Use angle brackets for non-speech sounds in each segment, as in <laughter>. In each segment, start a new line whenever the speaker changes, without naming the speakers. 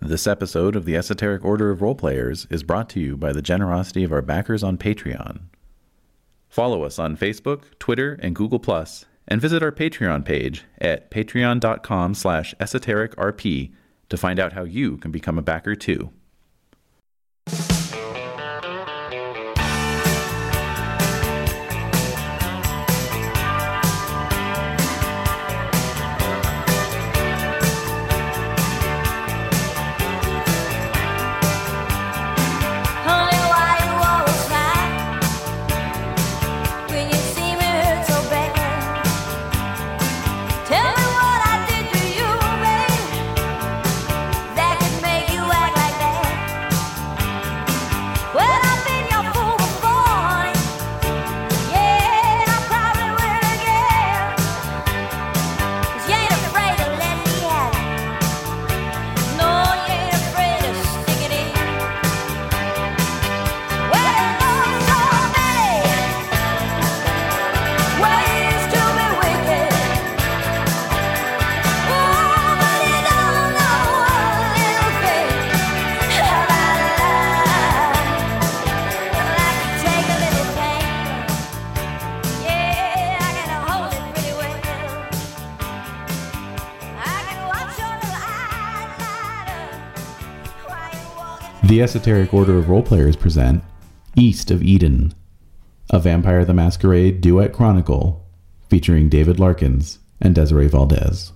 This episode of the Esoteric Order of Roleplayers is brought to you by the generosity of our backers on Patreon. Follow us on Facebook, Twitter, and Google+, and visit our Patreon page at patreon.com slash esotericrp to find out how you can become a backer too.
Honey, why you always mad when you see me hurt so bad? Tell me what I did to you, babe, that could make you act like that. Well, I've been your fool before, yeah, and I probably will again. 'Cause you ain't afraid to let me have it. No, you ain't afraid to stick it in.
The Esoteric Order of Roleplayers present East of Eden, a Vampire the Masquerade duet chronicle featuring David Larkins and Desiree Valdez.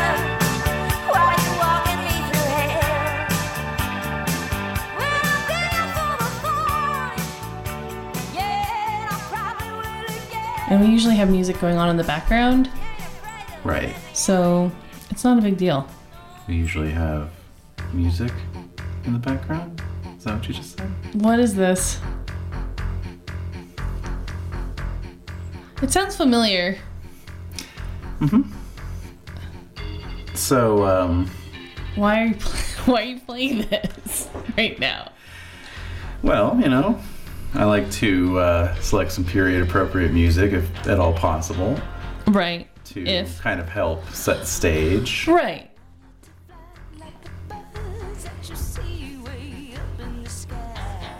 While you walking me through hell Well, I've been your fool before Yeah, I probably will again
And we usually have music going on in the background,
Right.
so it's not a big deal.
We usually have music in the background. Is that what you just said?
What is this? It sounds familiar.
So, um,
Why are you pl- <laughs> why are you playing this <laughs> right now?
well, you know, I like to uh, select some period appropriate music if at all possible
Right.
to
If
kind of help set stage.
right.
Like the birds that you see way up in the sky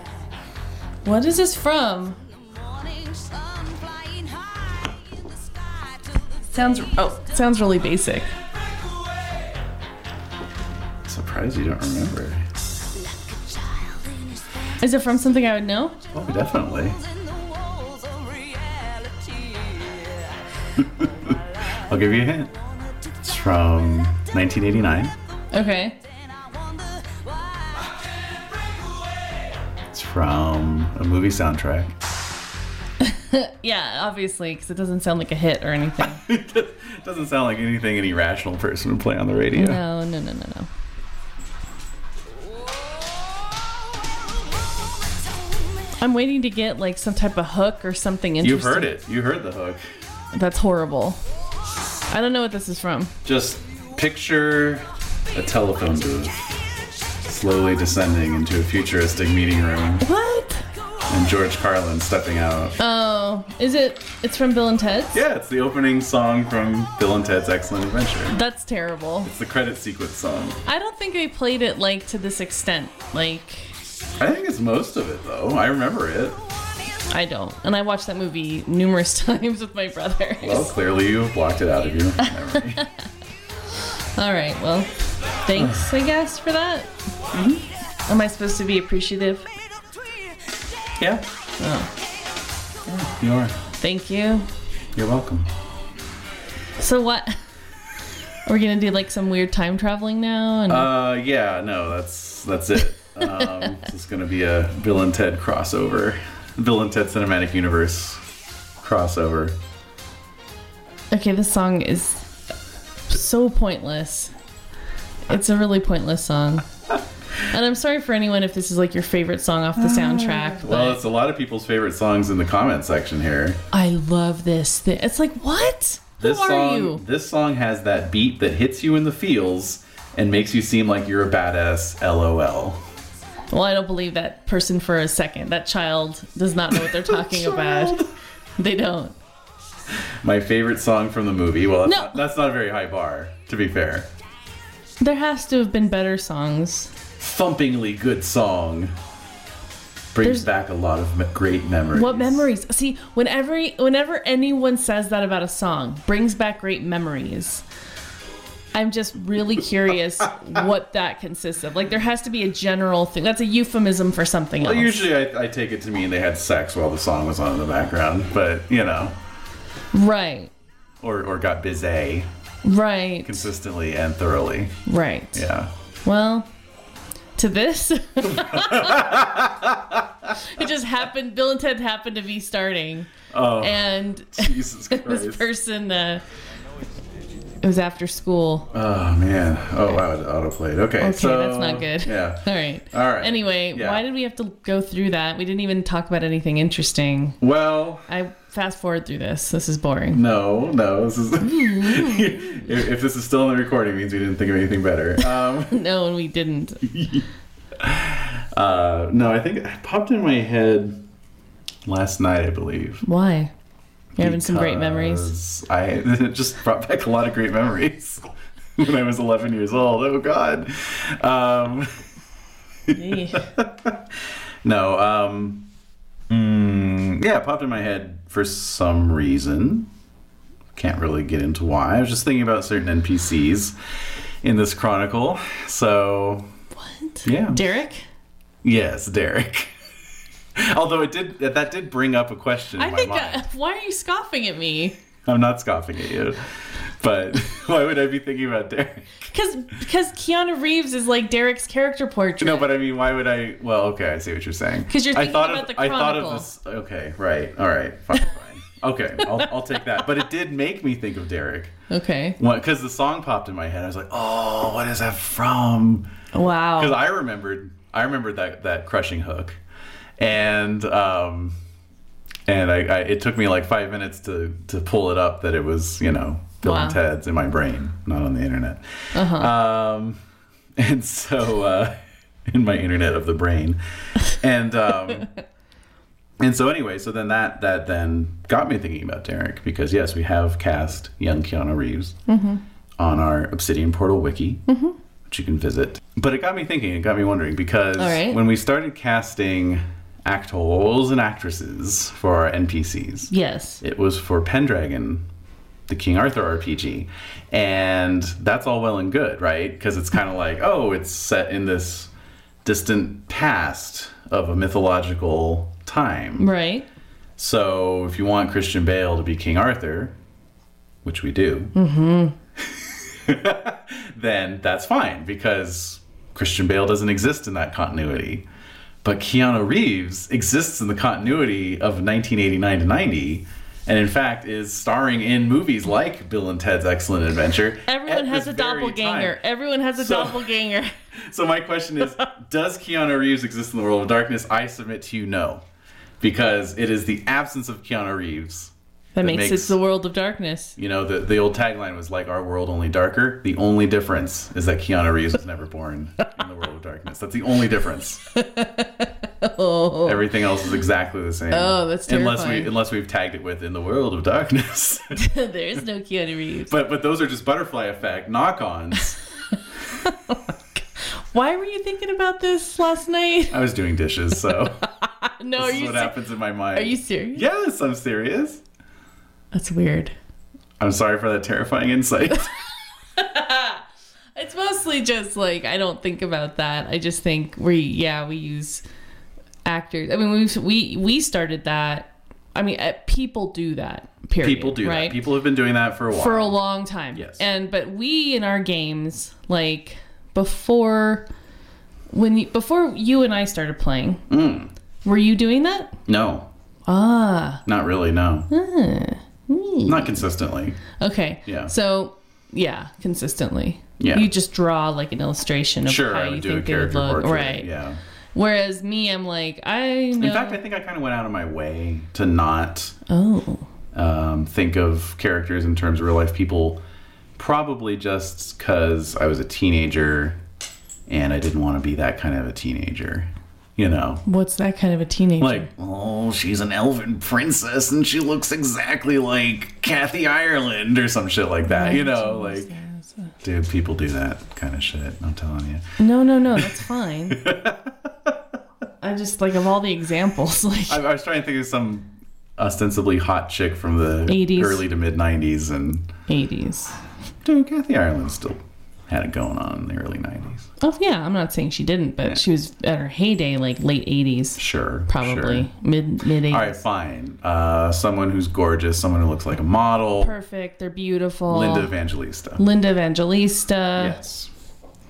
What is this from?
The morning sun flying high in the sky till the
Sounds oh, sounds really basic.
Surprised you don't remember.
child in his pants
Is it from something I would know?
Oh, definitely.
and the walls of reality
I'll give you a hint. It's from 1989.
Okay.
And I wonder why
It's from a movie soundtrack.
Yeah, obviously, because it doesn't sound like a hit or <laughs> anything.
It doesn't sound like anything any rational person would play on the radio.
No, no, no, no, no. I'm waiting to get like some type of hook or something interesting.
You've heard it. You heard the hook.
That's horrible. I don't know what this is from.
Just picture a telephone booth slowly descending into a futuristic meeting room
What?
and George Carlin stepping out.
Oh, is it? It's from Bill and Ted's.
Yeah, it's the opening song from Bill and Ted's Excellent Adventure.
That's terrible.
It's the credit sequence song.
I don't think they played it like to this extent. Like,
I think it's most of it though. I remember it.
I don't. And I watched that movie numerous <laughs> times with my brother.
Well, clearly you've blocked it out of your memory.
All right. Well, thanks, I guess, for that. Am I supposed to be appreciative?
yeah.
Oh,
You are.
thank you.
You're welcome.
So what? <laughs> We're gonna do like some weird time traveling now, and
Uh, yeah, no, that's that's it. Um, this is gonna be a Bill and Ted crossover, Bill and Ted Cinematic Universe crossover.
okay, this song is so pointless. It's a really pointless song. And I'm sorry for anyone if this is like your favorite song off the soundtrack. But
Well, it's a lot of people's favorite songs in the comment section here.
I love this. Thi- It's like what?
This
Who are
song,
you?
this song has that beat that hits you in the feels and makes you seem like you're a badass. LOL.
Well, I don't believe that person for a second. That child does not know
<laughs>
what they're talking about. They don't.
My favorite song from the movie. Well, that's,
No.
not, that's not a very high bar, to be fair.
There has to have been better songs.
Thumpingly good song. Brings
There's-
back a lot of me- great memories.
What memories? See, whenever whenever anyone says that about a song, brings back great memories. I'm just
<laughs>
really curious what that consists of. Like there has to be a general thing. That's a euphemism for something
Well,
else.
usually I, I take it to mean they had sex while the song was on in the background, but you know,
Right.
or or got busy
Right.
consistently and thoroughly.
Right.
Yeah. <laughs>
Well, to this. <laughs> it just happened. Bill and Ted happened to be starting.
Oh, <laughs>
And
Jesus
<laughs> this
Christ.
person, uh, it was after school.
oh man. Oh wow, it autoplayed. Okay.
Okay,
so,
that's not good.
Yeah.
<laughs> All right.
All right.
Anyway,
Yeah.
why did we have to go through that? We didn't even talk about anything interesting.
Well,
I fast forward through this. This is boring. <laughs>
no, no. This is <laughs> if, if this is still in the recording, it means we didn't think of anything better. Um, <laughs>
No, and we didn't.
uh, no, I think it popped in my head last night, I believe.
Why? You're having some great memories.
Because I <laughs> it just brought back a lot of great memories <laughs> when I was 11 years old. Oh God. Um,
Yeah.
no. Um, mm, yeah, it popped in my head for some reason. Can't really get into why. I was just thinking about certain NPCs in this chronicle. So
what?
yeah.
Derek?
yes, Derek. <laughs> Although it did that did bring up a question. In
I
my
think. uh,
mind.
I, <laughs> why are you scoffing at me?
I'm not scoffing at you, but <laughs> why would I be thinking about Derek?
Because because Keanu Reeves is like Derek's character portrait.
No, but I mean, why would I? Well, okay, I see what you're saying.
'Cause you're
I
thinking
thought
about
of,
the
I thought of
Chronicle.
this. Okay, right. All right. Fine. fine. Okay, I'll, I'll take that. But it did make me think of Derek
okay.
because the song popped in my head. I was like, oh, what is that from? Because
Wow.
I remembered, I remembered that that crushing hook, and um, and I, I it took me like five minutes to to pull it up that it was you know Bill and
Wow.
Ted's in my brain, not on the internet. Uh-huh. Um, <laughs> and so uh, <laughs> in my internet of the brain, and um. And so anyway, so then that that then got me thinking about Derek because yes, we have cast young Keanu Reeves
Mm-hmm.
on our Obsidian Portal wiki, which you can visit. But it got me thinking. It got me wondering because
All right.
when we started casting actors and actresses for our NPCs,
Yes.
it was for Pendragon, the King Arthur RPG. And that's all well and good, right? Because it's kind of like, oh, it's set in this distant past of a mythological time.
Right.
So if you want Christian Bale to be King Arthur, which we do, <laughs> then that's fine because Christian Bale doesn't exist in that continuity. But Keanu Reeves exists in the continuity of 1989 to 90. And in fact, is starring in movies like Bill and Ted's Excellent Adventure.
<laughs> Everyone
at
has a
this very
doppelganger.
time.
Everyone has a
So-
doppelganger. <laughs>
So my question is, does Keanu Reeves exist in the world of darkness? I submit to you, no, because it is the absence of Keanu Reeves
That makes,
makes-
it the world of darkness. <laughs>
You know, the, the old tagline was like our world only darker. The only difference is that Keanu Reeves was never born in the world of darkness. That's the only
<laughs>
difference. Everything else is exactly the same.
Oh, that's
unless we
terrifying.
unless we've tagged it with in the world of darkness. <laughs>
there is no Keanu Reeves.
but but those are just butterfly effect knock-ons.
Why were you thinking about this last night?
I was doing dishes, so
<laughs> No, are
this is
Oh, you
what
se-
happens in my mind.
are you serious?
Yes, I'm serious.
That's weird.
I'm sorry for that terrifying
<laughs>
insight.
It's mostly just like I don't think about that. I just think we yeah we use actors. I mean we we we started that. I mean uh, people do that. Period.
People do
right?
that. People have been doing that for a while.
for a long time.
Yes.
And but we in our games like before when you, before you and I started playing,
Hmm.
were you doing that?
no,
Ah,
not really. No, not consistently.
okay.
Yeah.
So yeah, consistently.
Yeah.
You just draw like an illustration of
sure,
how
I
you
would do a
think they would
character
look,
portrait.
right?
Yeah.
Whereas me, I'm like, I know.
In fact, I think I kind of went out of my way to not
oh,
um, think of characters in terms of real life people, probably just because I was a teenager and I didn't want to be that kind of a teenager. You know,
what's that kind of a teenager?
like, oh, she's an elven princess and she looks exactly like Kathy Ireland or some shit like that. You know, like, dude, people do that kind of shit. I'm telling you.
no, no, no,
<laughs>
that's fine. I just like of all the examples, <laughs> like
I, I was trying to think of some ostensibly hot chick from the
80s.
early to mid 90s, and
eighties.
dude, Kathy Ireland still had it going on in the early 90s.
Oh yeah, I'm not saying she didn't, but she was at her heyday, like late eighties,
Sure.
probably
sure.
mid mid eighties.
All right, fine. Uh, someone who's gorgeous, someone who looks like a model.
Perfect. They're beautiful.
Linda Evangelista.
Linda Evangelista,
yes.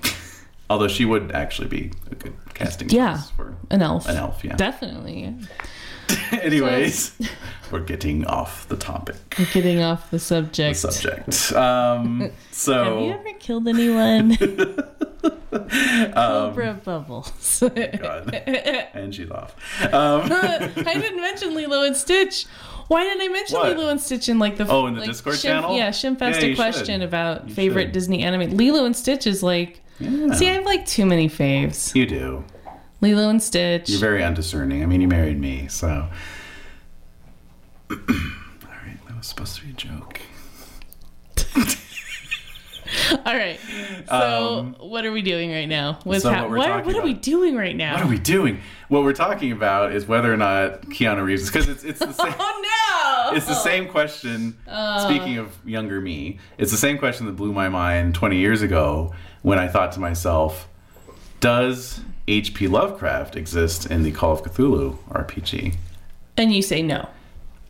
<laughs> Although she would actually be a good casting
Yeah.
choice for
an elf.
an elf, yeah.
Definitely. yeah.
<laughs> Anyways, we're getting off the topic
We're getting off the subject.
subject.
<laughs>
Um,
Have you
so, Um,
ever
<laughs>
killed anyone? <laughs> Cobra bubbles. <laughs> I
God, and she's off.
<laughs>
Um,
didn't mention Lilo and Stitch. Why did I mention
What?
Lilo and Stitch in like the
Oh, in the
like,
Discord
Shimp-
channel?
Yeah, Shimp
Yeah,
asked
you
a
should.
question about
You
favorite
should.
Disney anime. Lilo and Stitch is like.
<laughs> Yeah.
See, I have like too many faves.
you do.
Lilo and Stitch. <laughs>
You're very undiscerning. I mean, you married me, so. <clears throat> All right, that was supposed to be a joke.
All right. So, what are we doing right now? What's
so Um,
hap-
what we're
what,
talking
what are we
about-
doing right now?
What are we doing? What we're talking about is whether or not Keanu Reeves, because it's it's
<laughs>
the same.
oh no!
It's the same question.
Uh.
Speaking of younger me, it's the same question that blew my mind 20 years ago when I thought to myself, "Does H.P. Lovecraft exist in the Call of Cthulhu RPG?"
And you say no.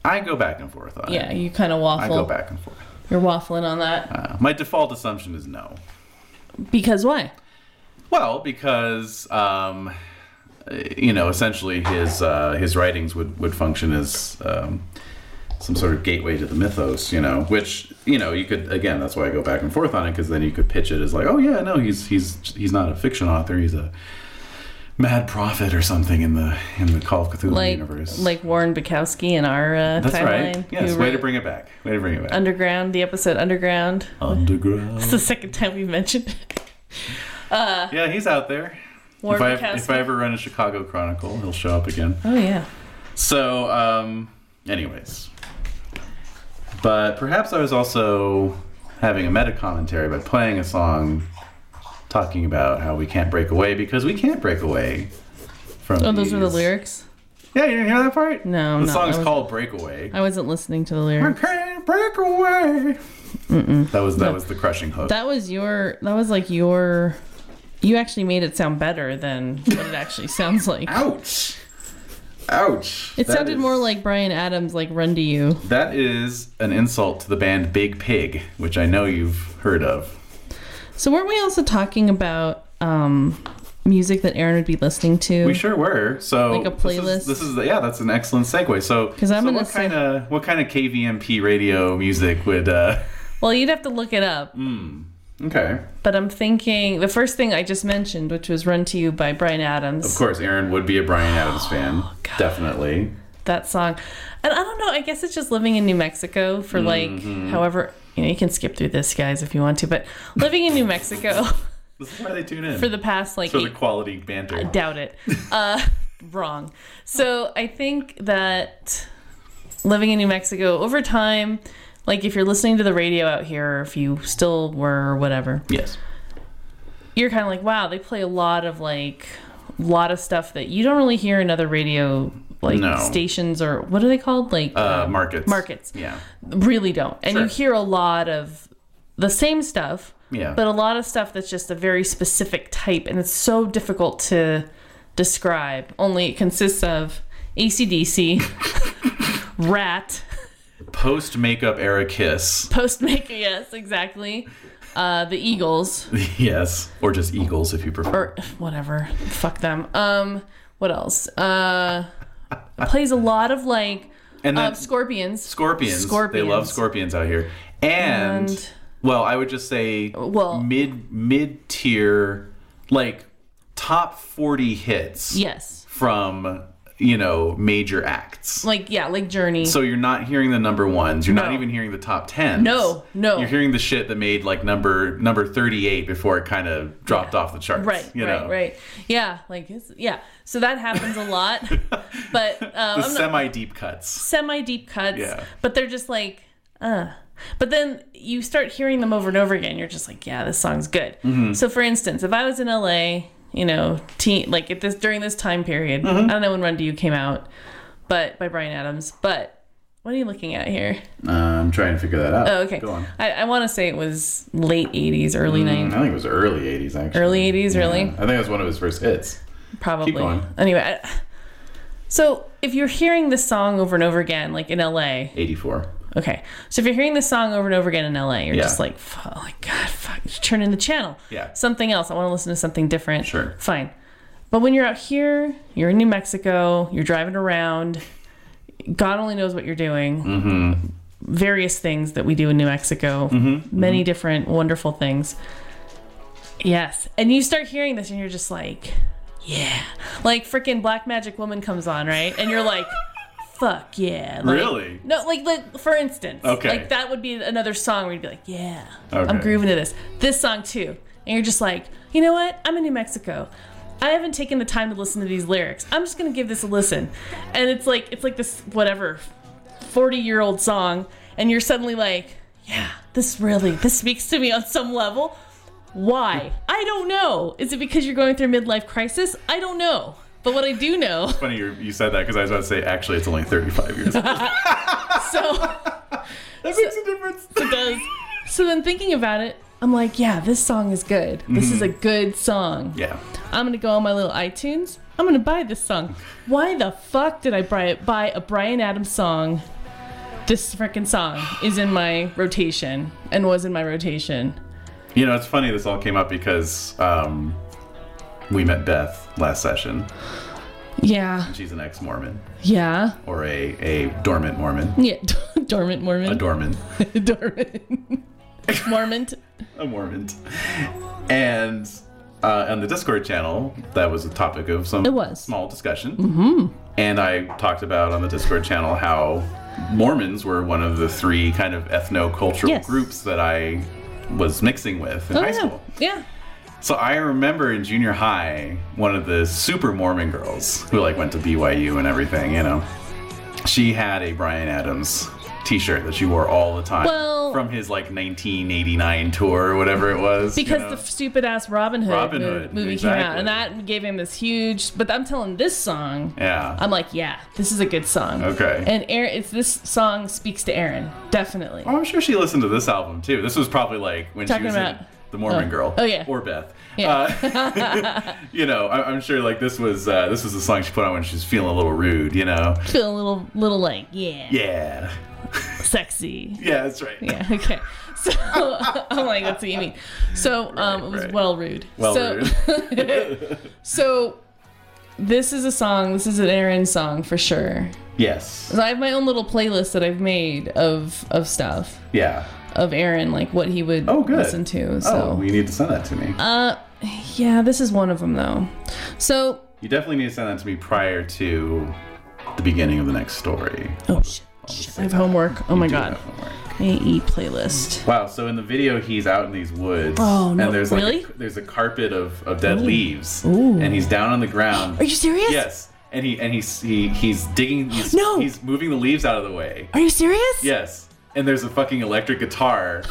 I go back and forth on
Yeah,
it.
you kind of
I
waffle.
go back and forth.
You're waffling on that
Uh, my default assumption is no.
because why?
Well, because um, you know, essentially his uh, his writings would would function as um, some sort of gateway to the mythos, you know. Which you know, you could again, that's why I go back and forth on it because then you could pitch it as like, oh yeah, no, he's he's he's not a fiction author, he's a mad prophet or something in the in the Call of Cthulhu
Like
universe.
like Warren Bukowski in our uh,
that's
timeline.
right. Yes,
who
way
wrote
to bring it back. Way to bring it back.
Underground, the episode Underground. It's
Underground.
the second time we mentioned it.
Yeah, he's out there. If
Warren
I,
Bukowski.
if I ever run a Chicago Chronicle, he'll show up again.
Oh yeah.
So, um, anyways. But perhaps I was also having a meta commentary by playing a song talking about how we can't break away because we can't break away from.
Oh, those were the
these-
lyrics.
Yeah, you didn't hear that part?
No,
The
no, I
song's
wasn't-
called Breakaway.
I wasn't listening to the
I
lyrics.
can't break away. That was that was the crushing hook.
That was your. That was like your. You actually made it sound better than what it actually <laughs> sounds like.
Ouch! Ouch!
It
That
sounded
is-
more like Brian Adams, like "Run to You."
That is an insult to the band Big Pig, which I know you've heard of.
So weren't we also talking about um, music that Aaron would be listening to?
We sure were. So
Like a playlist?
This is, this is yeah, that's an excellent segue. So
'Cause I'm
so
gonna
what
say-
kind of what kind of KVMP radio music would uh
Well, you'd have to look it up.
okay.
But I'm thinking the first thing I just mentioned, which was "Run to You" by Brian Adams.
Of course, Aaron would be a Brian Adams
Oh,
fan. Definitely.
That song, and I don't know. I guess it's just living in New Mexico for like
Mm-hmm.
however you know. You can skip through this, guys, if you want to. But living in New Mexico <laughs>
This is why they tune in.
for the past like
for
eight
the quality banter.
Doubt it. Uh, <laughs> wrong. So I think that living in New Mexico over time, like if you're listening to the radio out here, or if you still were or whatever,
Yes.
you're kind of like, wow, they play a lot of like, lot of stuff that you don't really hear in other radio like
No.
stations or what are they called? Like
Uh markets.
markets.
Yeah.
Really don't. And
Sure.
you hear a lot of the same stuff,
Yeah.
but a lot of stuff that's just a very specific type and it's so difficult to describe only it consists of acdc <laughs> rat
Post makeup era kiss. <laughs>
post maker <laughs> yes exactly uh, the eagles
yes. Or just Eagles if you prefer.
or whatever fuck them um what else uh plays a lot of like
and then
Um, of scorpions
scorpions. They love
Scorpions.
scorpions out here. And,
And-
Well, I would just say
Well-
mid mid tier, like top forty hits.
Yes.
From you know major acts.
Like yeah, like Journey.
So you're not hearing the number ones. You're not
No.
even hearing the top ten.
No, no.
You're hearing the shit that made like number number thirty eight before it kind of dropped off the charts.
right,
You
right,
know?
right. Yeah, like it's, yeah. So that happens a
<laughs>
lot, but um,
The
I'm not,
semi deep cuts.
semi deep cuts,
Yeah.
but they're just like, uh. But then you start hearing them over and over again. You're just like, yeah, this song's good.
Mm-hmm.
So, for instance, if I was in LA, you know, teen, like at this during this time period, I
Mm-hmm.
don't know when Run to You came out, but by Brian Adams. But what are you looking at here?
Uh, I'm trying to figure that out.
Oh, okay.
Go on. Mm,
I, I want to say it was late 80s, early 90s.
I think it was early '80s actually.
Early 80s, really?
I think it was one of his first hits.
probably.
Keep going.
Anyway, I, so if you're hearing this song over and over again, like in LA,
'84.
okay. So if you're hearing this song over and over again in LA, you're
Yeah.
just like, fuck, like God, fuck, just turn in the channel.
Yeah.
Something else. I want to listen to something different.
Sure.
Fine. But when you're out here, you're in New Mexico, you're driving around. God only knows what you're doing. Mm-hmm. Various things that we do in New Mexico,
Mm-hmm.
many different wonderful things. Yes. And you start hearing this and you're just like, yeah. Like freaking Black Magic Woman comes on, right? And you're like, fuck yeah. Like,
Really?
No, like, like for instance.
Okay.
Like that would be another song where you'd be like, yeah,
Okay.
I'm grooving to this. This song too. And you're just like, you know what? I'm in New Mexico. I haven't taken the time to listen to these lyrics. I'm just gonna give this a listen. And it's like it's like this whatever 40 year old song, and you're suddenly like, yeah, this really this speaks to me on some level. Why? I don't know. Is it because you're going through a midlife crisis? I don't know. But what I do know, <laughs>
Funny you, you said that because I was about to say actually it's only 35 years. old. <laughs> that
so
makes a difference.
it does. So then thinking about it, I'm like, yeah, this song is good. This is a good song.
Mm-hmm. Yeah.
I'm gonna go on my little iTunes. I'm gonna buy this song. Why the fuck did I buy, buy a Brian Adams song? This freaking song is in my rotation and was in my rotation.
You know, it's funny this all came up because um, we met Beth last session.
Yeah,
She's an ex-Mormon
yeah,
or a, a dormant Mormon.
yeah. <laughs> dormant
A
Mormon.
dormant.
<laughs> dormant. <laughs> Mormon.
<laughs> a Mormon. And uh, on the Discord channel, that was the topic of some
It was.
small discussion. Mm-hmm. And I talked about on the Discord channel how Mormons were one of the three kind of ethno-cultural
Yes.
groups that I was mixing with in
Oh,
high
yeah.
school.
Yeah.
So I remember in junior high, one of the super Mormon girls who like went to BYU and everything, you know, she had a Brian Adams t-shirt that she wore all the time
Well-
from his like 1989 tour or whatever it was. you
because
know.
the stupid ass Robin Hood,
Robin
mo-
Hood,
movie came out,
exactly.
and that gave him this huge. But I'm telling this song,
yeah,
I'm like, yeah, this is a good song.
Okay.
And Aaron, it's this song speaks to Aaron definitely.
Oh, I'm sure she listened to this album too. This was probably like when
Talking
she was
about-
in the Mormon
oh.
Girl.
Oh, yeah.
or Beth.
Yeah. <laughs>
Uh, you know, I, I'm sure like this was uh, this was the song she put on when she was feeling a little rude. You know.
Feel a little, little like, yeah,
Yeah.
sexy.
Yeah, that's right.
Yeah. Okay. <laughs> So I'm like, that's what you mean. So um, it was
right.
well rude.
Well,
so,
rude.
<laughs> so this is a song. This is an Aaron song for sure.
yes.
'Cause I have my own little playlist that I've made of of stuff.
Yeah.
of Aaron, like what he would
Oh, good.
listen to. So,
Oh, well, you need to send that to me.
uh, yeah, this is one of them though. So,
you definitely need to send that to me prior to the beginning of the next story.
oh shit, shit, I have homework. Oh my
Do
god,
that homework.
AE E playlist.
Wow. So in the video, he's out in these woods.
Oh, no,
And there's like
really?
a, there's a carpet of, of dead leaves,
Ooh.
and he's down on the ground.
<gasps> Are you serious?
Yes. And he and he's he, he's digging. He's,
No!
He's moving the leaves out of the way.
Are you serious?
Yes. And there's a fucking electric
<laughs>
guitar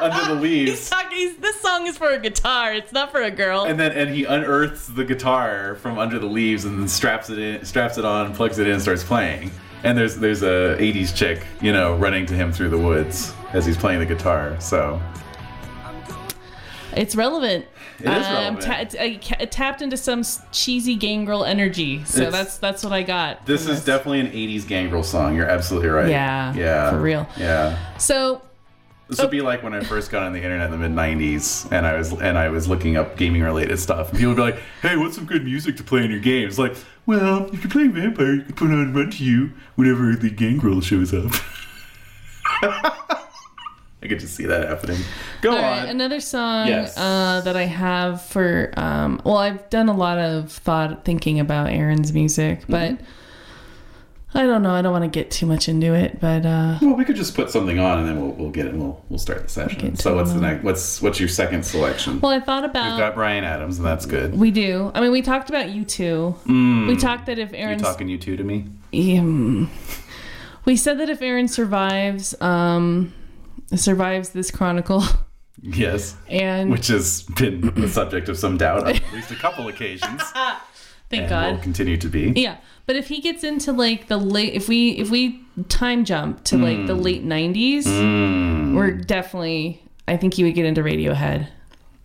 under the leaves.
He's talking. He's, this song is for a guitar. It's not for a girl.
And then and he unearths the guitar from under the leaves and then straps it in, straps it on, plugs it in, and starts playing. And there's there's a '80s chick, you know, running to him through the woods as he's playing the guitar. So
it's relevant. Um,
It is relevant.
ta- it's- I ca- it tapped into some s- cheesy gang girl energy. So
It's-
that's that's what I got.
this
from
is definitely an '80s gangrel song. You're absolutely right.
Yeah,
Yeah.
for real.
Yeah.
so.
This would be like when I first got on the internet in the mid '90s, and I was and I was looking up gaming-related stuff. And people would be like, "Hey, what's some good music to play in your games?" Like, well, if you're playing Vampire, you can put on Run to You whenever the Gangrel shows up. <laughs> I could just see that happening. Go
All
on.
right, another song
Yes.
uh, that I have for um, well, I've done a lot of thought thinking about Aaron's music, but
Mm-hmm.
I don't know. I don't want to get too much into it, but uh,
well, we could just put something on and then we'll, we'll get it. And we'll we'll start the session.
Get
so
to
what's the
it.
next? What's what's your second selection?
well, I thought
We've
about
got Brian Adams, and that's good.
we do. I mean, we talked about you two. We talked that if
You
Aaron's
Mm. talking you two to me?
Um, we said that if Aaron survives, um, survives this chronicle, <laughs>
Yes.
and
Which has been the subject of some doubt on at least a couple
<laughs>
occasions,
thank
and
Oh, God,
will continue to be.
yeah. But if he gets into like the late, if we if we time jump to like the
Mm.
late nineties, we're definitely. I think he would get into Radiohead.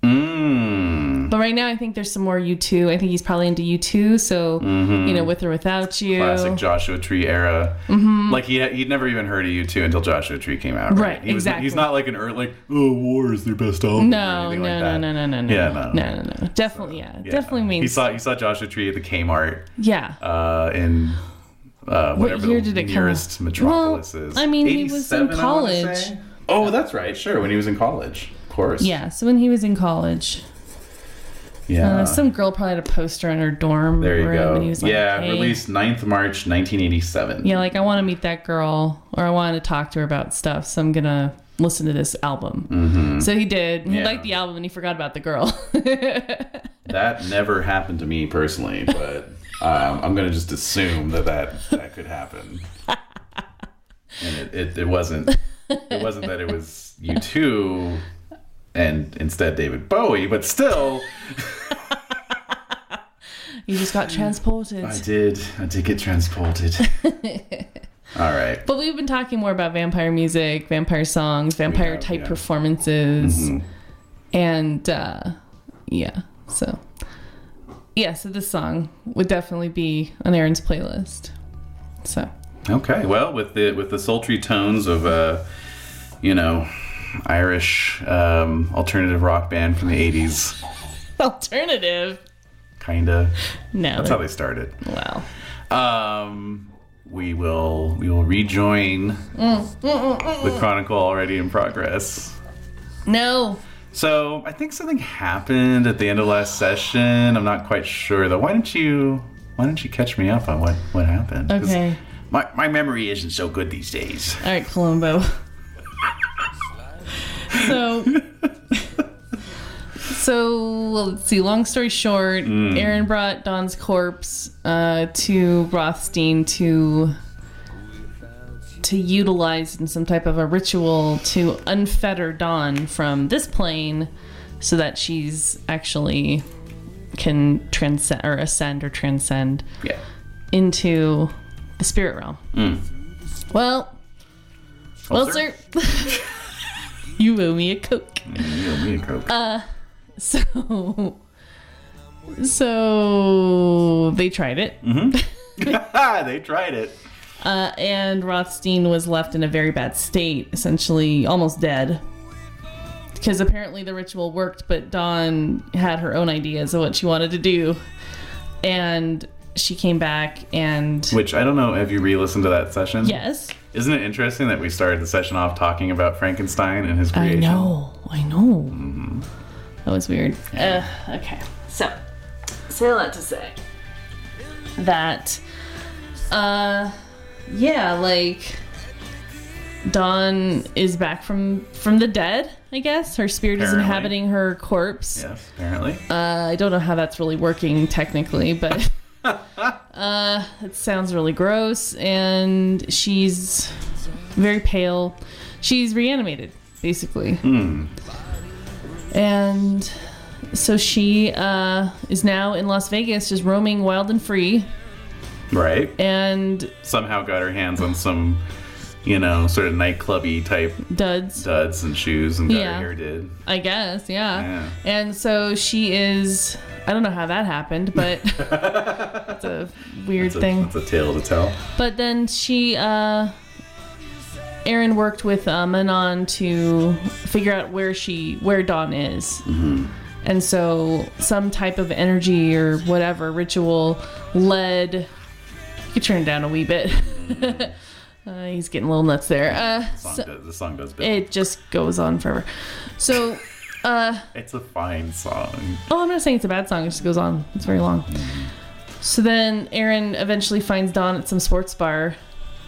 Mm.
But right now, I think there's some more U2. I think he's probably into U2. So you know, with or without you,
Mm-hmm. Classic Joshua Tree era. Like he he'd never even heard of you two until Joshua Tree came out. Right.
Mm-hmm. Right,
He was,
exactly.
He's not like an early like oh War is their best album. or
No,
anything
no,
like
no,
that.
no, no, no, no,
Yeah,
no,
no.
no, no, no. Definitely, yeah,
Yeah.
definitely
He
means,
saw he saw Joshua Tree at the Kmart
yeah.
uh, in uh, whatever
year
the
did it come
nearest
out?
metropolis
Well,
is.
I mean, he was
87,
in
I wanna
college.
say? Oh, that's right. Sure, when he was in college, of course.
Yeah, so when he was in college,
Yeah.
uh, some girl probably had a poster in her dorm
there you
room,
go.
and he was like,
yeah,
"Hey."
released 9th March 1987.
Yeah, like I want to meet that girl, or I want to talk to her about stuff, so I'm gonna listen to this album. So he did. and
Mm-hmm.
He
Yeah.
liked the album, and he forgot about the girl. <laughs>
That never happened to me
<laughs>
personally, but um, I'm gonna just assume that that, that could
<laughs>
happen. And it, it, it wasn't it wasn't that it was you two and instead David Bowie, but still
he just got transported.
I did I did get
<laughs>
transported. All right.
But we've been talking more about vampire music, vampire songs, vampire
have,
type
yeah.
performances, and uh, yeah. So, yeah. So this song would definitely be on Aaron's playlist. So <laughs>
Okay. Well, with the with the sultry tones of uh, you know, Irish um, alternative rock band from the 80s,
alternative.
kinda.
No.
That's how they started.
Wow.
Um, we will we will rejoin the chronicle already in progress.
No.
So I think something happened at the end of last session. I'm not quite sure though. Why don't you why don't you catch me up on what what happened? 'Cause
Okay.
My my memory isn't so good these days.
All right, Columbo. so, so well, let's see. Long story short, Aaron brought Don's corpse uh, to Rothstein to to utilize in some type of a ritual to unfetter Don from this plane, so that she's actually can transcend or ascend or transcend
Yeah.
into the spirit realm. Well. Hmm. Well, sir, <laughs> Hmm. you owe me a Coke.
You owe me a Coke.
Uh,
<laughs>
So, so they tried it,
they tried it.
uh, and Rothstein was left in a very bad state, essentially almost dead. Because apparently the ritual worked, but Dawn had her own ideas of what she wanted to do, and she came back and
Which I don't know. Have you re-listened to that session?
yes,
Isn't it interesting that we started the session off talking about Frankenstein and his
I
creation?
know, I know. Mm-hmm. That was weird. Uh, okay, so so that to say that, uh, yeah, like Dawn is back from from the dead. I guess her spirit is
Apparently.
inhabiting her corpse.
Yes, apparently.
Uh, I don't know how that's really working technically, but
<laughs>
uh, it sounds really gross. And she's very pale. She's reanimated, basically.
Hmm.
And so she uh, is now in Las Vegas, just roaming wild and free.
right.
And
somehow got her hands on some, you know, sort of nightclubby type
duds,
duds and shoes and got
Yeah.
her hair did.
I guess,
Yeah.
yeah. And so she is. I don't know how that happened,
<laughs>
but <laughs> it's a weird
It's a,
thing.
it's a tale to tell.
But then she, uh, Erin worked with uh, Manon to figure out where she, where Dawn is. And so some type of energy or whatever ritual led, you could turn it down a wee bit, <laughs> Uh, he's getting a little nuts there. Uh,
The song,
so-
does, the song does bit.
it just goes on forever. So, uh,
it's a fine song.
oh, I'm not saying it's a bad song. It just goes on. It's very long. So then Aaron eventually finds Don at some sports bar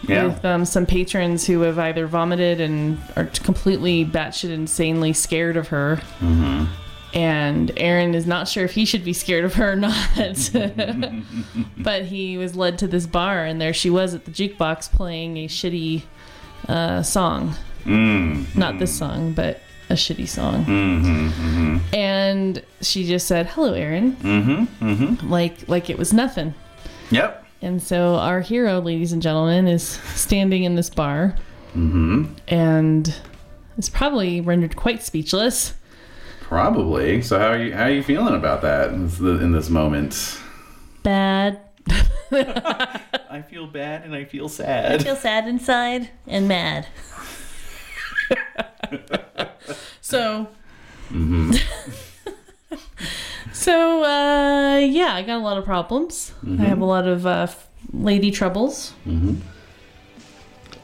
Yeah.
with um, some patrons who have either vomited and are completely batshit insanely scared of her. And Aaron is not sure if he should be scared of her or not. <laughs> but he was led to this bar, and there she was at the jukebox playing a shitty uh, song. Not this song, but a shitty song. And she just said, "Hello, Aaron," like like it was nothing.
Yep.
And so our hero, ladies and gentlemen, is standing in this bar and is probably rendered quite speechless.
Probably. So how are you? How are you feeling about that in this, in this moment?
Bad.
I feel bad and I feel sad.
Feel sad inside and mad. <laughs> so. <laughs> so, uh, yeah, I got a lot of problems. I have a lot of uh, f- lady troubles.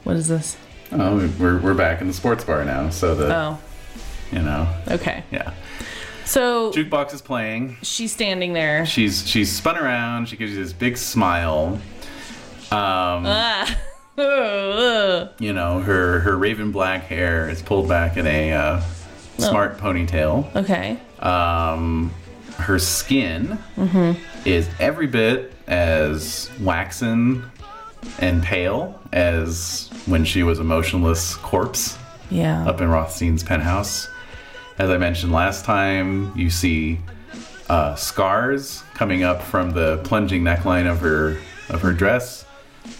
What is this?
Oh, we're, we're back in the sports bar now. So the
Oh,
you know
okay.
yeah
So
jukebox is playing.
she's standing there.
She's she's spun around. She gives you this big smile. Um,
Ah. <laughs> Ugh.
you know her her raven black hair is pulled back in a uh, smart ponytail.
okay.
Um, her skin is every bit as waxen and pale as when she was a motionless corpse
Yeah.
up in Rothstein's penthouse. As I mentioned last time, you see uh, scars coming up from the plunging neckline of her of her dress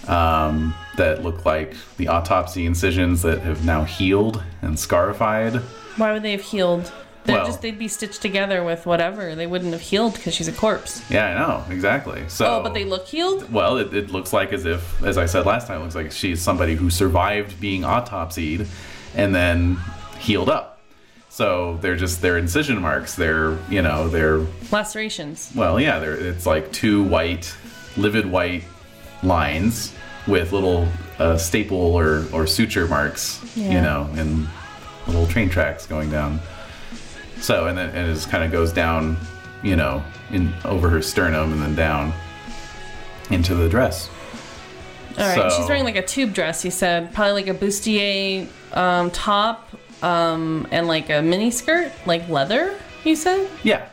um, that look like the autopsy incisions that have now healed and scarified.
Why would they have healed? They're
Well-
just they'd be stitched together with whatever. They wouldn't have healed because she's a corpse.
Yeah, I know exactly. So,
Oh, but they look healed.
Well, it, it looks like as if, as I said last time, it looks like she's somebody who survived being autopsied and then healed up. So they're just they're incision marks. They're you know they're
Lacerations.
well yeah they're it's like two white, livid white lines with little uh, staple or or suture marks you
Yeah.
know and little train tracks going down. So and then and it just kind of goes down you know in over her sternum and then down into the dress.
All right.
So-
She's wearing like a tube dress. You said probably like a bustier um, top um, and like a mini skirt, like leather. You said,
Yeah.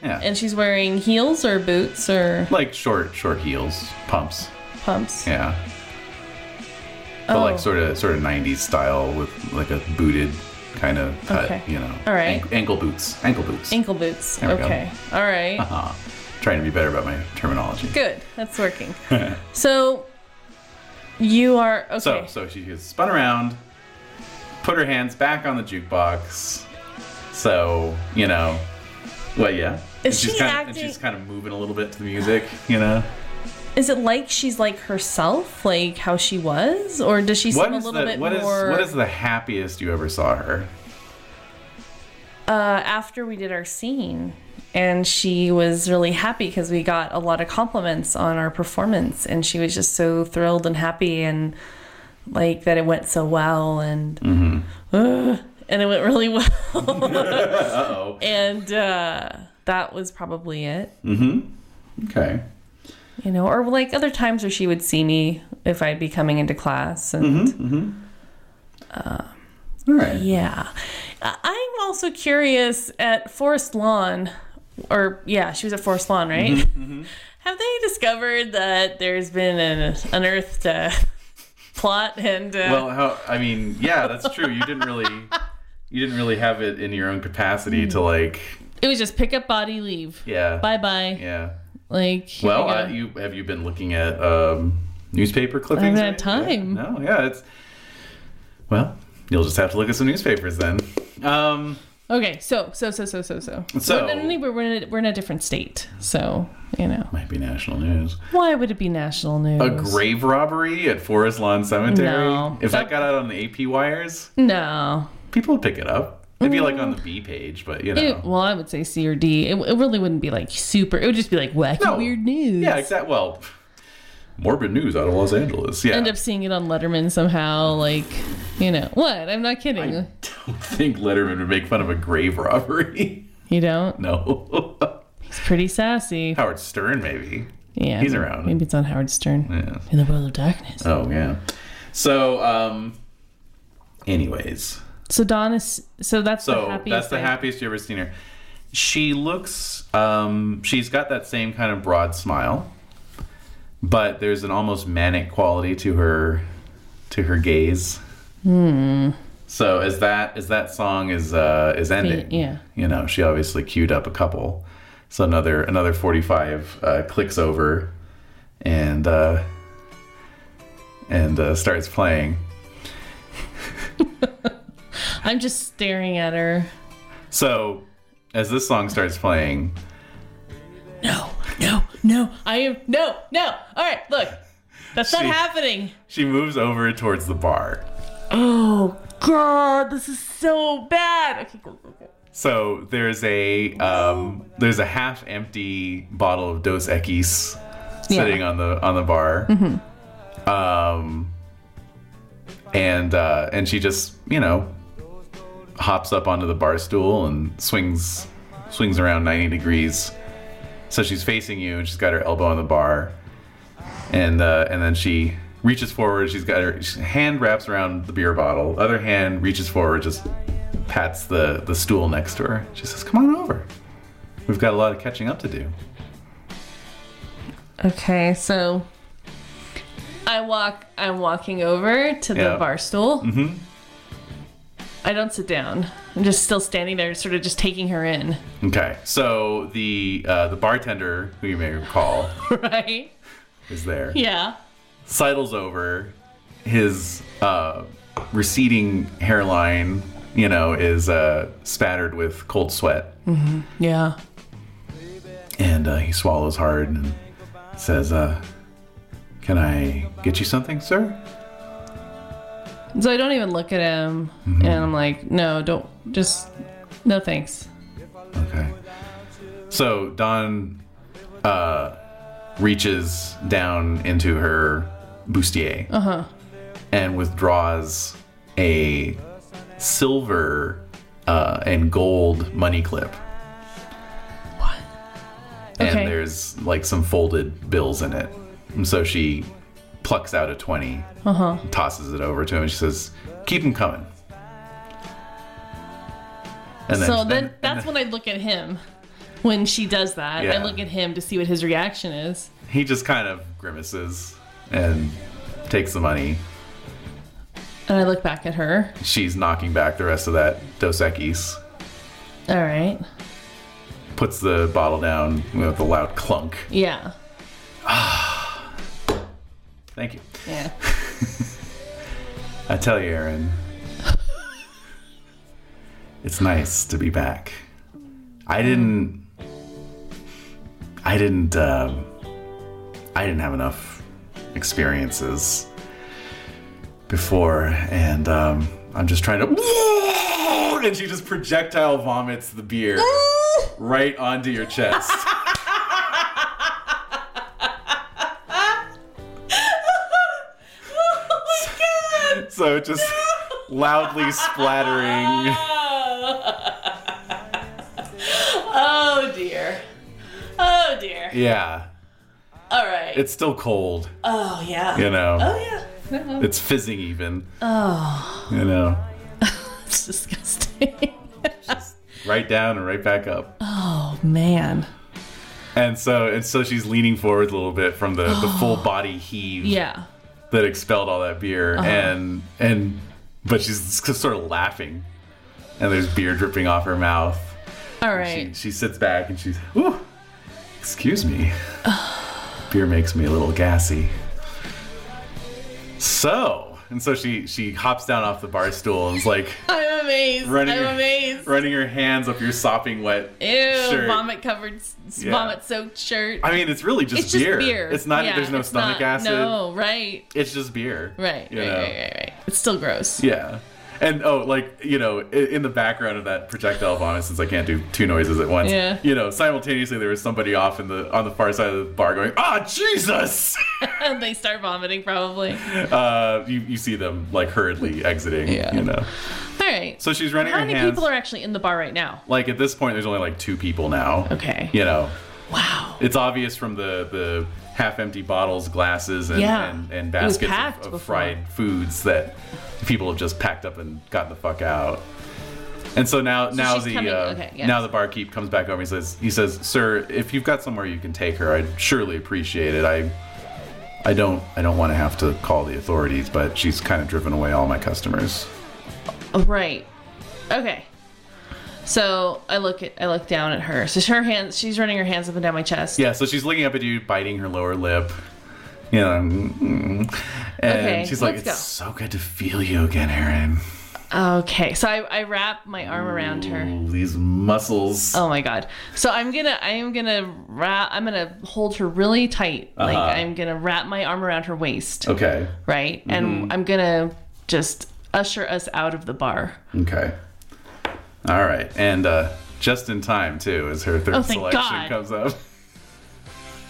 Yeah.
and she's wearing heels or boots or
like short short heels, pumps.
pumps.
Yeah. But
Oh.
like sort of sort of 90s style with like a booted kind of cut,
Okay.
you know.
All right.
Ank- ankle boots. Ankle boots.
Ankle boots.
There we go.
Okay. All right.
uh, trying to be better about my terminology.
Good.
<laughs>
That's working. so you are okay.
So so she gets spun around, put her hands back on the jukebox. So, you know, well yeah.
Is
And she's
she
kind of, and
acting-
she's kind of moving a little bit to the music, you know.
is it like she's like herself, like how she was, or does she
What
seem a
is
little
the
bit
what is
more?
what is the happiest you ever saw her?
uh, after we did our scene, and she was really happy because we got a lot of compliments on our performance, and she was just so thrilled and happy, and like that it went so well, and Uh, <sighs> and it went really well,
Mm-hmm. <laughs> Uh-oh.
and uh, that was probably it.
Okay.
you know, or like other times where she would see me if I'd be coming into class, and
All right.
yeah, Uh, I'm also curious at Forest Lawn, or yeah, she was at Forest Lawn, right?
Mm-hmm,
Have they discovered that there's been an unearthed uh, plot and uh,
Well, how, I mean, yeah, that's true. You didn't really, you didn't really have it in your own capacity
<laughs>
to like,
it was just pick up body, leave,
yeah,
bye bye,
yeah.
like here
Well,
you go.
uh, you have you been looking at um, newspaper clippings?
haven't
or
had
anything?
time.
No, yeah, it's. Well, you'll just have to look at some newspapers then. Um,
okay, so so so so so so
So-
We're in a- we're in a, we're in a different state, so you know
might be national news.
why would it be national news?
A grave robbery at Forest Lawn Cemetery.
No.
If that got out on the AP wires,
no.
people would pick it up. It'd be like on the B page, but you know.
It, well, I would say C or D. It, it really wouldn't be like super. It would just be like wacky,
No.
weird news.
Yeah, exactly. Well, Morbid news out of Los Angeles. Yeah. <laughs>
End up seeing it on Letterman somehow. Like, you know what? I'm not kidding.
don't think Letterman would make fun of a grave robbery. <laughs>
You don't.
no. <laughs>
It's pretty sassy.
Howard Stern, maybe.
Yeah,
He's around.
Maybe it's on Howard Stern.
Yeah.
In the world of darkness.
Oh yeah. So um. Anyways,
so Dawn is. So that's the
so
happiest.
that's the
I-
happiest you ever seen her. She looks. Um, she's got that same kind of broad smile, but there's an almost manic quality to her, to her gaze. Hmm. So as that as that song is uh, is ending,
yeah.
you know, she obviously queued up a couple. So another another forty five uh, clicks over, and uh, and uh, starts playing.
I'm just staring at her.
So as this song starts playing,
No, no, no. I am no, no. All right, look. That's not
She-
happening.
She moves over towards the bar.
Oh God, this is so bad. Okay, go, go, go.
So there's a um, there's a half empty bottle of Dos Equis sitting on the on the bar. Um, and uh, and she just you know hops up onto the bar stool and swings swings around 90 degrees. So she's facing you and she's got her elbow on the bar. and uh, and then she reaches forward. She's got her she, hand wraps around the beer bottle. Other hand reaches forward, just pats the the stool next to her. She says, "Come on over. We've got a lot of catching up to do."
Okay, so I walk. I'm walking over to the
Yeah.
bar stool. Mm-hmm. I don't sit down. I'm just still standing there, sort of just taking her in. <laughs>
Okay, so the uh, the bartender, who you may recall,
Right?
is there.
Yeah.
sidles over. His uh, receding hairline, you know, is uh, spattered with cold sweat.
Yeah.
And uh, he swallows hard and says, uh, Can I get you something, sir?
So I don't even look at him,
Mm-hmm.
and I'm like, no, don't, just, no, thanks.
Okay. So Don uh, reaches down into her bustier
Uh-huh.
and withdraws a silver uh, and gold money clip.
What?
And
Okay.
there's like some folded bills in it. And so she plucks out a 20,
Uh-huh.
tosses it over to him, and she says, Keep them coming. And
so then that's when I look at him when she does that.
Yeah.
I look at him to see what his reaction is.
he just kind of grimaces and takes the money.
And I look back at her.
She's knocking back the rest of that Dos Equis,
All right.
puts the bottle down with a loud clunk.
Yeah.
Thank you.
Yeah.
I tell you, Aaron, it's nice to be back. I didn't. I didn't. um I didn't have enough experiences before, and um, I'm just trying to. <laughs> And she just projectile vomits the beer right onto your chest. <laughs> so it just loudly splattering.
oh dear. Oh dear.
Yeah,
All right.
it's still cold,
oh yeah.
you know.
Oh yeah.
It's fizzing even. Oh. You know,
It's disgusting.
right down and right back up.
<laughs> oh man.
And so and so she's leaning forward a little bit from the, the
<gasps>
full body heave
Yeah. Uh-huh.
that expelled all that beer and and but she's just sort of laughing. And there's beer dripping off her mouth.
All
She,
right.
she sits back and she's, "Ooh, excuse
<sighs>
me. beer makes me a little gassy." So, and so she she hops down off the bar stool and is like <laughs>
I'm amazed.
running
I'm
your,
amazed.
running your hands up your sopping wet
Ew,
shirt.
vomit covered,
Yeah.
vomit soaked shirt.
I mean, it's really just,
it's just beer.
It's not.
Yeah,
there's no
it's
stomach
not-
acid.
No, right,
It's just beer.
right,
you
right,
know?
right, right, right. It's still gross.
Yeah. And oh, like you know, i- in the background of that projectile vomit, since I can't do two noises at once,
Yeah.
you know, simultaneously there was somebody off in the on the far side of the bar going, "Ah, Jesus!"
<laughs>
<laughs>
And they start vomiting probably. All
Uh, you you see them like hurriedly exiting,
Yeah.
you know.
right.
So she's running
how
her
many
hands.
people are actually in the bar right now?
like at this point, there's only like two people now.
Okay.
You know,
Wow.
it's obvious from the the half-empty bottles, glasses, and
Yeah.
and,
It was
and baskets
packed
of,
before.
of fried foods that people have just packed up and gotten the fuck out. And so now, now
she's
the
coming-
uh,
okay, yeah.
now the barkeep comes back over and says, he says, "Sir, if you've got somewhere you can take her, I'd surely appreciate it. I, I don't, I don't want to have to call the authorities, but she's kind of driven away all my customers."
Oh, Right. Okay. So I look at I look down at her. So her hands she's running her hands up and down my chest.
Yeah, so she's looking up at you, biting her lower lip. You know, mm, mm. and
Okay,
she's like,
let's
"It's
go.
so good to feel you again, Aaron."
Okay. So I, I wrap my arm around her.
Ooh, these muscles.
Oh my god. So I'm gonna I am gonna wrap I'm gonna hold her really tight. Like
Uh-huh.
I'm gonna wrap my arm around her waist.
Okay.
Right? And I'm gonna just usher us out of the bar.
Okay. All right, and uh, just in time too, as her third
Oh, thank
selection
God.
comes up.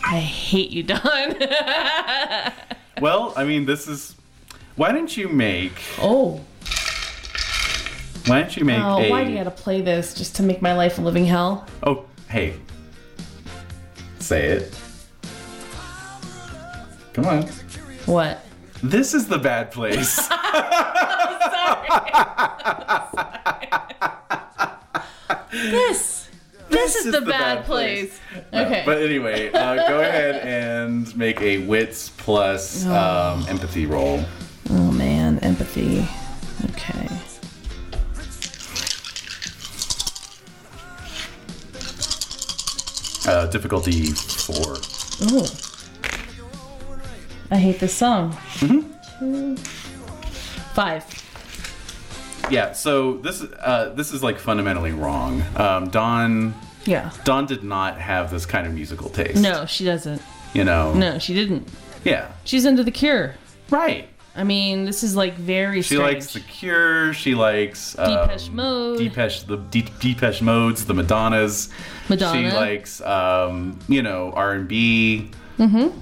I hate you, Don. <laughs>
well, I mean, this is. Why don't you make?
oh.
Why don't you make
Oh,
a?
why do you gotta play this just to make my life a living hell?
Oh, hey. Say it. Come on.
What?
This is the bad place.
This. This, is, the, bad, place. Okay.
But anyway, uh,
<laughs>
go ahead and make a wits plus um, empathy roll.
oh man, empathy. Okay.
Uh, difficulty four.
Ooh. Oh. I hate this song.
Mm-hmm.
Five.
Yeah. So this uh, this is like fundamentally wrong. Um, Don
Yeah.
Don did not have this kind of musical taste.
No, she doesn't.
You know.
No, she didn't.
Yeah.
She's into the cure.
Right.
I mean, this is like very
She
strange.
likes The Cure. She likes um,
Depeche Mode.
Depeche the De- Depeche Modes, the Madonnas.
Madonna.
She likes um, you know R and B,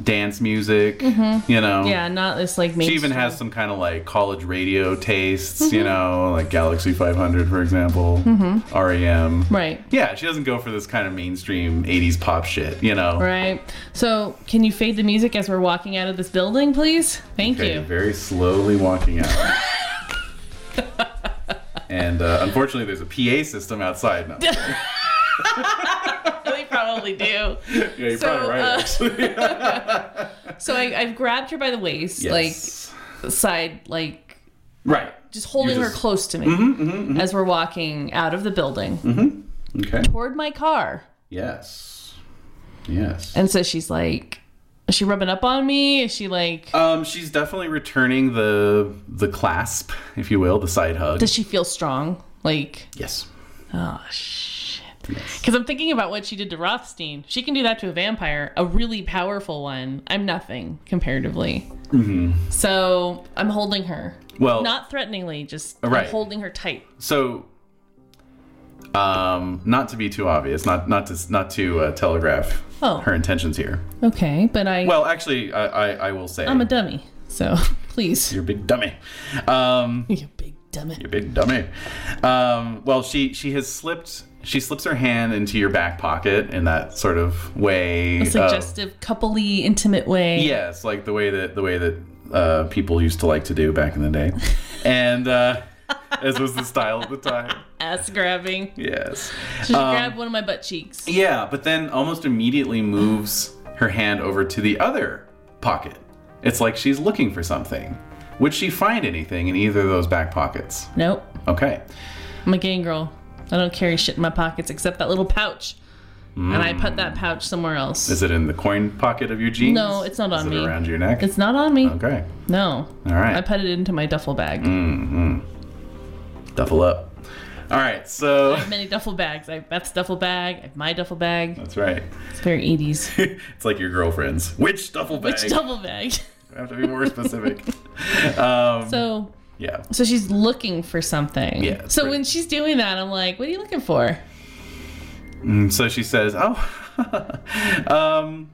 dance music. You know.
Mm-hmm. yeah, not this like
She even
mainstream.
has some kind of like college radio tastes,
Mm-hmm.
you know, like Galaxy 500, for example, REM.
Right.
Yeah, she doesn't go for this kind of mainstream 80s pop shit, you know.
Right. So, can you fade the music as we're walking out of this building, please? Thank
Okay,
you.
very slowly walking
<laughs>
out. and uh, unfortunately, there's a PA system outside now. <laughs> yeah,
we probably
<laughs>
do.
you're
So,
probably right,
uh,
actually.
<laughs> So I, I've grabbed her by the waist,
Yes.
like side, like
right.
just holding
You're
her
just- Mm-hmm,
close to me as we're walking out of the building
Okay.
toward my car.
Yes. Yes.
And so she's like, is she rubbing up on me? Is she like,
um, she's definitely returning the the clasp, if you will, the side hug.
does she feel strong? Like,
yes.
oh shit.
Yes.
Because I'm thinking about what she did to Rothstein. She can do that to a vampire, a really powerful one. I'm nothing comparatively.
Mm-hmm.
So I'm holding her,
Well,
not threateningly, just I'm
Oh. Right.
holding her tight.
so um, not to be too obvious, not not to not to uh, telegraph
Oh.
her intentions here.
Okay, but I
Well, actually, I I, I will say
I'm a dummy, so <laughs> please.
you're a big dummy. Um,
You big dummy.
you're a big dummy. Um, well, she she has slipped. She slips her hand into your back pocket in that sort of way. of-
Suggestive, coupley, intimate way.
yes, like the way that the way that uh, people used to like to do back in the day, and uh, as was the style at the time.
Ass grabbing.
Yes.
She
Um,
grabbed one of my butt cheeks.
Yeah, but then almost immediately moves her hand over to the other pocket. It's like she's looking for something. Would she find anything in either of those back pockets?
Nope.
Okay.
I'm a gang girl. I don't carry shit in my pockets except that little pouch. And I put that pouch somewhere else.
Is it in the coin pocket of your jeans?
No, it's not on
Is it
me.
around your neck?
It's not on me.
okay. Mm.
No.
All right.
I put it into my duffel bag.
Duffel up. All right. So <laughs>
Many duffel bags. I have Beth's duffel bag. I have my duffel bag.
that's right. <laughs>
It's very 80s.
it's like your girlfriend's. Which duffel bag?
Which duffel bag?
I have to be more specific.
so
Yeah.
So she's looking for something.
Um, Yeah, it's
So
pretty-
when she's doing that, I'm like, what are you looking for?
And so she says, "Oh, <laughs> um,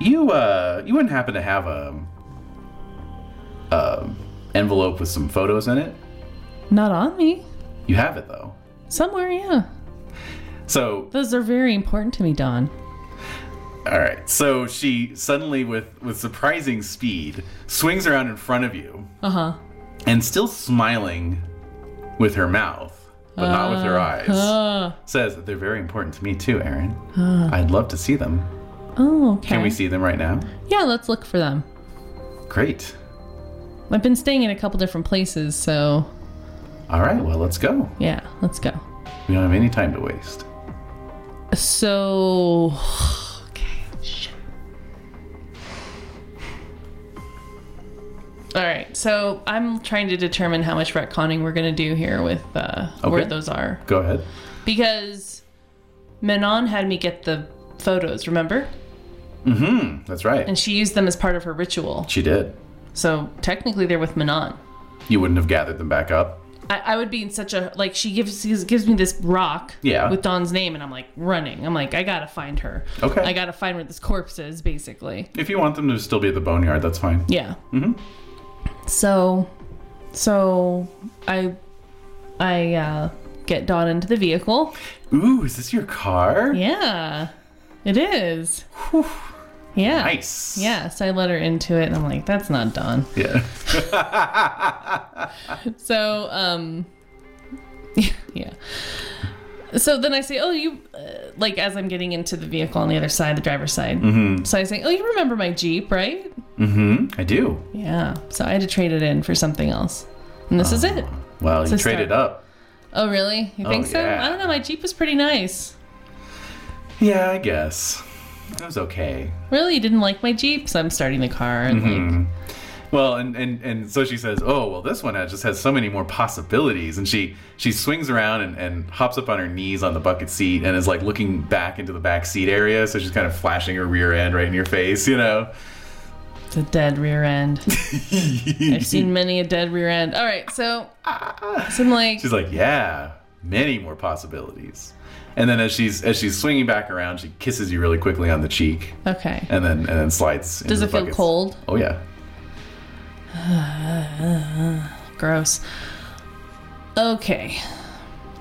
you uh, you wouldn't happen to have a, a envelope with some photos in it?
Not on me.
You have it though.
Somewhere, yeah.
So
Those are very important to me, Don.
all right. So she suddenly, with with surprising speed, swings around in front of you,
Uh huh.
and still smiling with her mouth, but not with her eyes,
Uh,
says that they're very important to me too, Aaron. I'd love to see them.
oh, okay.
Can we see them right now?
Yeah, let's look for them.
Great."
I've been staying in a couple different places, so
All right, well, let's go.
yeah, let's go.
We don't have any time to waste.
So, <sighs> okay. Shit. All right, so I'm trying to determine how much retconning we're going to do here with uh, where
Okay.
those are.
Go ahead.
Because Manon had me get the photos, remember?
Mm-hmm. That's right.
And she used them as part of her ritual.
She did.
So technically, they're with Manon.
You wouldn't have gathered them back up.
I, I would be in such a like she gives gives- gives me this rock
Yeah.
with Dawn's name and I'm like running. I'm like I gotta find her.
Okay.
I gotta find where this corpse is basically.
If you want them to still be at the boneyard, that's fine.
Yeah. Mm-hmm. So, so I I uh, get Dawn into the vehicle.
Ooh, is this your car?
Yeah, it is. Yeah.
Nice.
Yeah, so I let her into it, and I'm like, that's not Dawn.
Yeah.
So, um, <laughs> yeah. So then I say, oh, you, uh, like, as I'm getting into the vehicle on the other side, the driver's side. Mm-hmm. So I say, oh, you remember my Jeep, right?
Mm-hmm. I do.
Yeah. So I had to trade it in for something else. And this is it.
Well, you
a start.
traded up.
Oh, really? You
Oh,
think so?
yeah.
I don't know. My Jeep was pretty nice.
Yeah, I guess. That was okay.
Really? You didn't like my Jeep? So I'm starting the car and,
Mm-hmm.
like,
Well, and, and, and so she says, "Oh, well, this one has- just has so many more possibilities." And she she swings around and, and hops up on her knees on the bucket seat and is like looking back into the back seat area. So she's kind of flashing her rear end right in your face, you know.
the dead
<laughs>
rear end. I've seen many a dead rear end. All right. So, so I'm like,
Ah. She's like, "Yeah, many more possibilities." And then as she's as she's swinging back around, she kisses you really quickly on the cheek,
okay.
and then and then slides. Into
Does
the
it feel
buckets.
cold?
Oh yeah.
Gross. Okay.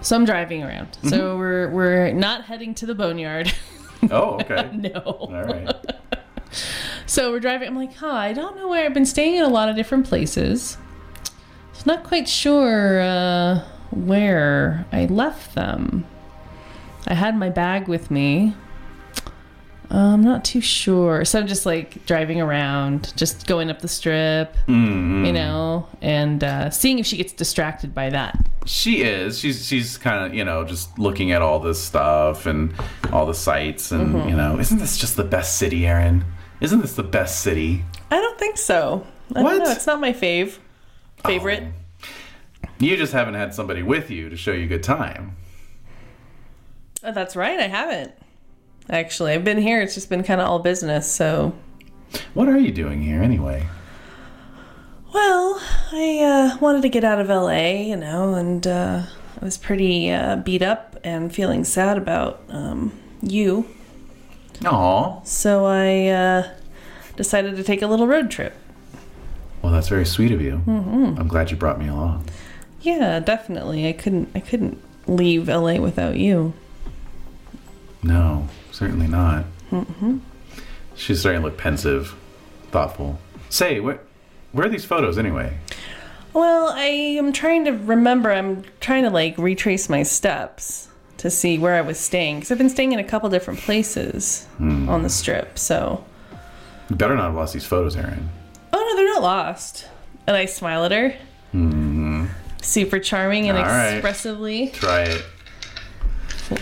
So I'm driving around. So we're we're not heading to the boneyard. <laughs>
Oh okay.
no.
All right.
So we're driving. I'm like, huh, I don't know where I've been staying in a lot of different places. So not quite sure uh, where I left them. I had my bag with me. Uh, I'm not too sure. So I'm just like driving around, just going up the strip, you know, and uh, seeing if she gets distracted by that.
She is. She's she's kind of you know just looking at all this stuff and all the sites and you know isn't this just the best city, Aaron? Isn't this the best city?
I don't think so. I
What?
don't know. It's not my fave. Favorite.
You just haven't had somebody with you to show you a good time.
Oh, that's right. I haven't. Actually, I've been here. It's just been kind of all business. So,
What are you doing here anyway?
well, I uh, wanted to get out of LA, you know, and uh, I was pretty uh, beat up and feeling sad about um, you.
Aw.
So I uh, decided to take a little road trip.
Well, that's very sweet of you. I'm glad you brought me along.
Yeah, definitely. I couldn't. I couldn't leave LA without you.
No, certainly not. Mm-hmm. She's starting to look pensive, thoughtful. Say, where, where are these photos anyway?
Well, I am trying to remember. I'm trying to like retrace my steps to see where I was staying because I've been staying in a couple different places
Hmm.
on the strip. So,
You better not have lost these photos, Aaron.
oh no, they're not lost. And I smile at her, super charming and
Mm-hmm. All right.
expressively.
Try it.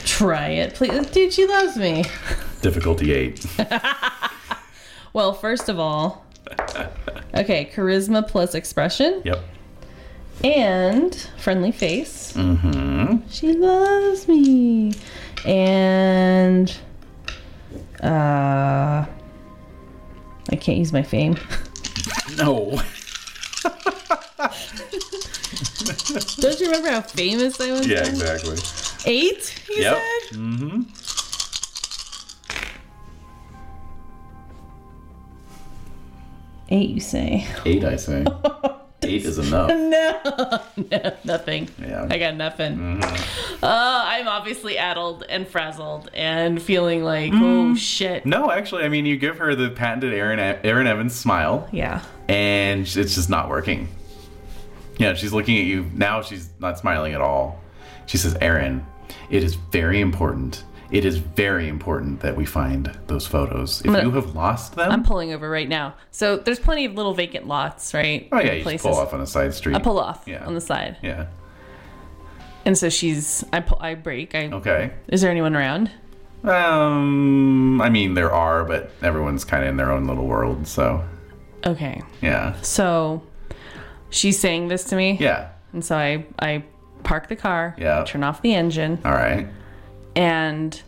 Try it, please, dude. She loves me.
Difficulty eight.
Well, first
<laughs>
of all, okay, charisma plus expression.
Yep.
and friendly face. Mm-hmm. She loves me, and uh, I can't use my fame.
No.
<laughs> Don't you remember how famous I was?
Yeah,
then?
exactly.
Eight, you
Yep. Mm-hmm.
said?
Eight, you say?
Eight, I
<laughs>
say. Eight is enough.
Nothing.
Yeah.
I got nothing.
Mm-hmm.
Uh, I'm obviously addled and frazzled and feeling like, oh shit.
No, actually, I mean, you give her the patented Aaron, E, Aaron Evans smile,
Yeah.
and it's just not working. Yeah, she's looking at you. Now she's not smiling at all. She says, Aaron, it is very important. It is very important that we find those photos. If
gonna-
you have lost them,
I'm pulling over right now. So there's plenty of little vacant lots, right?
oh, yeah, you just pull off on a side street.
I pull off
Yeah.
on the side.
Yeah.
And so she's, I, pull, I break. I,
Okay.
Is there anyone around?
Um, I mean, there are, but everyone's kind of in their own little world, so
Okay.
yeah.
So she's saying this to me.
Yeah.
And so I, I park the car,
Yeah.
turn off the engine,
All right.
and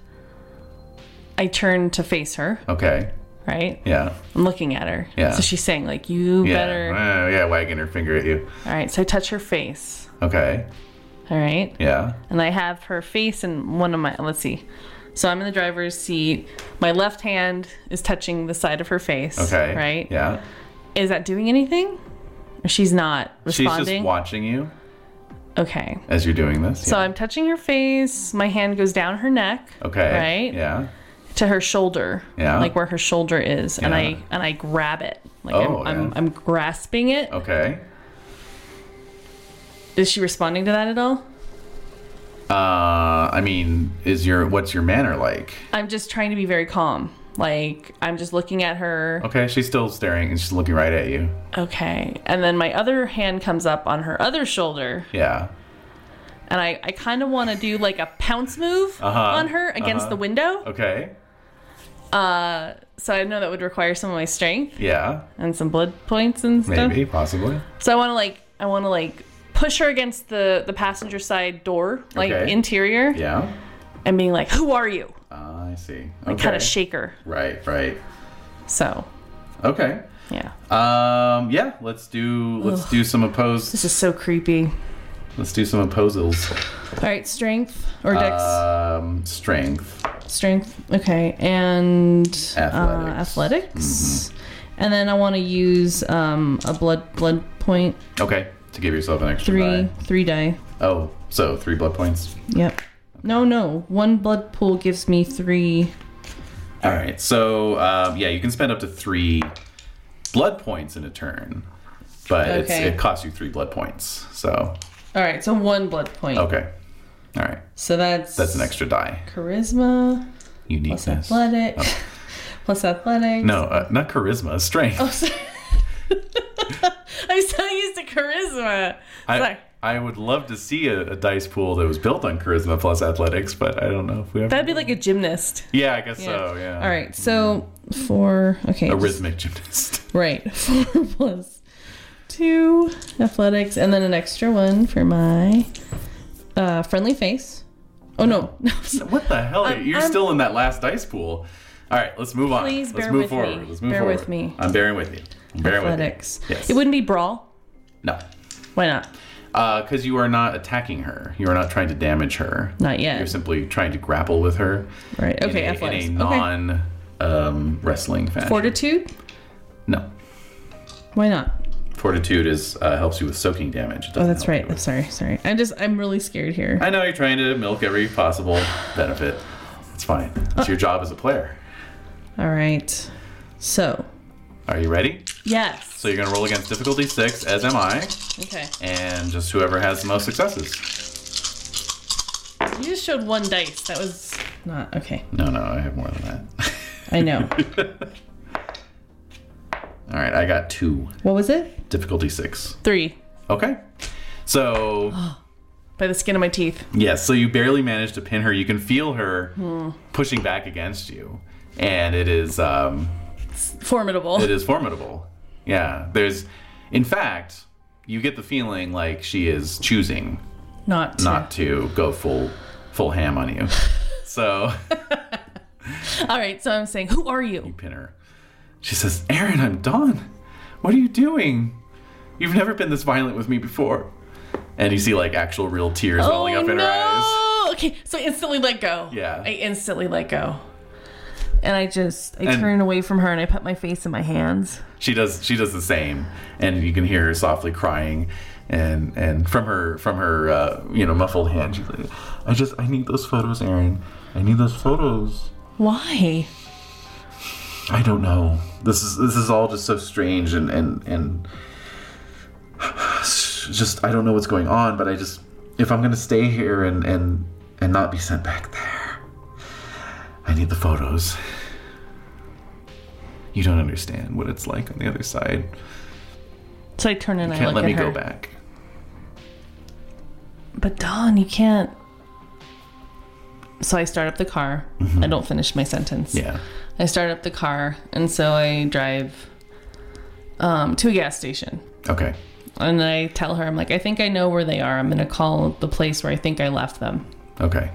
I turn to face her,
Okay.
right?
Yeah.
I'm looking at her.
Yeah.
So she's saying, like, you
Yeah.
better.
Uh, yeah, wagging her finger at you.
All right. So I touch her face.
Okay.
All right.
Yeah.
And I have her face in one of my, let's see. So I'm in the driver's seat. My left hand is touching the side of her face.
Okay.
Right?
Yeah.
Is that doing anything? Or She's not
She's
responding.
just watching you
okay.
as you're doing this.
So I'm touching her face. My hand goes down her neck.
okay.
Right?
Yeah.
to her shoulder,
Yeah.
like where her shoulder is, and
Yeah.
I and I grab it, like
Oh,
I'm, I'm
yeah. Oh.
I'm grasping it. Is
Okay.
she responding to that at all?
Uh, I mean, is your what's your manner like?
I'm just trying to be very calm. Like I'm just looking at her.
Okay, she's still staring and she's looking right at you.
Okay, and then my other hand comes up on her other shoulder,
Yeah.
and I I kind of want to do like a pounce move
Uh-huh.
on her against the window.
Okay.
Uh, so I know that would require some of my strength
Yeah.
and some blood points and stuff.
Maybe. Possibly.
So I want to like I want to like push her against the the passenger side door, like
Okay.
interior.
Yeah.
and being like, "Who are you?"
Uh, I see. Okay.
Like kind of shake her.
Right. Right.
So
Okay.
yeah,
Um. Yeah. Let's do. Let's do some opposed.
this is so creepy.
Let's do some opposals.
All right, strength or dex?
Um. Strength.
strength. Okay, and athletics. Uh,
Athletics. Mm-hmm.
athletics. And then I want to use um, a blood blood point
Okay. To give yourself an extra
three
die.
three die.
Oh, so three blood points.
Yep. No, no. One blood pool gives me three.
All right. So um, yeah, you can spend up to three blood points in a turn, but it's,
Okay.
it costs you three blood points. So
All right, so one blood point.
okay. All right.
So that's
That's an extra die.
charisma plus
Uniqueness.
athletic <laughs> plus athletics.
Oh.
Oh,
No, uh, not charisma. Strength.
<laughs> I'm so used to charisma.
I,
sorry.
I would love to see a, a dice pool that was built on charisma plus athletics, but I don't know if we have.
That'd be like a gymnast.
Yeah, I guess so. Yeah.
All right. So four. Okay.
A
just-
rhythmic gymnast. <laughs>
Right. <laughs> Four plus two athletics, and then an extra one for my uh, friendly face. Oh no! <laughs> No. sorry.
What the hell?
I'm-
You're
Um, I'm-
still in that last dice pool. All right, let's move on.
Please
let's
bear
move
with
forward.
me.
Let's move
Bear
forward.
with me.
I'm bearing with you. I'm bearing
athletics.
with you. Yes.
It wouldn't be brawl.
No,
Why not?
because you are not attacking her. You are not trying to damage her.
Not yet.
You're simply trying to grapple with her.
right. Okay.
In a,
athletics.
In a
okay.
non um, wrestling fashion.
Fortitude.
No.
Why not?
Fortitude is uh, helps you with soaking damage. It
Oh,
doesn't
that's
help you
right.
with-
I'm sorry. Sorry. I'm just. I'm really scared here.
I know you're trying to milk every possible benefit. It's fine. It's
Uh.
your job as a player.
All right. So.
Are you ready?
Yes.
So you're gonna roll against difficulty six, as am I,
okay.
and just whoever has the most successes.
You just showed one dice. That was not okay.
No, no, I have more than that. <laughs>
I know.
All right, I got two.
what was it?
Difficulty six.
Three.
Okay. So,
By the skin of my teeth.
yes, so you barely managed to pin her. You can feel her pushing back against you, and it is um,
Formidable.
it is formidable. Yeah, there's, in fact, you get the feeling like she is choosing
Not. to-
not to go full full ham on you. So,
All right. So I'm saying, who are you?
pin her. She says, "Aaron, I'm Dawn. What are you doing? You've never been this violent with me before." and you see like actual real tears welling up in her eyes.
Oh, no! Okay, so I instantly let go.
Yeah.
I instantly let go. And I just I
And-
turn away from her and I put my face in my hands.
She does she does the same, and you can hear her softly crying, and and from her from her uh, you know muffled hand, she's like, I just I need those photos, Aaron. I need those photos.
Why?
I don't know. This is this is all just so strange and and and <sighs> just I don't know what's going on. But I just if I'm gonna stay here and and and not be sent back there, I need the photos. You don't understand what it's like on the other side.
So I turn and I
Can't
look
let
at
me
her.
go back.
But Dawn, you can't. So I start up the car. I don't finish my sentence.
Mm-hmm. Yeah.
I start up the car, and so I drive um, to a gas station.
Okay.
And I tell her, I'm like, I think I know where they are. I'm going to call the place where I think I left them.
Okay.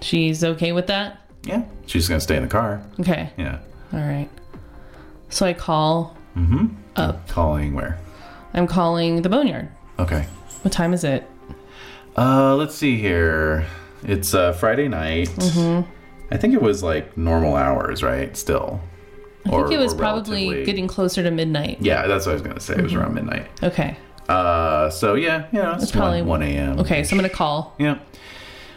She's okay with that?
Yeah. She's gonna stay in the car.
Okay.
Yeah.
All right. So I call up.
Calling where?
I'm calling the Boneyard.
Okay.
What time is it?
Uh, let's see here. It's uh, Friday night.
Mm-hmm.
I think it was like normal hours, right? Still.
I
Or-
think it was
or
probably
relatively-
getting Mm-hmm. closer to midnight.
Yeah, that's what I was gonna say. It was around midnight.
Okay.
Uh, so yeah, yeah, it's,
probably-
probably one a.m.
Okay, so I'm going to call.
Yeah.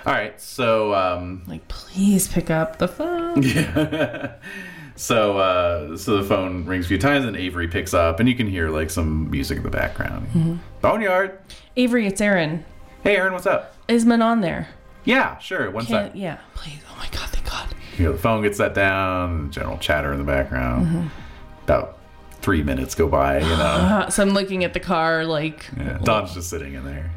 All right. So um,
Like, please pick up the phone.
<laughs> so uh, so the phone rings a few times, and Avery picks up, and you can hear like some music in the background.
Mm-hmm.
Boneyard.
Avery, it's Aaron.
Hey, Aaron, what's up?
Is Manon there?
Yeah, sure. One sec.
Can't, yeah. Please. Oh my God, thank God.
You know, the phone gets set down, general chatter in the background. About three minutes go by, you
<sighs>
know.
Uh, so I'm looking at the car, like,
Yeah, Don's just sitting in there.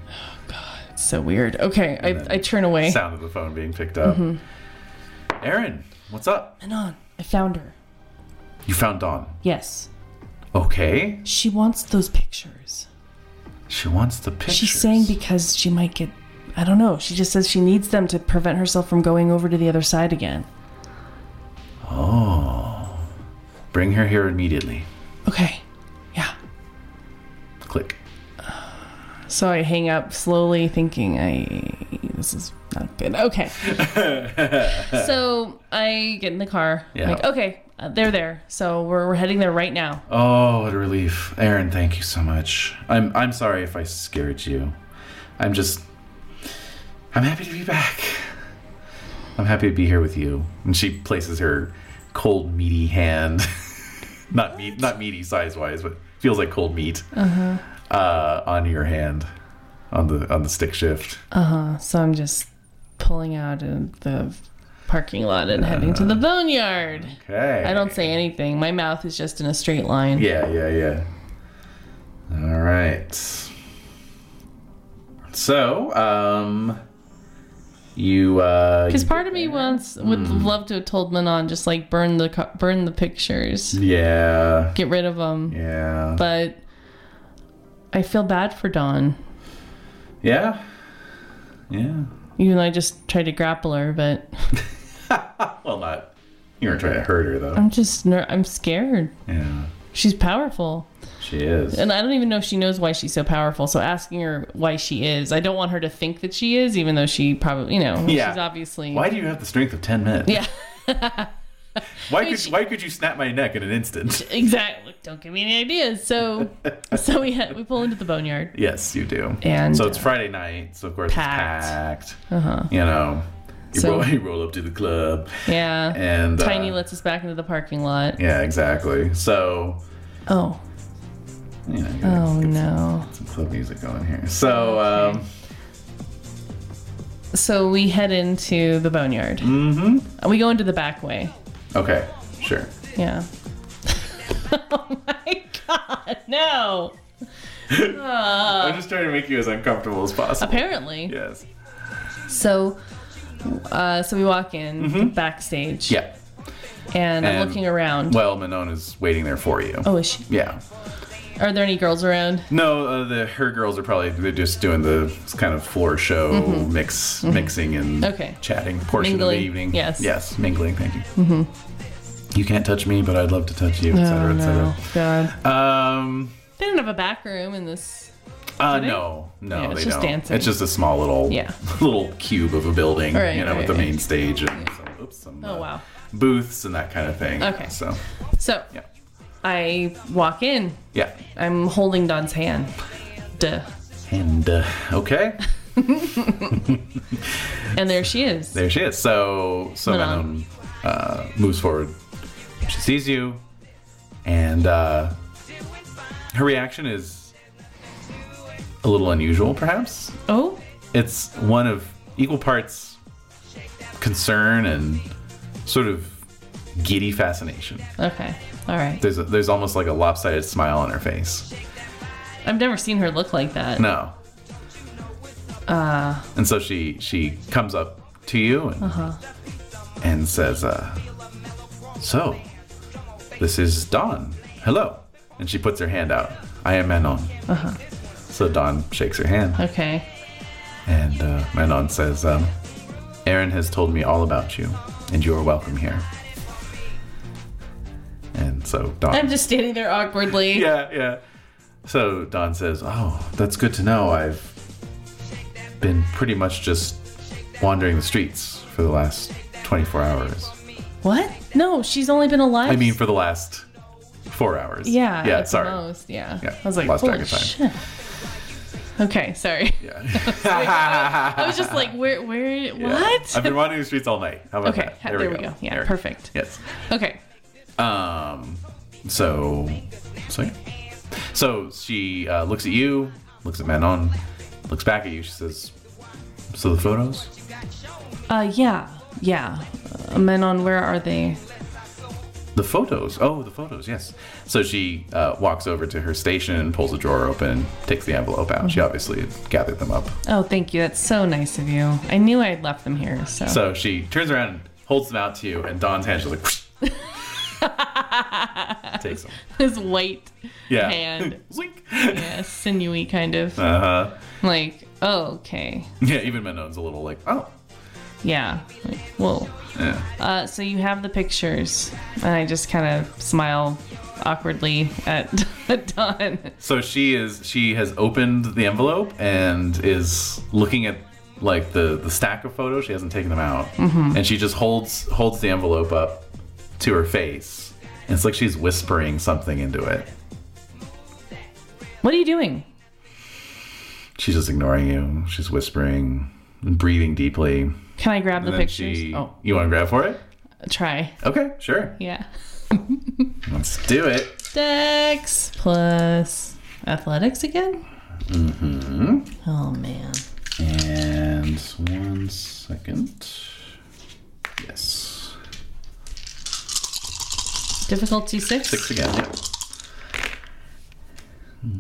it's so weird. Okay,
then-
I, I turn away.
Sound of the phone being picked up.
Mm-hmm.
Aaron, what's up?
Manon, I found her.
You found Dawn.
Yes.
Okay.
She wants those pictures.
She wants the pictures.
She's saying because she might get. I don't know. She just says she needs them to prevent herself from going over to the other side again.
Bring her here immediately.
Okay. Yeah.
Click.
So I hang up slowly, thinking, I. This is not good.
<laughs>
Okay. so I get in the car.
Yeah.
Like, okay, uh, they're there. So we're, we're heading there right now.
Oh, what a relief. Aaron, thank you so much. I'm I'm sorry if I scared you. I'm just I'm happy to be back. I'm happy to be here with you. And she places her cold meaty hand <laughs> not meat not meaty size wise, but feels like cold meat. Uh-huh. Uh on your hand. On the on the stick shift.
So I'm just pulling out of the parking lot and heading to the boneyard.
Uh, Okay.
I don't say anything. My mouth is just in a straight line.
Yeah, yeah, yeah. All right. So, um, you uh,
Because
you-
part of me wants would
Mm.
love to have told Manon just like burn the co- burn the pictures,
yeah,
get rid of them.
yeah,
But I feel bad for Dawn,
yeah, yeah.
even though I just tried to grapple her. But
Well, not you weren't trying to hurt her though.
I'm just ner- I'm scared.
Yeah,
She's powerful,
she is.
and I don't even know if she knows why she's so powerful. So asking her why she is, I don't want her to think that she is, even though she probably you know
Yeah.
she's obviously
Why do you have the strength of ten men?
Yeah. <laughs>
why could why could you snap my neck in an instant?
exactly. Don't give me any ideas. So
<laughs>
so we ha- we pull into the boneyard.
yes, you do.
And,
so it's Friday night, so of course
packed.
it's packed. Uh-huh. You know, you, <laughs>
So-
roll, you roll up to the club,
Yeah.
and
Tiny
uh,
lets us back into the parking lot.
Yeah, exactly. So,
Oh.
you know, you gotta
Oh
get
no.
some club music going here. So, um,
So we head into the boneyard. Mm-hmm. We go into the back way.
okay, sure.
Yeah. <laughs> oh my god, no. Uh,
I'm just trying to make you as uncomfortable as possible.
Apparently.
Yes.
So uh, so we walk in backstage.
Mm-hmm. Yeah.
And, I'm
And-
looking around.
Well, Manon is waiting there for you.
Oh, is she?
Yeah.
Are there any girls around?
No, uh, the her girls are probably they're just doing the kind of floor show mix mixing and
Mm-hmm. Okay.
chatting portion of
Mingling.
the evening.
Yes.
Yes, mingling. Thank you. Mm-hmm. You can't touch me, but I'd love to touch you, etc.,
oh
cetera, Uh,
no.
etc.
God.
Cetera. Um.
They don't have a back room in this.
Uh, no, no,
Yeah, it's
they
just
don't.
dancing.
It's just a small little,
Yeah.
<laughs> little cube of a building,
Right,
you know,
right,
with the
right.
main stage and some, oops, some
Oh,
uh,
wow.
booths and that kind of thing.
Okay.
so
So
yeah,
I walk in.
yeah,
I'm holding Don's hand. Duh.
and uh, okay,
And there she is.
there she is. So, so
Manon.
Venom uh, moves forward. She sees you, and uh, her reaction is a little unusual, perhaps.
Oh,
it's one of equal parts concern and sort of giddy fascination.
okay. All right.
There's a, there's almost like a lopsided smile on her face.
I've never seen her look like that.
No. Uh. Uh-huh. And so she she comes up to you and and says, uh, "So, this is Dawn. Hello." And she puts her hand out. I am Manon. Uh-huh. So Dawn shakes her hand.
Okay.
And uh, Manon says, um, Aaron has told me all about you, and you are welcome here. And so Don.
I'm just standing there awkwardly.
yeah, yeah. So Don says, Oh, that's good to know. I've been pretty much just wandering the streets for the last 24 hours.
What? No, she's only been alive.
I mean, for the last four hours.
yeah.
Yeah,
at the
sorry.
most, yeah.
Yeah,
I was like,
lost track
holy
of time.
shit. Okay, sorry.
Yeah. <laughs>
I was just like, where, where, what?
I've been wandering the streets all night. How about
<laughs> okay,
that?
ha- there, we go. Yeah,
There-
perfect.
Yes.
Okay.
Um, so, so yeah. So she uh, looks at you, looks at Manon, looks back at you. She says, "So the photos?
Uh, yeah, yeah. Uh, Menon, where are they?
The photos? Oh, the photos. Yes." So she uh, walks over to her station and pulls a drawer open, takes the envelope out. She obviously had gathered them up.
Oh, thank you. That's so nice of you. I knew I would left them here. So, <laughs>
So she turns around, and holds them out to you, and Don's hand just like takes them.
his white,
Yeah.
Hand.
<laughs> Zoink.
yeah, sinewy kind of
Uh-huh.
like. Oh, okay.
Yeah. Even Manon's a little like, oh.
Yeah. Like, whoa.
Yeah.
Uh, so you have the pictures, and I just kind of smile awkwardly at, <laughs> at Don.
So she is she has opened the envelope and is looking at like the the stack of photos. She hasn't taken them out,
Mm-hmm.
and she just holds holds the envelope up to her face. And it's like she's whispering something into it.
What are you doing?
She's just ignoring you. She's whispering and breathing deeply.
Can I grab the
and then
pictures?
she,
Oh,
you want to grab for it?
try.
Okay, sure.
Yeah.
Let's do it.
Dex plus athletics again. Mm-hmm. Oh man.
And one second. Yes.
Difficulty six.
Six again. Yeah.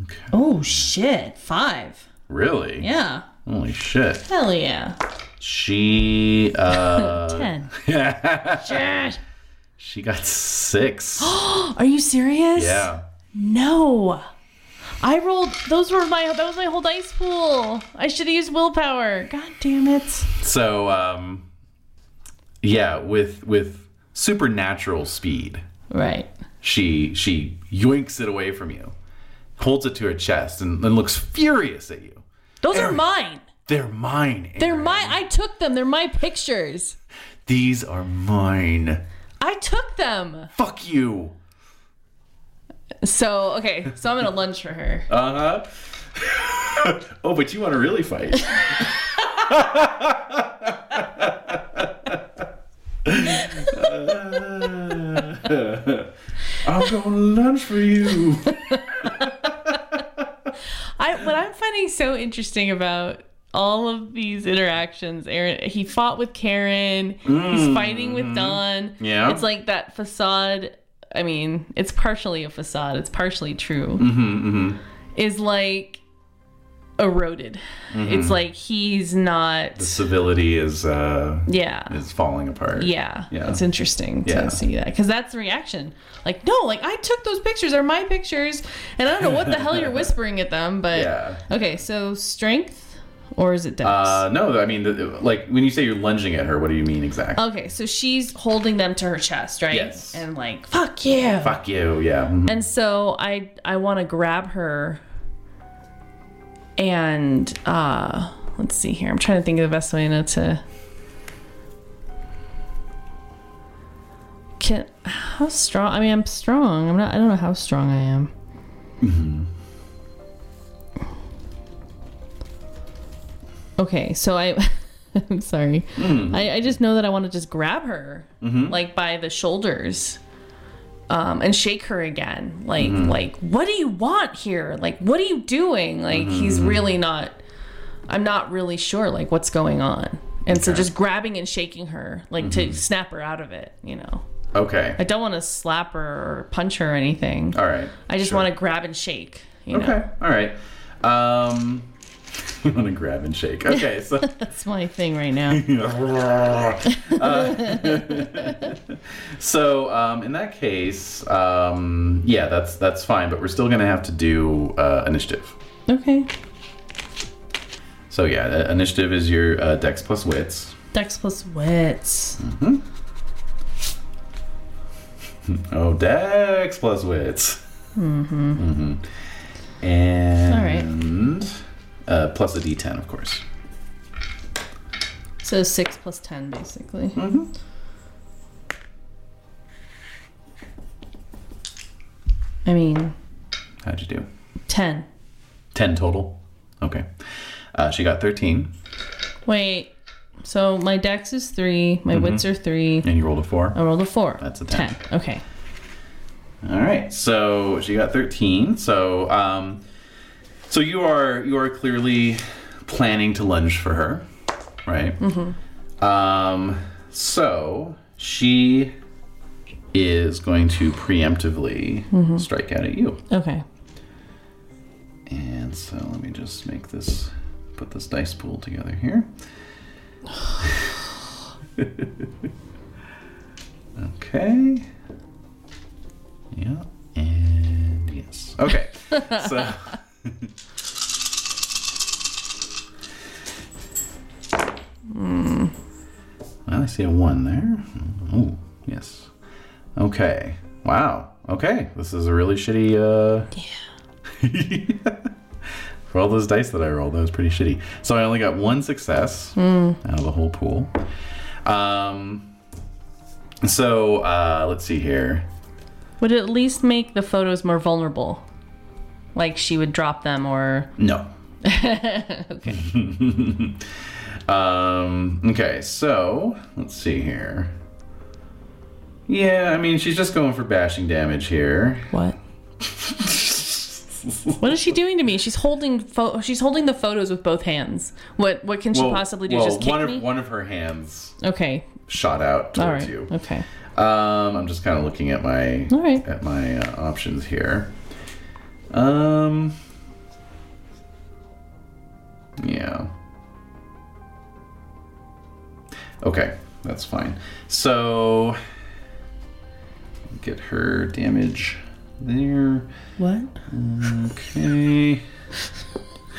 Okay.
Oh shit! Five.
Really?
Yeah.
Holy shit.
Hell yeah.
She uh
<laughs> Ten. Shit.
she got six.
Are you serious?
yeah.
No. I rolled. Those were my. That was my whole dice pool. I should have used willpower. God damn it.
So um yeah, with with supernatural speed,
Right.
she she yoinks it away from you, holds it to her chest, and, and looks furious at you.
Those are
Aaron.
mine.
They're mine.
They're
Aaron.
my. I took them. They're my pictures.
These are mine.
I took them.
Fuck you.
So okay. So I'm gonna lunge for her.
Uh huh. <laughs> oh, but you want to really fight. <laughs> I'm going to lunch for you.
I what I'm finding so interesting about all of these interactions, Aaron he fought with Karen, he's fighting with Don.
Yeah.
It's like that facade I mean, it's partially a facade, it's partially true. Is like eroded. It's like he's not
Civility is uh,
Yeah.
is falling apart.
Yeah.
Yeah.
It's interesting to
Yeah.
see that because that's the reaction. Like, no, like I took those pictures, are my pictures, and I don't know what the
<laughs>
hell you're whispering at them, but
Yeah.
okay. So strength, or is it dex?
Uh, no, I mean, the- like when you say you're lunging at her, what do you mean exactly?
okay, so she's holding them to her chest, right?
Yes.
And like, fuck yeah.
Fuck mm-hmm. you. Yeah. Mhm.
And so I I want to grab her and uh, let's see here. I'm trying to think of the best way not to. Can how strong? I mean, I'm strong. I'm not. I don't know how strong I am. Okay, so I. <laughs> I'm sorry. I, I just know that I want to just grab her, like by the shoulders, um, and shake her again. Like,
Mm-hmm.
like, what do you want here? Like, what are you doing?
Mm-hmm.
Like, he's really not. I'm not really sure, like, what's going on. And so, just grabbing and shaking her, like,
Mm-hmm.
to snap her out of it. You know,
Okay.
I don't want to slap her or punch her or anything.
All right.
I just
Sure.
want to grab and shake. You know,
Okay. All right. Um, <laughs> you want to grab and shake. Okay.
<laughs>
So.
that's my thing
<laughs>
right now.
Uh, <laughs> so um, in that case, um, yeah, that's that's fine. But we're still gonna have to do uh, initiative.
okay,
So yeah, the initiative is your uh, dex plus wits.
Dex plus wits.
Oh, dex plus wits. Mm-hmm. And uh, plus a d10, of course.
So six plus ten, basically.
Mm-hmm.
I mean,
How'd you do?
ten.
10 total. Okay. Uh, she got 13,
Wait. So my dex is three. My wits are three.
and you rolled a 4.
I rolled a four.
Mm-hmm. That's a 10.
Okay.
All right, so she got thirteen. So, um, so you are you are clearly planning to lunge for her, right? Mm-hmm. Um, so she is going to preemptively strike out at you,
Okay.
and so let me just make this put this dice pool together here. <laughs> okay. Yeah, and yes. Okay. so. Well, I see a one there. Oh, yes. Okay. Wow. Okay. This is a really shitty. Uh... <laughs> Yeah. For all those dice that I rolled, that was pretty shitty. So I only got one success
Hmm.
out of the whole pool. Um, so uh, let's see here.
Would it at least make the photos more vulnerable? Like she would drop them, or <laughs>
No. okay. <laughs> um, okay, so let's see here. Yeah, I mean, she's just going for bashing damage here.
what? <laughs> what is she doing to me? She's holding pho- she's holding the photos with both hands. What what can she
Well,
possibly do?
well,
Just kick
one
me?
Of, one of her hands
Okay.
shot out
All
towards
right.
you.
Okay.
Um, I'm just kind of looking at my
All right.
at my uh, options here. Um, yeah. Okay, that's fine. So get her damage there.
What?
Okay.
<laughs>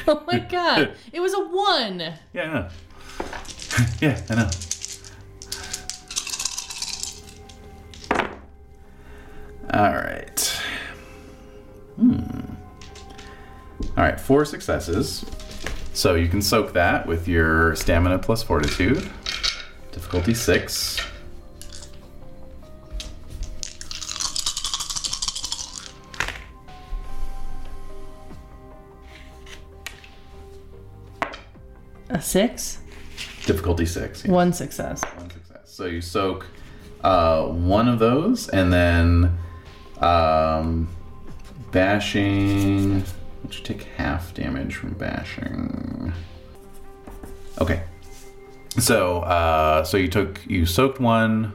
Oh my god! It was a one.
Yeah, I know. <laughs> yeah, I know. All right. Hmm. All right, four successes. So you can soak that with your stamina plus fortitude. Difficulty six.
A six.
Difficulty six. yeah.
One success.
One success. So you soak uh, one of those, and then um, bashing. Would you take half damage from bashing? Okay. So uh, so you took you soaked one.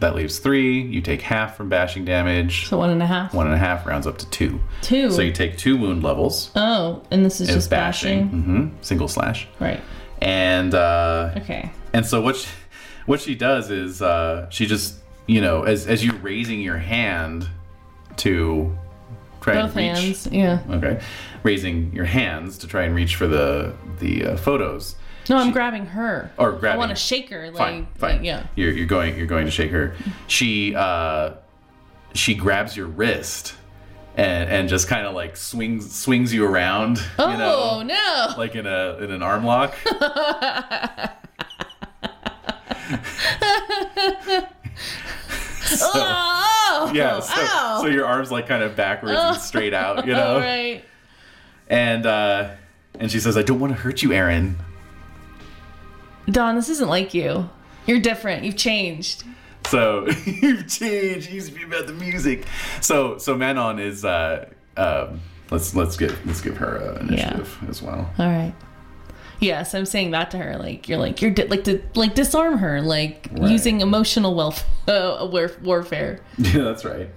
That leaves three. You take half from bashing damage.
So one and a half.
One and a half rounds up to two.
Two.
So you take two wound levels.
oh, and this is
It's
just bashing.
hmm Single slash.
Right.
And uh,
Okay.
and so what she, what she does is uh, she just you know as as you raising your hand to try
Both
and reach
hands. Yeah.
okay raising your hands to try and reach for the the uh, photos
No, I'm grabbing her.
or
I
grabbing
want to shake her. Like,
fine fine
like, yeah.
you're you're going you're going to shake her she uh she grabs your wrist and and just kind of like swings swings you around.
Oh
you know?
no!
like in a in an arm
<laughs>
lock. <laughs> so,
oh,
yeah, so,
ow. Oh.
so your arms like kind of backwards and straight out, you know.
<laughs> All right.
And uh, and she says, "I don't want to hurt you, Aaron."
Don, this isn't like you. You're different. You've changed.
So <laughs> you've changed. You used to be about the music. So so Manon is uh um let's let's get let's give her uh, initiative as well. <laughs>
All right. Yeah, so I'm saying that to her, like you're like you're di- like to like disarm her, like
Right.
using emotional welf- <laughs> uh, war- warfare.
yeah, that's right.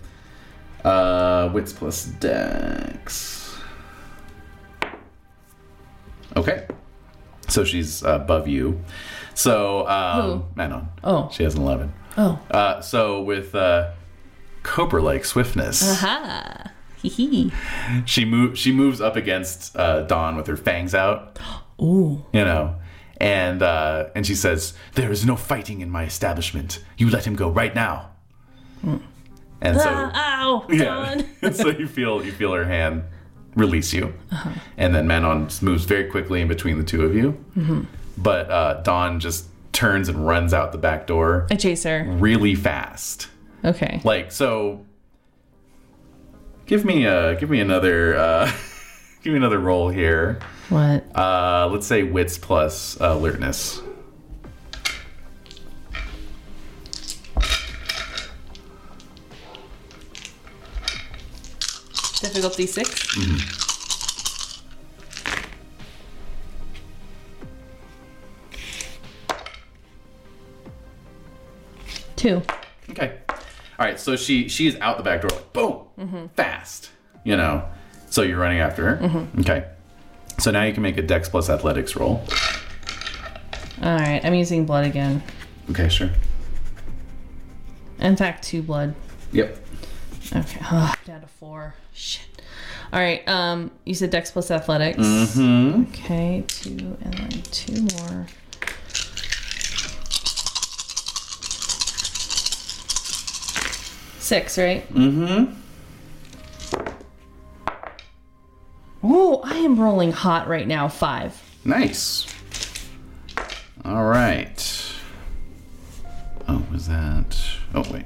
Uh, wits plus dex. Okay, so she's above you. So um, Manon.
Oh.
she has an eleven.
Oh,
Uh, so with uh, cobra-like swiftness.
Uh-huh. ha, hee hee.
She move she moves up against uh, Dawn with her fangs out. Ooh. You know. And uh, and she says, There is no fighting in my establishment. You let him go right now. And so
Ah, Ow,
Yeah.
Don.
<laughs> and so you feel you feel her hand release you. And then Manon moves very quickly in between the two of you. But uh, Dawn just turns and runs out the back door
<laughs> I chase her.
really fast.
Okay.
Like so. Give me a give me another uh, <laughs> give me another roll here.
What?
Uh, let's say wits plus uh, alertness.
Difficulty six. Two.
Okay. All right. So she she is out the back door like boom fast. You know. So you're running after her. Okay. So now you can make a dex plus athletics roll.
All right, I'm using blood again.
Okay. Sure.
In fact, two blood.
Yep.
Okay. <sighs> Ugh, down to four. Shit. All right. Um, you said Dex plus athletics. Okay, two and then two more. Six, right? Mm-hmm. Oh, I am rolling hot right now. Five.
Nice. All right. Oh, was that? Oh, wait.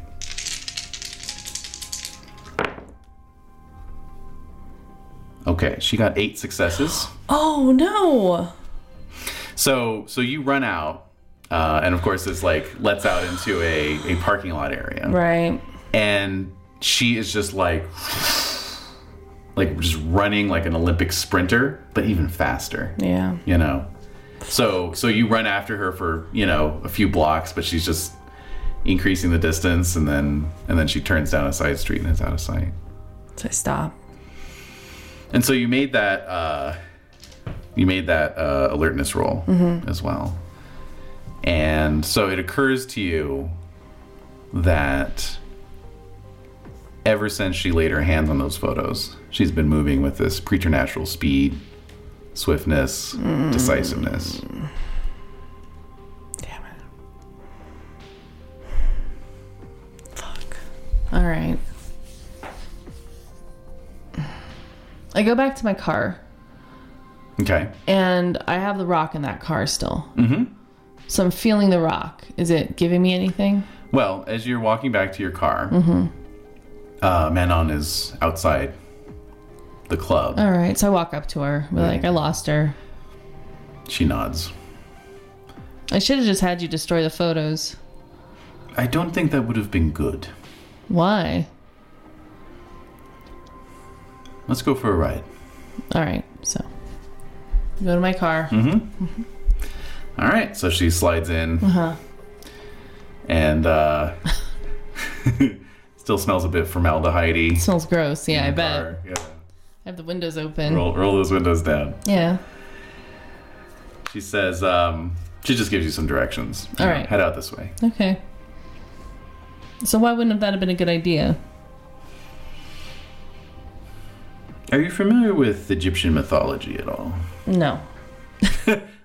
Okay, she got eight successes.
Oh no!
So, so you run out, uh, and of course, it's like lets out into a, a parking lot area,
Right.
and she is just like, <sighs> like just running like an Olympic sprinter, but even faster
Yeah.
you know so so you run after her for you know a few blocks but she's just increasing the distance and then and then she turns down a side street and is out of sight
So stop.
and so you made that uh you made that uh, alertness roll as well and so it occurs to you that ever since she laid her hands on those photos she's been moving with this preternatural speed swiftness decisiveness
Damn it. Fuck. All right. I go back to my car
okay
and I have the rock in that car still. Mm-hmm. So I'm feeling the rock. Is it giving me anything?
Well, as you're walking back to your car,
Mm-hmm.
uh, Manon is outside the club.
All right. So I walk up to her. Be like, I lost her.
She nods.
I should have just had you destroy the photos.
I don't think that would have been good.
Why?
Let's go for a ride.
All right. So go to my car.
All right, so she slides in
Mm. Uh-huh.
and uh, <laughs> still smells a bit formaldehyde.
Smells gross. Yeah, I bet.
Or, yeah,
I have the windows open.
roll, roll those windows down.
Yeah.
She says, um, she just gives you some directions.
All
You know,
right.
Head out this way.
Okay. So why wouldn't that have been a good idea?
Are you familiar with Egyptian mythology at all?
No.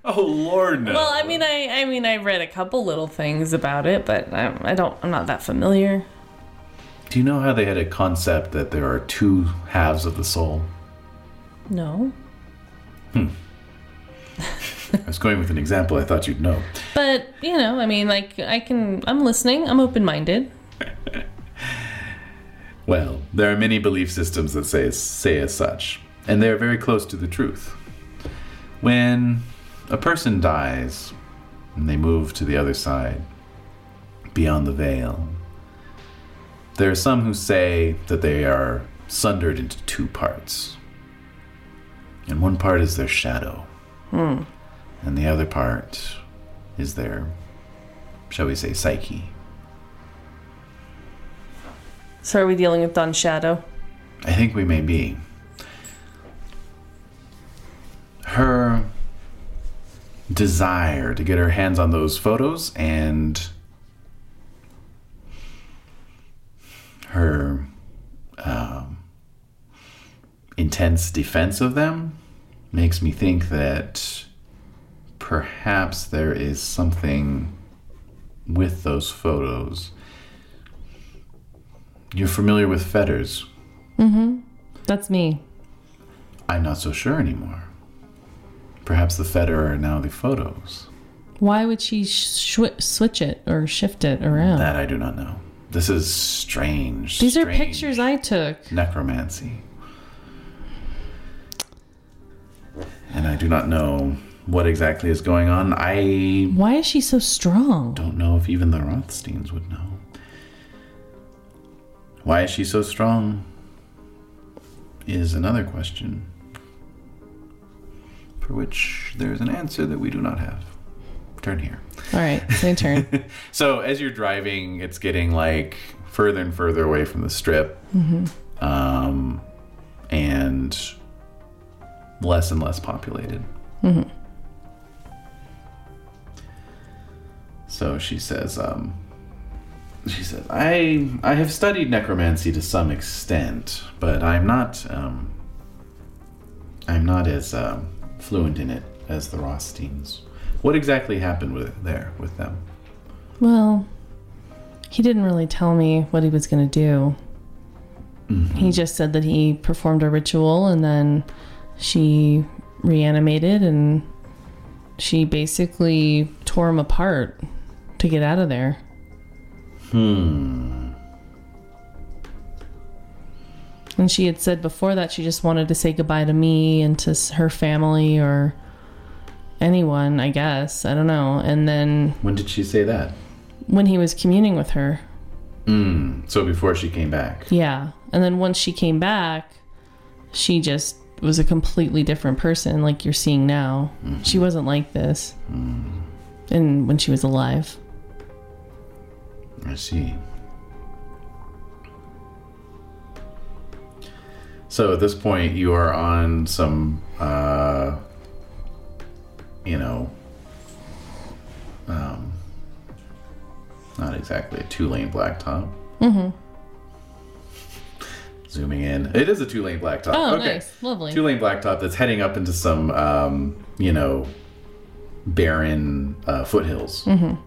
Oh, Lord, no.
Well, I mean, I I mean, I read a couple little things about it, but I, I don't. I'm not that familiar.
Do you know how they had a concept that there are two halves of the soul?
No.
I was going with an example I thought you'd know.
But, you know, I mean, like, I can, I'm listening, I'm open minded.
Well, there are many belief systems that say, say as such, and they are very close to the truth. When a person dies and they move to the other side, beyond the veil, there are some who say that they are sundered into two parts. And one part is their shadow, and the other part is their, shall we say, psyche.
So, are we dealing with Don Shadow?
I think we may be. Her desire to get her hands on those photos and her um, intense defense of them makes me think that perhaps there is something with those photos. You're familiar with fetters.
That's me.
I'm not so sure anymore. Perhaps the fetter are now the photos.
Why would she sh- shwi- switch it or shift it around?
That I do not know. This is strange.
These are
strange
pictures I took.
Necromancy. And I do not know what exactly is going on. I
Why is she so strong?
don't know if even the Rothsteins would know. Why is she so strong? Is another question. For which there is an answer that we do not have. Turn here.
All right, it's
<laughs>
my turn.
So as you're driving, it's getting like further and further away from the strip, um, and less and less populated. So she says, um, she says, I I have studied necromancy to some extent, but I'm not um, I'm not as um, fluent in it as the Rothsteins. What exactly happened with there with them?
well, he didn't really tell me what he was going to do. He just said that he performed a ritual and then she reanimated and she basically tore him apart to get out of there. Hmm. And she had said before that she just wanted to say goodbye to me and to s- her family or anyone, I guess. I don't know. And then
When did she say that?
when he was communing with her.
So before she came back.
Yeah. And then once she came back, she just was a completely different person, like you're seeing now.
Mm-hmm.
She wasn't like this. And when she was alive.
I see. So at this point, you are on some, uh, you know, um, not exactly a two lane blacktop. Mm-hmm. Zooming in. It is a two lane blacktop.
Oh,
okay.
nice. Lovely.
Two lane blacktop that's heading up into some, um, you know, barren uh, foothills. Um,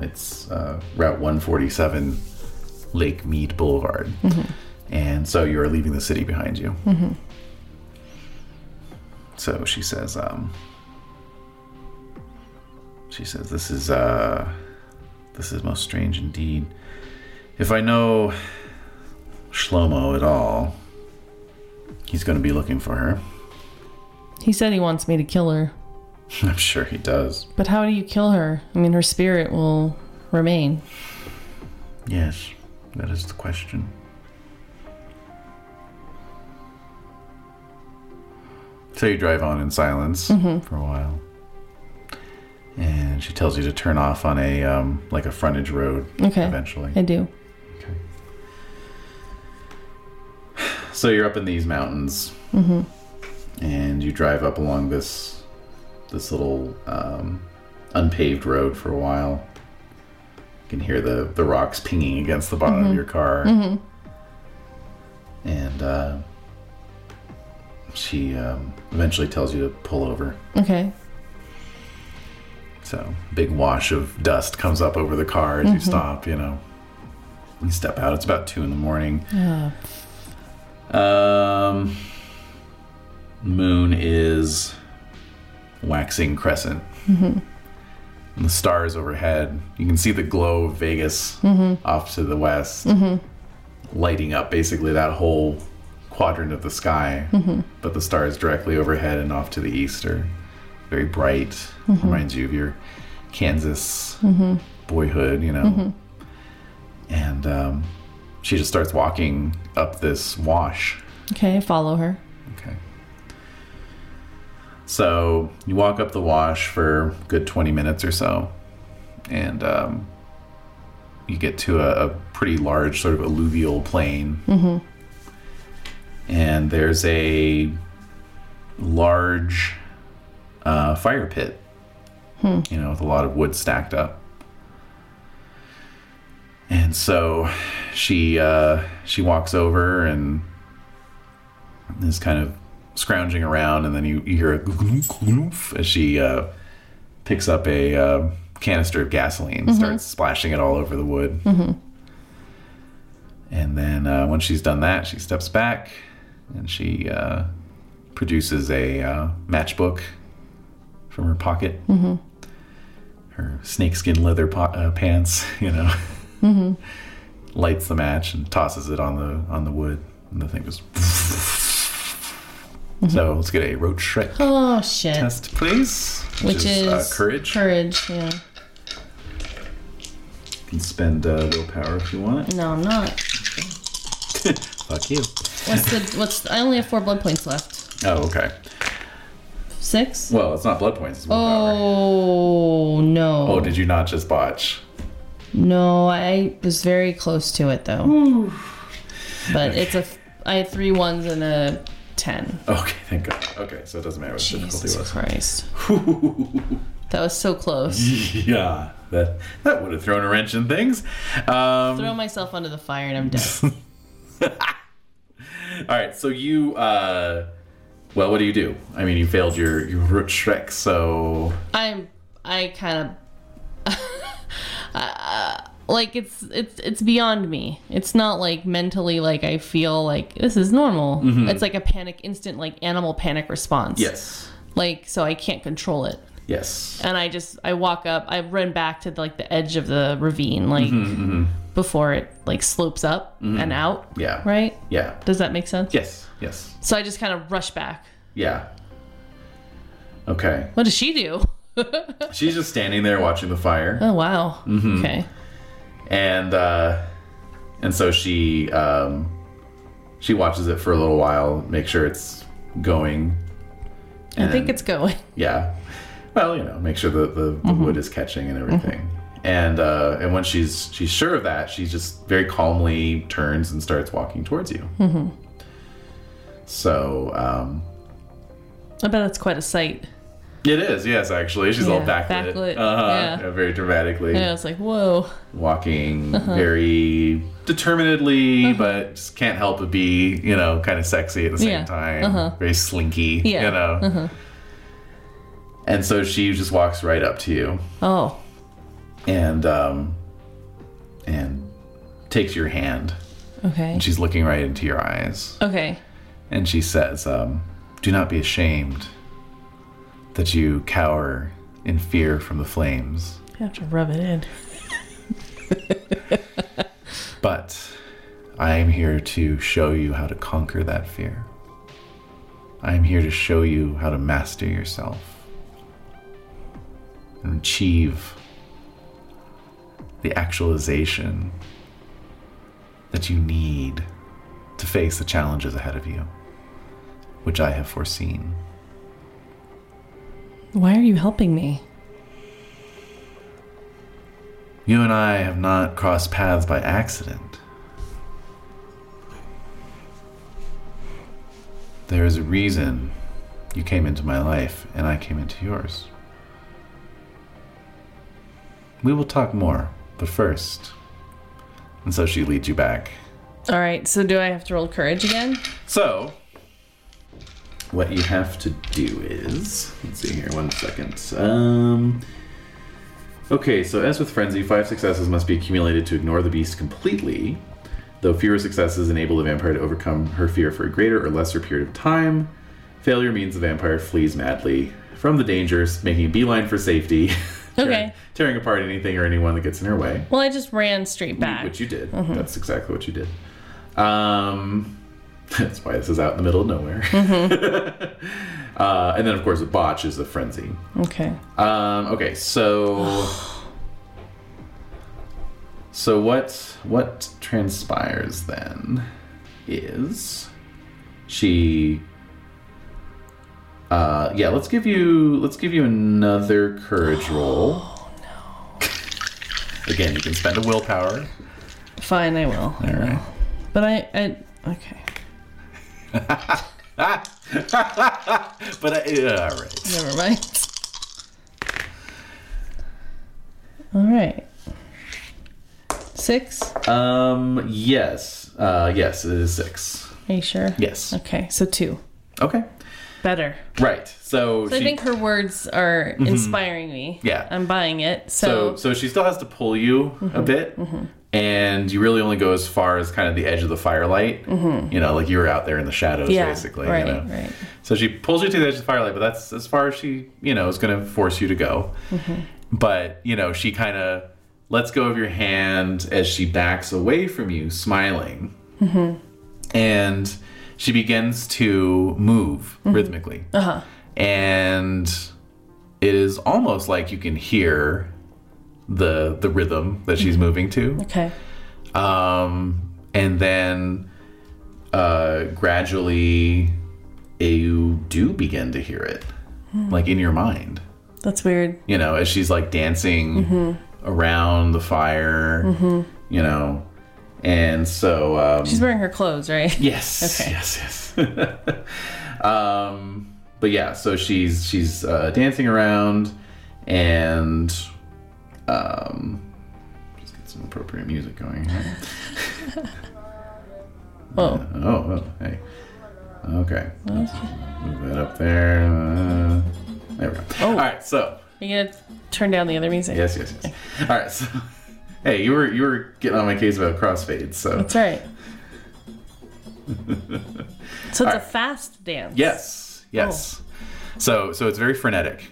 it's uh, Route 147, Lake Mead Boulevard. And so you are leaving the city behind you. So she says, um, she says, this is, uh, this is most strange indeed. If I know Shlomo at all, he's going to be looking for her. <laughs>
He said he wants me to kill her.
I'm sure he does.
But how do you kill her? I mean, her spirit will remain.
Yes, that is the question. So you drive on in silence for a while, and she tells you to turn off on a um, like a frontage road.
Okay.
Eventually,
I do.
Okay. So you're up in these mountains, and you drive up along this this little um, unpaved road for a while. You can hear the the rocks pinging against the bottom of your car, and uh, she um, eventually tells you to pull over.
Okay.
So big wash of dust comes up over the car as you stop. You know. We step out. It's about two in the morning. Um, moon is waxing crescent. And the stars overhead. You can see the glow of Vegas off to the west, lighting up basically that whole quadrant of the sky. But the stars directly overhead and off to the east are very bright. Reminds you of your Kansas boyhood, you know and um, she just starts walking up this wash.
Okay, follow her.
Okay. So you walk up the wash for a good 20 minutes or so, and um, you get to a, a pretty large sort of alluvial plain. And there's a large uh, fire pit, you know, with a lot of wood stacked up. And so she uh, she walks over and is kind of scrounging around, and then you, you hear a gloof, gloof as she uh, picks up a uh, canister of gasoline, and starts splashing it all over the wood. And then uh, once she's done that, she steps back and she uh, produces a uh, matchbook from her pocket, her snakeskin leather po- uh, pants, <laughs> you know lights the match and tosses it on the on the wood, and the thing just. So let's get a road trick
Oh shit.
test, please.
Which is,
uh, courage.
Courage, yeah.
You can spend uh, willpower if you want.
No, I'm not.
Fuck you.
What's the what's I only have four blood points left.
Oh, okay.
Six?
Well, it's not blood points. It's willpower.
Oh no.
Oh, did you not just botch?
No, I was very close to it though. But it's a I had three ones and a ten.
Okay, thank God. Okay, so it doesn't matter what the difficulty
Jesus
was. <laughs>
Christ. that was so close.
Yeah, that that would have thrown a wrench in things. Um,
Throw myself under the fire and I'm dead.
<laughs> All right, so you, uh, well, what do you do? I mean, you failed your your root trick, so
I'm I <laughs> kind of like it's it's it's beyond me. It's not like mentally like I feel like this is normal. It's like a panic instant like animal panic response.
Mm-hmm. yes,
Like so I can't control it.
yes,
And I just I walk up, I run back to like the edge of the ravine like before it like slopes up and out,
Mm-hmm, yeah,
Uh, right?
yeah,
Does that make sense?
yes, yes,
So I just kind of rush back.
yeah. Okay,
What does she do?
she's just standing there watching the fire,
Oh wow.
Mm-hmm.
Okay.
and uh, and so she um, she watches it for a little while, make sure it's going.
I think it's going.
Yeah. Well, you know, make sure that the, the
Mm-hmm.
wood is catching and everything. And uh, and when she's she's sure of that, she just very calmly turns and starts walking towards you.
Mm-hmm.
So um,
I bet that's quite a sight.
it is, yes, actually, she's all
Yeah,
backlit,
backlit,
Uh-huh.
yeah.
very dramatically,
Yeah, it's like, whoa.
walking
Uh-huh.
very Uh-huh. determinedly, but just can't help but be, you know, kind of sexy at the same
Yeah, Uh-huh.
time, very slinky,
Yeah, Uh-huh.
you know. And so she just walks right up to you.
Oh.
and um, and takes your hand.
Okay.
And she's looking right into your eyes,
Okay.
and she says, um, "Do not be ashamed that you cower in fear from the flames,
You have to rub it in.
but I am here to show you how to conquer that fear. I am here to show you how to master yourself and achieve the actualization that you need to face the challenges ahead of you, which I have foreseen.
Why are you helping me?
You and I have not crossed paths by accident. There is a reason you came into my life and I came into yours. We will talk more, but first. And so she leads you back.
All right, so do I have to roll courage again?
So, what you have to do is let's see here, one second. Um, Okay, so as with Frenzy, five successes must be accumulated to ignore the beast completely, though fewer successes enable the vampire to overcome her fear for a greater or lesser period of time. Failure means the vampire flees madly from the dangers, making a beeline for safety. <laughs> tearing-
Okay.
Tearing apart anything or anyone that gets in her way.
Well, I just ran straight back.
Which you did. That's exactly what you did. Um, <laughs> that's why this is out in the middle of nowhere. <laughs> uh, and then, of course, a botch is the frenzy.
okay.
Um, okay, so <sighs> so what what transpires then is she uh yeah, let's give you let's give you another courage roll. Oh no. <laughs> Again, you can spend a willpower.
Fine, I will.
All right.
But I, I okay.
But uh, all right.
Never mind. All right. Six? Are
Um yes. Uh yes, it is 6.
you sure?
Yes.
Okay, so two.
Okay.
Better.
Right. So,
So
she-
I
Mm-hmm.
think her words are inspiring me.
Yeah.
I'm buying it.
So,
So, Mm-hmm.
so she still has to pull you a bit, and you really only go as far as kind of the edge of the firelight. You know, like you were out there in the shadows,
Mm-hmm. yeah.
basically.
right,
you know?
right.
So she pulls you to the edge of the firelight, but that's as far as she, you know, is going to force you to go. But you know, she kind of lets go of your hand as she backs away from you, smiling, and she begins to move rhythmically. Uh-huh. And it is almost like you can hear the the rhythm that she's moving to
Okay.
um, and then uh, gradually you do begin to hear it
Hmm.
like in your mind
That's weird.
you know as she's like dancing
Mm-hmm.
around the fire you know and so um,
She's wearing her clothes, right?
Yes.
Okay.
Yes. Yes. <laughs> um, but yeah, so she's she's uh, dancing around, and um, just get some appropriate music going. Here.
Whoa.
Oh, oh, hey. Okay. Let's move that up there. Uh, there we go.
Oh.
All right. So
Are you going to turn down the other music?
yes, yes, yes. All right. So <laughs> hey, you were you were getting on my case about crossfades, so
That's
<laughs>
right. so it's a fast dance.
Yes,
Oh.
yes. So so it's very frenetic.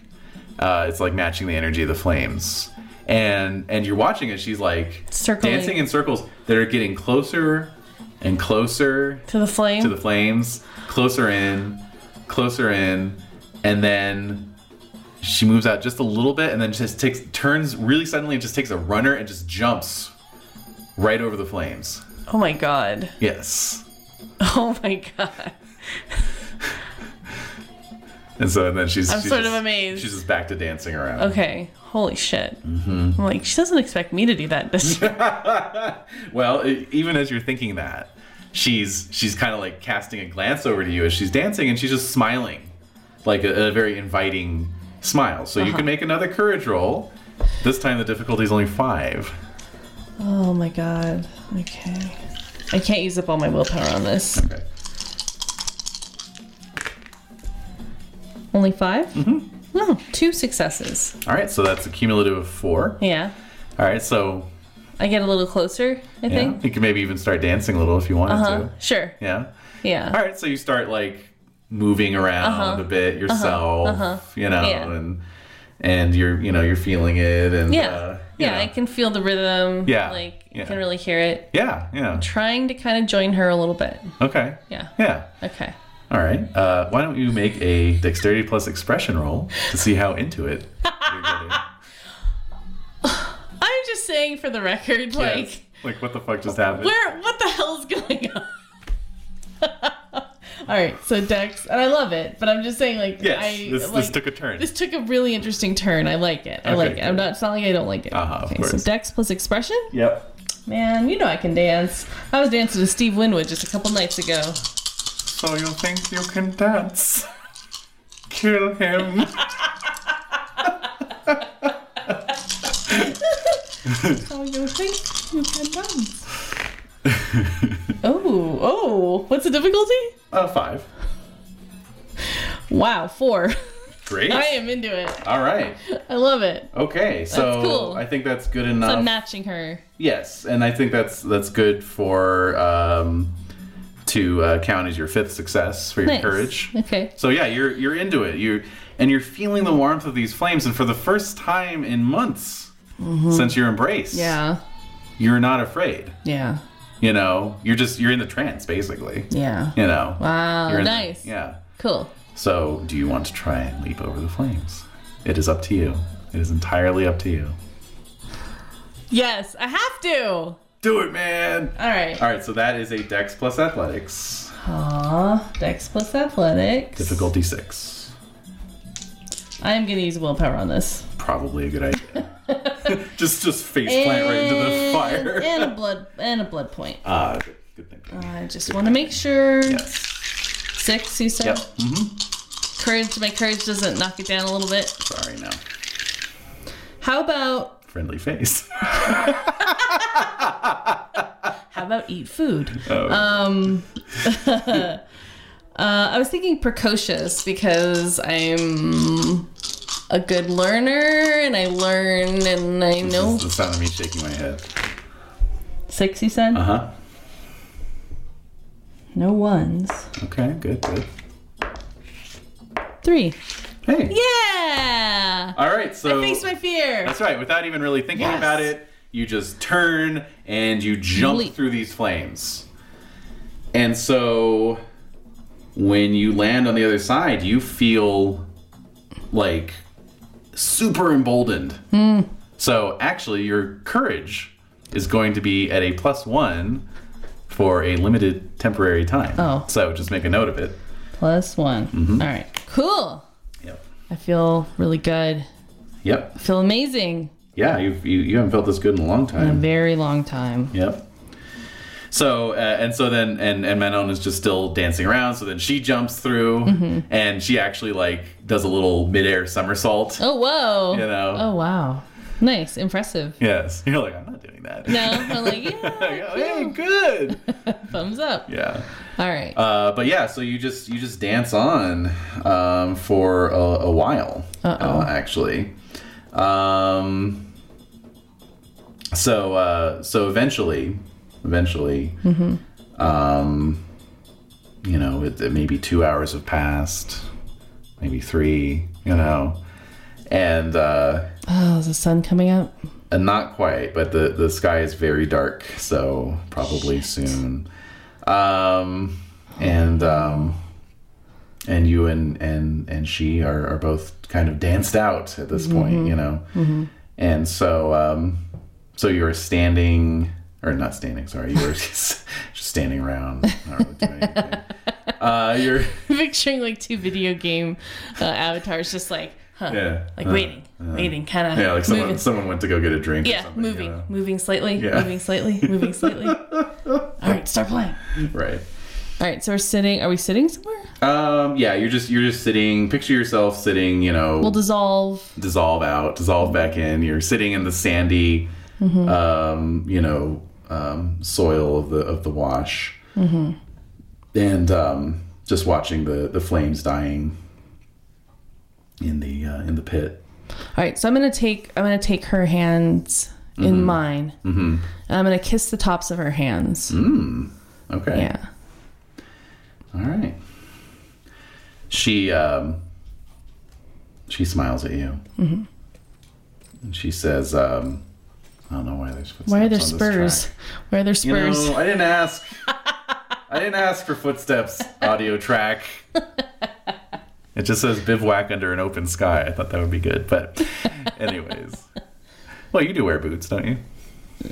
Uh, it's like matching the energy of the flames, and and you're watching it. She's like
Circling.
dancing in circles that are getting closer and closer
To the flame?
to the flames, closer in, closer in, and then she moves out just a little bit, and then just takes turns really suddenly, and just takes a runner and just jumps right over the flames.
oh my god. <laughs>
Yes.
Oh my god.
And so and then she's
I'm
she's
sort of
just-
amazed.
She's just back to dancing around.
Okay. Holy shit.
Mm-hmm.
I'm like, she doesn't expect me to do that,
<laughs>
does she?
Well, e- even as you're thinking that, she's she's kind of like casting a glance over to you as she's dancing, and she's just smiling, like a, a very inviting smile. So
Uh-huh.
you can make another courage roll. This time the difficulty is only five.
oh my god. Okay. I can't use up all my willpower on this.
Okay.
Only 5 Mm-hmm. No, two successes.
All right, so that's a cumulative of four.
Yeah.
All right, so
I get a little closer, I
yeah,
think.
you can maybe even start dancing a little if you wanted
Uh-huh.
to.
Sure.
Yeah.
Yeah.
All right, so you start like moving around a bit yourself, you know,
Uh-huh. Yeah.
and and you're you know you're feeling it, and
Yeah.
uh, you
yeah,
know.
I can feel the rhythm.
Yeah,
Like
yeah.
I can really hear it.
Yeah, yeah.
Trying to kind of join her a little bit.
Okay.
Yeah.
Yeah.
Okay.
All right. Uh, why don't you make a dexterity plus expression roll to see how into it you're
<laughs>
getting?
I'm just saying for the record, like
Yes. Like, what the fuck just happened?
Where? What the hell's going on? <laughs> All right, so Dex, and I love it, but I'm just saying, like,
Yes.
I
this,
like,
this took a turn.
this took a really interesting turn. I like it. I
Okay,
like it. I'm
good.
not. It's not like I don't like it.
Uh-huh, of
okay, so
course.
Dex plus expression.
Yep.
Man, you know I can dance. I was dancing to Steve Winwood just a couple nights ago.
So you think you can dance? <laughs> Kill him. <laughs>
Oh, you think you can dance? oh, oh, what's the difficulty?
uh, five.
Wow, four. <laughs>
Great.
I am into it.
All right.
I love it.
Okay. So
cool.
I think that's good
So
enough.
I'm matching her.
yes, and I think that's that's good for um, to uh, count as your fifth success for your
Nice. <laughs>
courage.
Okay.
So yeah, you're you're into it. You and you're feeling the warmth of these flames, and for the first time in months since your embrace,
Mm-hmm. Yeah.
you're not afraid.
Yeah.
You know, you're just you're in the trance basically.
Yeah.
You know.
Wow,
You're in the-
Oh, nice.
yeah.
Cool.
So, do you want to try and leap over the flames? It is up to you. It is entirely up to you.
Yes, I have to. All
Do it, man.
right.
All right, so that is a Dex plus Athletics,
Aw, Dex plus athletics.
difficulty six.
I am gonna use willpower on this.
Probably a good idea. <laughs>
<laughs>
just just face plant right into the fire.
And a Uh, blood and a blood point.
Ah, good, good thinking.
I just want to make sure.
Yes.
Six, you said.
Yep. hmm
Courage. My courage doesn't knock it down a little bit.
Sorry, no.
How about
Friendly face. <laughs>
how about eat food?
Oh.
Um, <laughs> uh, I was thinking precocious because I'm a good learner and I learn and I know.
This is the sound of me shaking my head.
Six, you said?
Uh huh.
No ones.
Okay, good, good.
Three.
Hey.
Yeah.
All right, so.
Face my fear.
That's right. Without even really thinking
Yes.
about it, you just turn and you jump
Leap.
through these flames. And so when you land on the other side, you feel like super emboldened.
Hmm.
So actually, your courage is going to be at a plus one for a limited temporary time.
Oh.
So just make a note of it.
Plus one.
Mm-hmm.
All right. Cool.
Yep.
I feel really good.
Yep.
I feel amazing.
Yeah, you've, you, you haven't felt this good in a long time.
A very long time.
Yep. So uh, and so then and and Manon is just still dancing around. So then she jumps through
Mm-hmm.
and she actually like does a little midair somersault.
Oh whoa.
You know.
Oh wow. Nice. <laughs> Impressive.
Yes. You're like I'm not doing that.
No, I'm like yeah.
<laughs> Like, oh, hey,
<laughs>
good.
Thumbs up.
yeah.
All right.
Uh, but yeah, so you just you just dance on um, for a, a while, uh, actually. Um, so uh, so eventually, eventually, um, you know, it, it maybe two hours have passed, maybe three, you know, and uh,
oh, is the sun coming <laughs> up?
and Uh, not quite, but the the sky is very dark, so probably soon. Um, and um, and you and and and she are, are both kind of danced out at
Mm-hmm.
this point, you know. And so um, so you're standing or not standing, sorry, you were <laughs> just standing around, not really doing anything.
<laughs>
Uh, you're
Picturing like two video game uh, avatars, just like huh,
yeah,
like
uh,
waiting, waiting, kind of
Yeah, like someone
moving.
someone went to go get a drink. or
Yeah,
something, you
moving,
know?
moving slightly,
Yeah.
moving slightly,
<laughs>
moving slightly. All right, start playing.
right.
All right, so we're sitting. Are we sitting somewhere?
Um, yeah, you're just you're just sitting. Picture yourself sitting, you know,
We'll dissolve.
dissolve out, dissolve back in. You're sitting in the sandy,
Mm-hmm.
um, you know, um, soil of the of the wash,
Mm-hmm.
and um, just watching the the flames dying in the uh, in the pit.
All right, so I'm gonna take I'm gonna take her hands in mine. Mm-hmm. And I'm gonna kiss the tops of her hands.
Mm-hmm. Okay.
Yeah.
All right. She um, she smiles at you, mm-hmm. and she says, um, "I don't know why there's footsteps
Why are there
on this
spurs?
track.
Why are there
You
spurs?
know, I didn't ask. I didn't ask for footsteps audio track. It just says bivouac under an open sky. I thought that would be good, but anyways. Well, you do wear boots, don't you?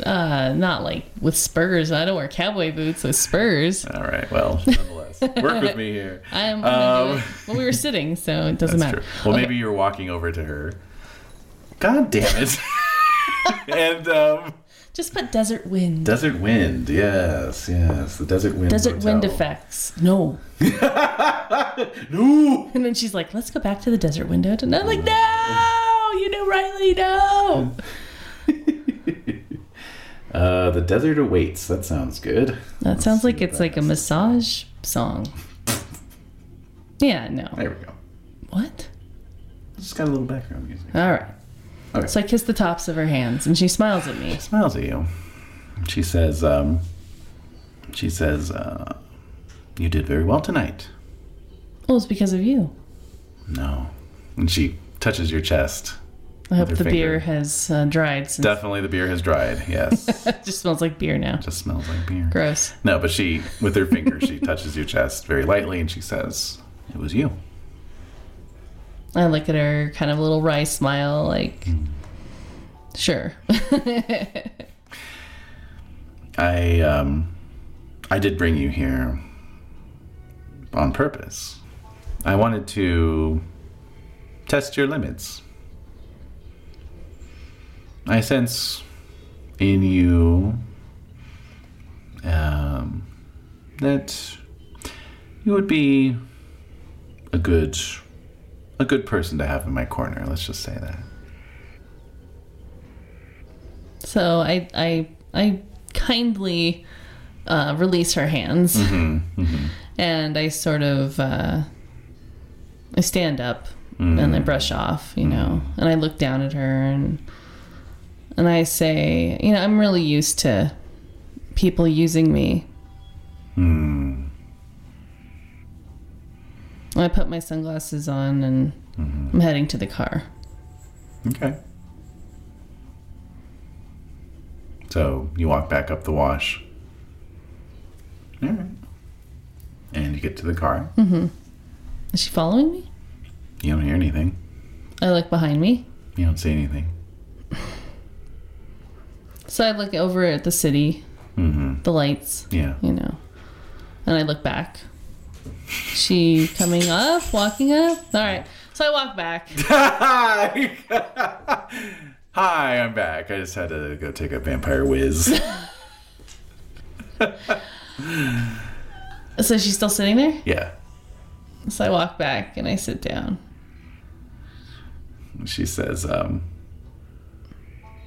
uh, not like with spurs. I don't wear cowboy boots with spurs.
All right. Well, nonetheless, work with me here.
I am. gonna do
Um,
it. Well, we were sitting,
<laughs>
so it doesn't
That's
matter.
true. Well, maybe you're walking over to her. God damn
<laughs>
it. and um,
Just put desert wind.
desert wind. Yes, yes, the desert wind.
desert wind
Hotel.
effects. No.
No.
And then she's like, "Let's go back to the desert window." And I'm like, "No, you know, Riley, no."
Uh, the desert awaits. That sounds good.
That sounds like
what
it's like a massage song. Yeah. No.
There we go.
What?
Just got a little background music.
All right.
Okay.
So I kiss the tops of her hands, and she smiles at me.
smiles at you. She says, um, she says, uh, you did very well tonight.
Well, it's because of you.
No. And she touches your chest.
I hope
her
the beer
finger.
has uh, dried since
Definitely the beer has dried. Yes.
<laughs> it just smells like beer now.
Just smells like beer.
Gross.
No, but she, with her finger, she touches your chest very lightly and she says, it was you.
I look at her, kind of a little wry smile, like,
Mm.
sure. <laughs>
I, um, I did bring you here on purpose. I wanted to test your limits. I sense in you um, that you would be a good a good person to have in my corner. Let's just say that.
so I, I, I kindly uh, release her hands, and I sort of, uh, I stand up and I brush off, you know, and I look down at her and, and I say, you know, I'm really used to people using me. I put my sunglasses on and I'm heading to the car.
Okay. So you walk back up the wash. All right. And you get to the car.
Is she following me?
You don't hear anything.
I look behind me.
You don't see anything.
So I look over at the city, the lights,
Yeah.
you know, and I look back. She coming up, walking up. All right. So I walk back.
Hi. <laughs> Hi, I'm back. I just had to go take a vampire whiz.
So she's still sitting there.
yeah.
So I walk back and I sit down.
She says, um,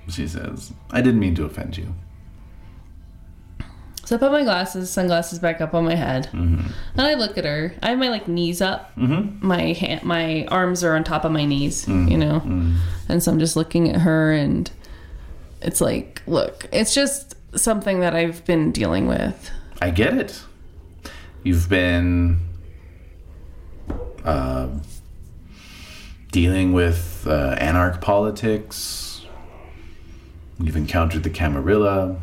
she says, I didn't mean to offend you.
So I put my glasses, sunglasses back up on my head, and I look at her. I have my like knees up. Mm-hmm. My hand, my arms are on top of my knees, you know, and so I'm just looking at her, and it's like, look, it's just something that I've been dealing with.
I get it. You've been uh, dealing with uh, anarch politics. You've encountered the Camarilla.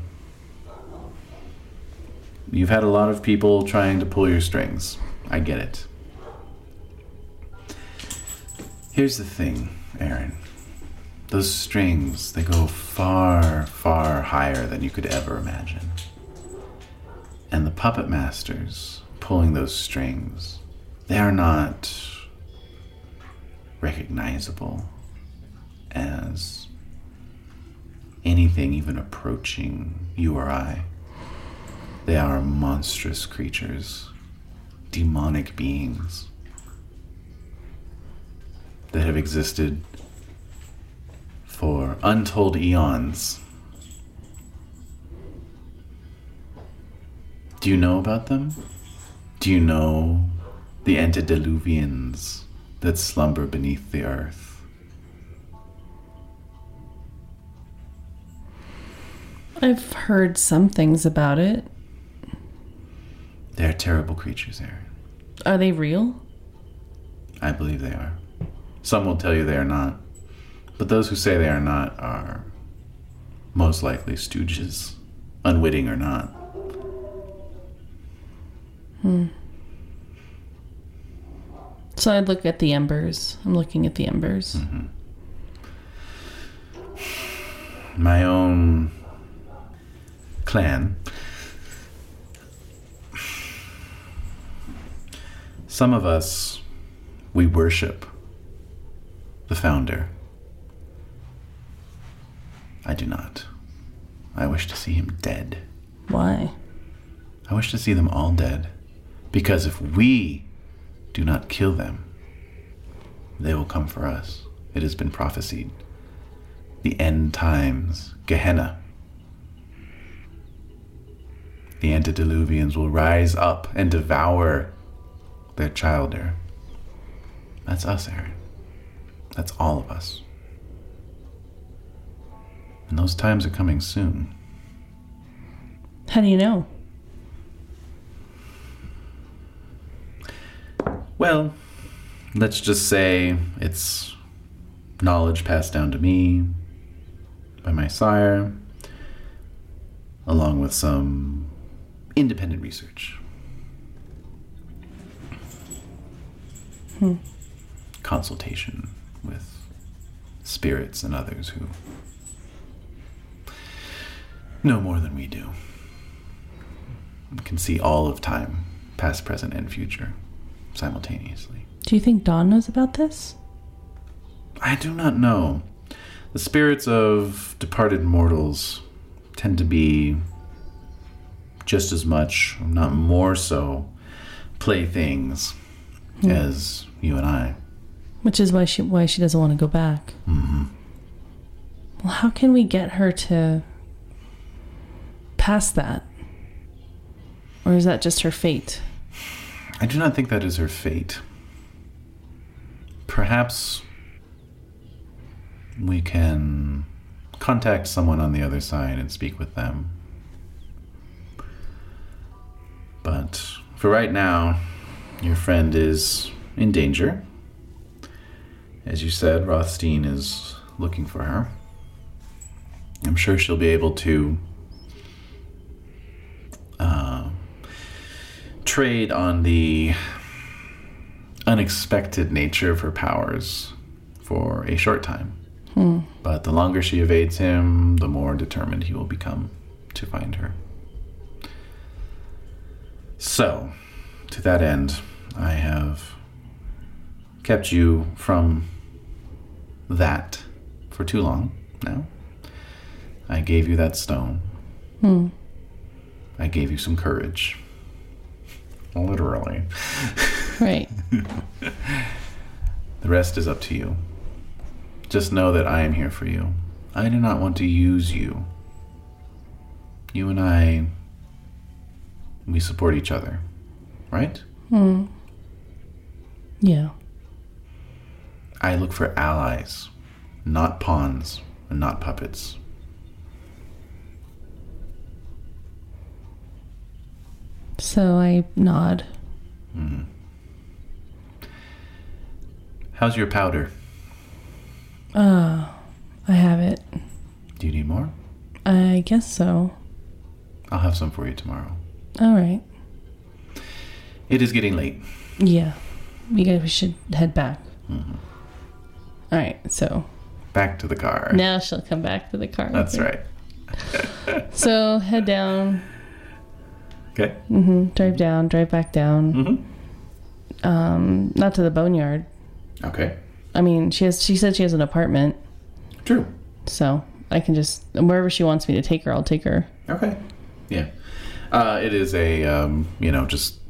You've had a lot of people trying to pull your strings. I get it. Here's the thing, Aaron. Those strings, they go far, far higher than you could ever imagine and the puppet masters pulling those strings, they are not recognizable as anything even approaching you or I. They are monstrous creatures, demonic beings that have existed for untold eons. Do you know about them? Do you know the antediluvians that slumber beneath the earth?
I've heard some things about it.
They are terrible creatures, Aaron.
Are they real?
I believe they are. Some will tell you they are not, but those who say they are not are most likely stooges, unwitting or not. Hmm.
So I look at the embers. I'm looking at the embers.
My own clan. Some of us, we worship the founder. I do not. I wish to see him dead.
Why?
I wish to see them all dead. Because if we do not kill them, they will come for us. It has been prophesied. The end times, Gehenna. The antediluvians will rise up and devour their childer. That's us, Aaron. That's all of us. And those times are coming soon.
How do you know?
Well, let's just say it's knowledge passed down to me by my sire, along with some independent research. Consultation with spirits and others who know more than we do. We can see all of time, past, present, and future, simultaneously.
Do you think Dawn knows about this?
I do not know. The spirits of departed mortals tend to be just as much, if not more so, playthings as you and I.
Which is why she why she doesn't want to go back. Mm-hmm. Well, how can we get her to pass that? Or is that just her fate?
I do not think that is her fate. Perhaps we can contact someone on the other side and speak with them. But for right now, your friend is in danger. As you said, Rothstein is looking for her. I'm sure she'll be able to trade on the unexpected nature of her powers for a short time. But the longer she evades him, the more determined he will become to find her. So, to that end, I have kept you from that for too long now. I gave you that stone. I gave you some courage. Literally.
Right.
The rest is up to you. Just know that I am here for you. I do not want to use you. You and I, we support each other, right?
yeah.
I look for allies, not pawns and not puppets.
So I nod.
How's your powder?
I have it.
Do you need more?
I guess so.
I'll have some for you tomorrow.
All right.
It is getting late.
Yeah. We guys we should head back.
Mm-hmm.
All right. So
Back to the car.
now she'll come back to the car. with
That's
me.
right.
So head down,
Okay.
drive down, drive back down.
Mm-hmm.
Um, not to the boneyard.
Okay.
I mean, she has. She said she has an apartment,
True.
so I can just wherever she wants me to take her, I'll take her.
Okay. Yeah. Uh, it is a, um, you know, just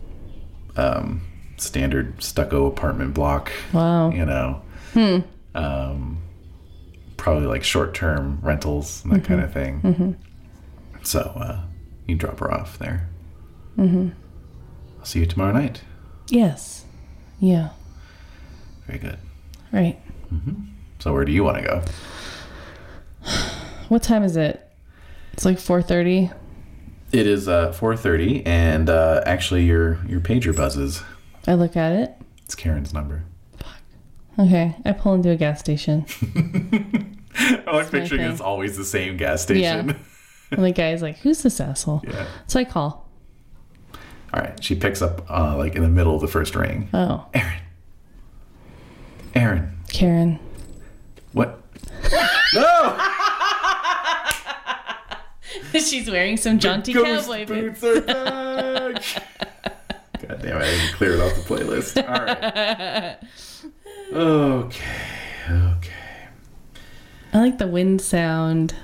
um, standard stucco apartment block.
Wow.
You know, um, probably like short term rentals and that kind of thing. So uh, you drop her off there. Mm-hmm. I'll see you tomorrow night.
Yes. Yeah.
Very good.
Right.
So where do you want to go?
What time is it? It's like four thirty.
It is uh, 4:30, and uh, actually your your pager buzzes.
I look at it.
It's Karen's <laughs> number.
Okay. I pull into a gas station.
Oh, I'm
my
picturing
thing.
it's always the same gas
Yeah.
station. <laughs>
and the guy's like, "Who's this asshole?"
Yeah.
So I call.
All right. She picks up uh, like in the middle of the first ring.
Oh,
Aaron. Aaron.
Karen.
What? no.
<laughs> She's wearing some jaunty
Ghost
cowboy boots. <laughs>
boots are back. <laughs> God damn it! I didn't clear it off the playlist. All right. Okay. Okay.
I like the wind sound.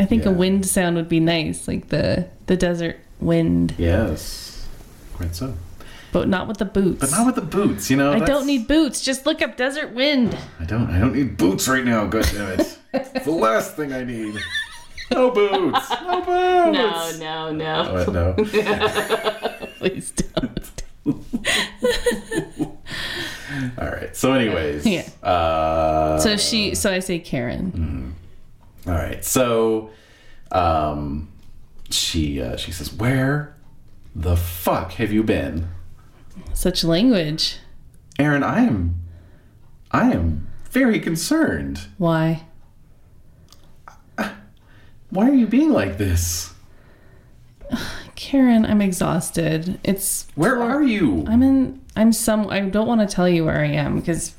I think a
Yeah.
wind sound would be nice, like the the desert wind,
Yes. Quite so.
but not with the boots.
But not with the boots, you know.
I
that's-
don't need boots. Just look up desert wind.
I don't. I don't need boots right now. God damn it! it's the last thing I need. No boots. No boots. <laughs>
no, no.
What, no.
Please don't.
All right. So, anyways.
<laughs> Yeah.
Uh,
So she, so I say Karen.
all right. So, um, she uh, she says, "Where the fuck have you been,
Such language.
Aaron? I am, I am very concerned.
Why?
Why are you being like this?
Karen, I'm exhausted. It's
Where are you?
I'm in. I'm some. I don't want to tell you where I am because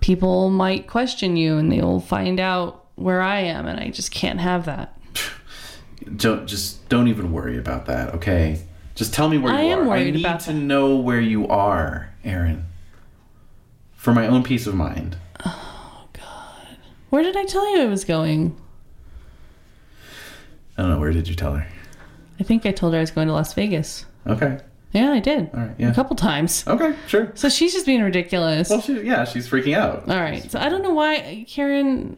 people might question you and they will find out where I am, and I just can't have that.
don't just don't even worry about that. Okay, just tell me where
I
you
am
are. I
worried
need
about
to
that.
know where you are, Aaron, for my own peace of mind.
Where did I tell you I was going?
I don't know. Where did you tell her?
I think I told her I was going to Las Vegas.
Okay.
Yeah, I did.
All right. Yeah. Oh,
A couple times.
Okay. Sure.
So she's just being ridiculous.
Well, she, yeah, she's freaking out.
All right. So I don't know why, Karen.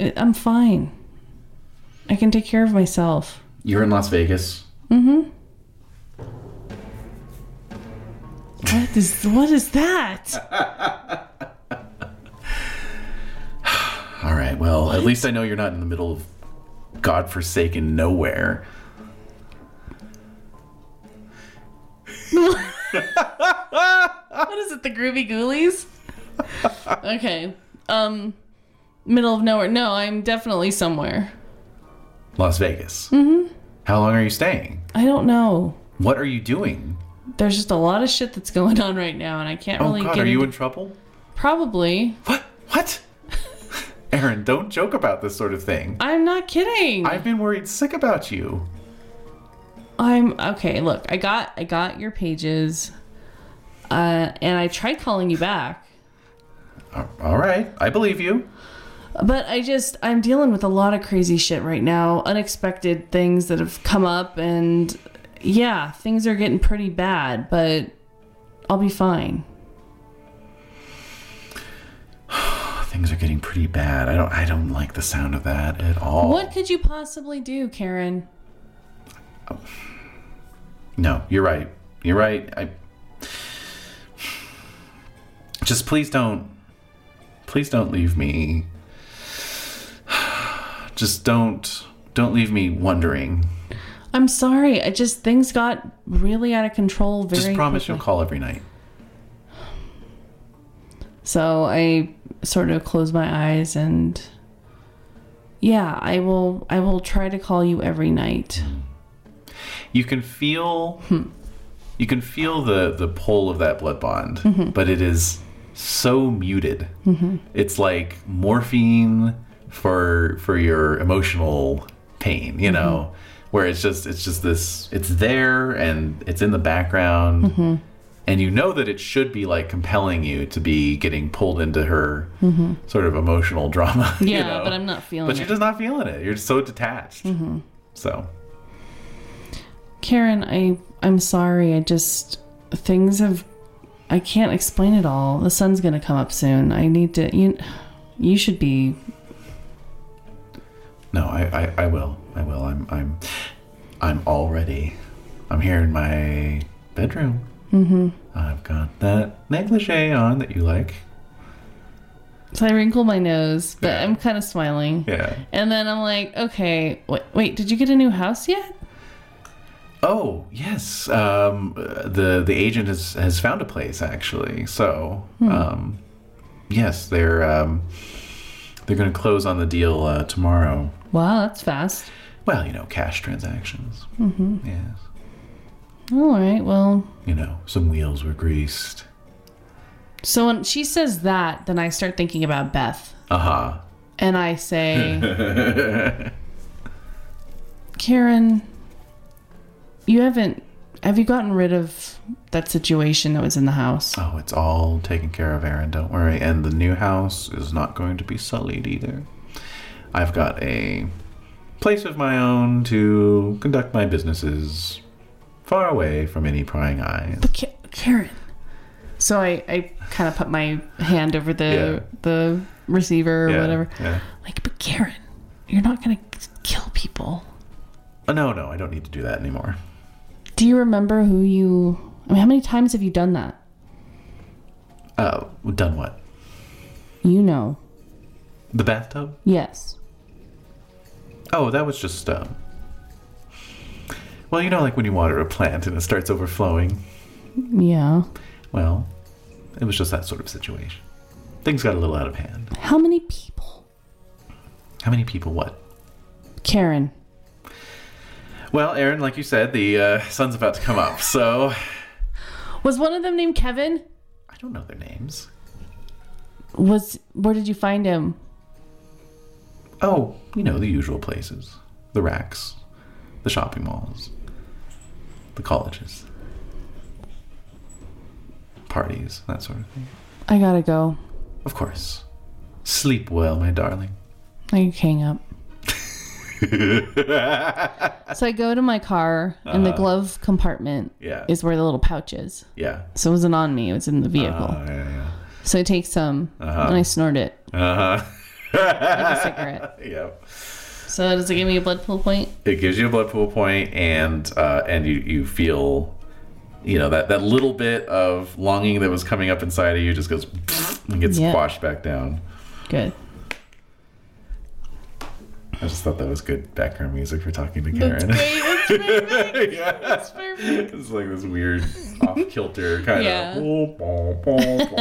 I- I'm fine. I can take care of myself.
You're in Las Vegas.
What is what is that?
All right. Well, at least I know you're not in the middle of godforsaken nowhere.
What is it? The Groovy Ghoulies? Okay. Um, middle of nowhere. No, I'm definitely somewhere.
Las Vegas. Mm-hmm. How long are you staying?
I don't know.
What are you doing?
There's just a lot of shit that's going on right now, and I can't
Oh
really
God,
get
are you
into-
in trouble?
Probably.
What? What? Aaron, don't joke about this sort of thing.
I'm not kidding.
I've been worried sick about you.
I'm okay. Look, I got I got your pages, uh, and I tried calling you back,
A- Uh, All right, I believe you.
but I just I'm dealing with a lot of crazy shit right now. Unexpected things that have come up, and yeah, things are getting pretty bad. But I'll be fine.
Things are getting pretty bad. I don't. I don't like the sound of that at all.
What could you possibly do, Karen?
No, you're right. You're right. I. Just please don't. Please don't leave me. <sighs> Just don't. Don't leave me wondering.
I'm sorry. I just things got really out of control. Very
Just promise
quickly.
you'll call every night.
So I sort of close my eyes and yeah, I will I will try to call you every night.
you can feel you can feel the the pull of that blood bond but it is so muted it's like morphine for for your emotional pain you know where it's just it's just this it's there and it's in the background and you know that it should be like compelling you to be getting pulled into her sort of emotional drama <laughs> you
Yeah,
know?
but I'm not feeling
but
it.
you're just not feeling it you're so detached so
Karen, I I'm sorry. I just things have I can't explain it all. The sun's going to come up soon. I need to you you should be
No, I, I, I will. I will. I'm I'm I'm already. I'm here in my bedroom. Mm-hmm. I've got that negligee on that you like.
So I wrinkle my nose, but
Yeah.
I'm kind of smiling.
Yeah.
And then I'm like, "Okay, wait, wait, did you get a new house yet?"
Oh yes. Um, uh, the the agent has has found a place actually. So um, yes, they're um, they're going to close on the deal uh, tomorrow.
Wow, that's fast.
Well, you know, cash transactions. Mm-hmm. Yes.
All right. Well,
You know, some wheels were greased.
So when she says that, then I start thinking about Beth.
Uh huh.
And
<laughs>
I say, Karen, you haven't, have you gotten rid of that situation that was in the house?
Oh, it's all taken care of, Aaron. Don't worry. And the new house is not going to be sullied either. I've got a place of my own to conduct my businesses, far away from any prying eyes.
Ka- Karen. So I, I kind of put my hand over the the receiver or
Yeah,
whatever.
yeah.
Like, but Karen, you're not going to kill people.
Oh, no, no, I don't need to do that anymore.
Do you remember who you, I mean, how many times have you done that?
Uh, done what?
You know.
The bathtub?
Yes.
Oh, that was just um. Well, you know, like when you water a plant and it starts overflowing.
Yeah.
Well, it was just that sort of situation. Things got a little out of hand.
How many people?
How many people? What?
Karen.
Well, Aaron, like you said, the uh, sun's about to come up, so
Was one of them named Kevin?
I don't know their names.
Was where did you find him?
Oh, you know the usual places: the racks, the shopping malls, the colleges, parties, that sort of thing.
I gotta go.
Of course. Sleep well, my darling.
I could hang up. so I go to my car, and the glove compartment
Yeah.
is where the little pouch is.
Yeah.
So it wasn't on me; it was in the
Oh.
vehicle.
Uh, yeah.
so I take some
Uh-huh.
and I snort it
<laughs> Uh <laughs>
like a cigarette.
huh. yeah.
So does it give me a blood pool point?
It gives you a blood pool point, and uh, and you you feel, you know that that little bit of longing that was coming up inside of you just goes <laughs> and gets
Yeah.
quashed back down.
Good.
I just thought that was good background music for talking to Karen. yeah. <laughs>
perfect.
It's like this weird off kilter kind
Yeah. <laughs>
of.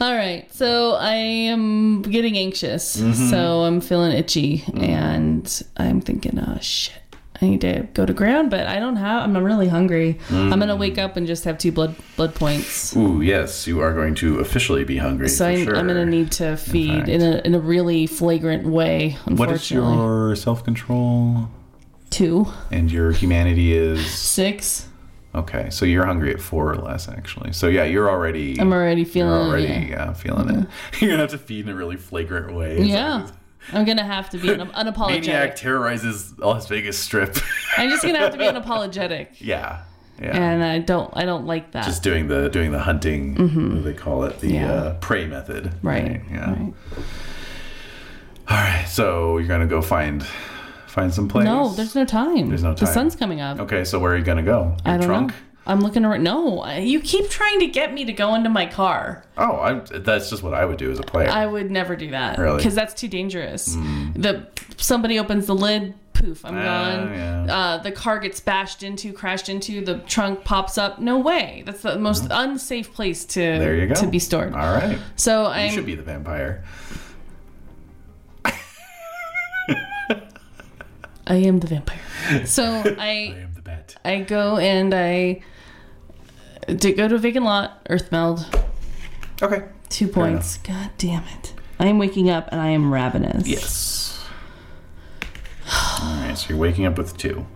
All right. So I am getting anxious.
Mm-hmm.
So I'm feeling itchy, and I'm thinking, oh shit. I need to go to ground, but I don't have. I'm really hungry. I'm gonna wake up and just have two blood blood points.
Ooh, yes, you are going to officially be hungry.
So
for
I'm,
sure.
I'm gonna need to feed
fact.
in, a in a really flagrant way. Unfortunately,
What is your self control?
two
And your humanity is
six?
okay. So you're hungry at four or less, actually. So yeah, you're already.
I'm already
You're
feeling.
already
yeah.
yeah, feeling it. <laughs> You're gonna have to feed in a really flagrant way. It's
Yeah.
like
I'm gonna have
<laughs>
to be an,
this
unapologetic.
maniac terrorizes Las Vegas Strip. <laughs>
I'm just gonna have to be unapologetic,
yeah, yeah.
and I don't. I don't like that.
just doing the doing the hunting.
Mm-hmm.
What do they call it? The
Yeah.
uh, prey method.
Right,
Yeah.
right.
All right. So you're gonna go find find some place.
no, there's no time.
There's no
The
time. Oh,
sun's coming up.
Okay, so where are you gonna go? Your
I don't
trunk?
know. I'm looking around. No, I- you keep trying to get me to go into my car.
Oh, I, that's just what I would do as a player.
I would never do that.
Really? Hmm.
Because that's too dangerous. The somebody opens the lid, poof, I'm gone.
Ah, yeah.
Uh, the car gets bashed into, crashed into. The trunk pops up. No way. That's the most unsafe place to
Mm-hmm. there you go.
to be stored.
All right.
So
You should
I'm.
be the vampire.
I am the vampire.
<laughs>
So I.
I am the bat.
I go and I did go to a vacant lot, Earthmeld,
Okay.
Two points. God damn it! I am waking up and I am ravenous.
Yes. All right. So you're waking up with two.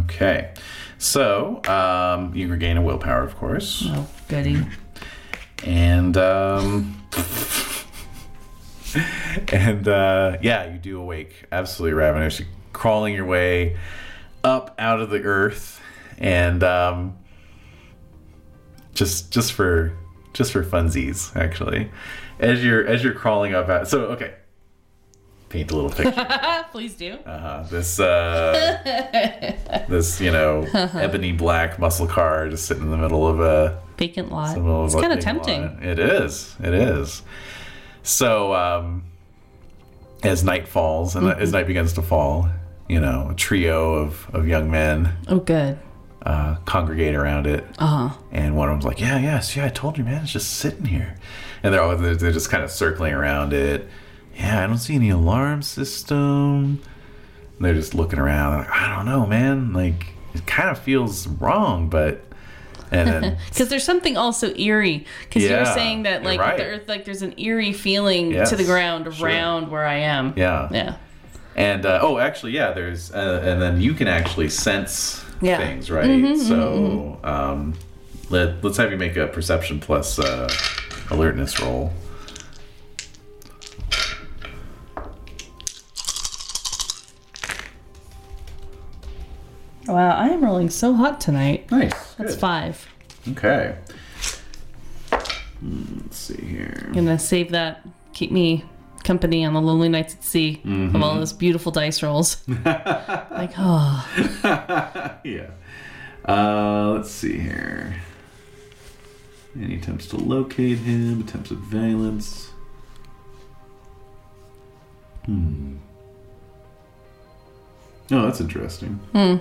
Okay. So um, you regain a willpower, of course.
Oh,
<laughs>
goody.
and um, <laughs> and uh, yeah, you do awake absolutely ravenous. You're crawling your way up out of the earth, and um, just just for just for funsies, actually, as you're as you're crawling up out. So okay, paint a little picture <laughs> Uh-huh.
Please do.
this uh, this you <laughs> know ebony black muscle car just sitting in the middle of a
Vacant lot.
the middle
It's
a
kind of
big
tempting.
lot. It is. It is. So um, as night falls and
Mm-hmm.
as night begins to fall, you know, a trio of of young men
Oh, good.
uh, congregate around it.
Uh-huh.
And one of them's like, "Yeah, yeah, see, I told you, man, it's just sitting here." And they're all they're, they're just kind of circling around it. Yeah, I don't see any alarm system. And they're just looking around. They're like, I don't know, man. Like, it kind of feels wrong, but and
<laughs>
then
Because there's something also eerie. Because you were
Yeah,
saying that,
you're
like,
right.
the earth, like, there's an eerie feeling
Yes,
to the ground
sure.
around where I am.
yeah,
Yeah.
and uh, oh, actually, yeah, there's uh, and then you can actually sense
Yeah. Mm-hmm,
things, right? so um, let let's have you make a perception plus uh, alertness roll.
Wow, I am rolling so hot tonight.
Nice.
That's
good.
five.
Okay. Mm, Let's see here.
I'm gonna save that. Keep me company on the lonely nights at sea
Mm-hmm. <laughs>
of all those beautiful dice rolls. like, oh,
Yeah. Uh, let's see here. Any attempts to locate him, attempts at violence. Hmm. Oh, that's interesting.
Hmm.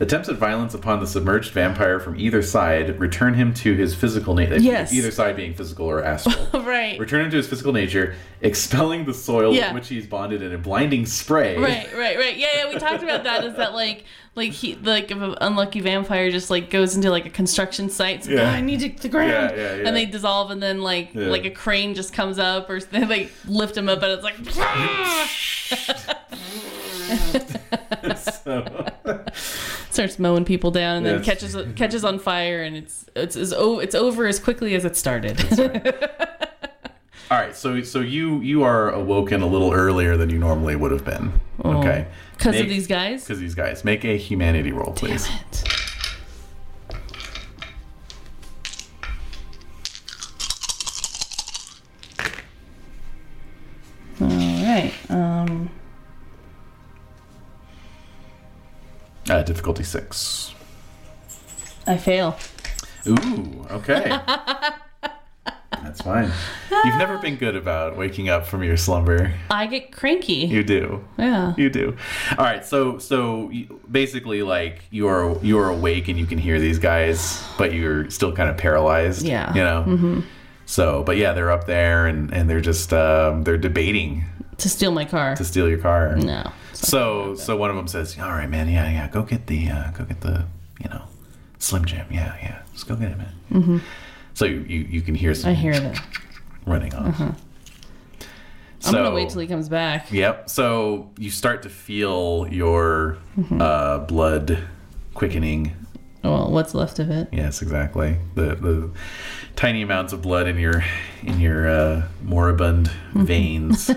Attempts at violence upon the submerged vampire from either side return him to his physical nature.
Yes.
Either side being physical or
<laughs>
astral.
<laughs> Right.
Return him to his physical nature, expelling the soil
Yeah.
with which he's bonded in a blinding spray.
Right, right, right. Yeah, yeah. We talked about that. Is that like, like he, like if an unlucky vampire just like goes into like a construction site. It's like,
Yeah.
"Oh, I need to the ground,
Yeah, yeah, yeah.
and they dissolve, and then like,
Yeah.
like a crane just comes up, or <laughs> they like lift him up, and it's like, <laughs>
<laughs> So-
starts mowing people down, and then
Yes.
catches catches on fire, and it's it's it's, o- it's over as quickly as it started. <laughs>
All right, so so you you are awoken a little earlier than you normally would have been. Okay,
Because of these guys.
Because these guys make a humanity roll, please.
All right. Um,
Uh, difficulty six.
I fail.
Ooh,
<laughs>
okay. That's fine. You've never been good about waking up from your slumber.
I get cranky.
You do.
Yeah.
You do. All right. So so you- basically, like you are you are awake and you can hear these guys, but you're still kind of paralyzed.
Yeah. Mm-hmm.
You know. So, but yeah, they're up there and and they're just um, they're debating
To steal my car.
to steal your car.
No.
So so one of them says, "All right, man. Yeah, yeah. Go get the uh, go get the you know Slim Jim. Yeah, yeah. Just go get it, man." So you, you you can hear some
Mm-hmm. I hear that.
running off. So,
I'm gonna wait till he comes back.
Yep. So you start to feel your
Mm-hmm.
uh, blood quickening.
Well, what's left of it?
Yes, exactly. The the tiny amounts of blood in your in your uh, moribund
Mm-hmm. <laughs>
veins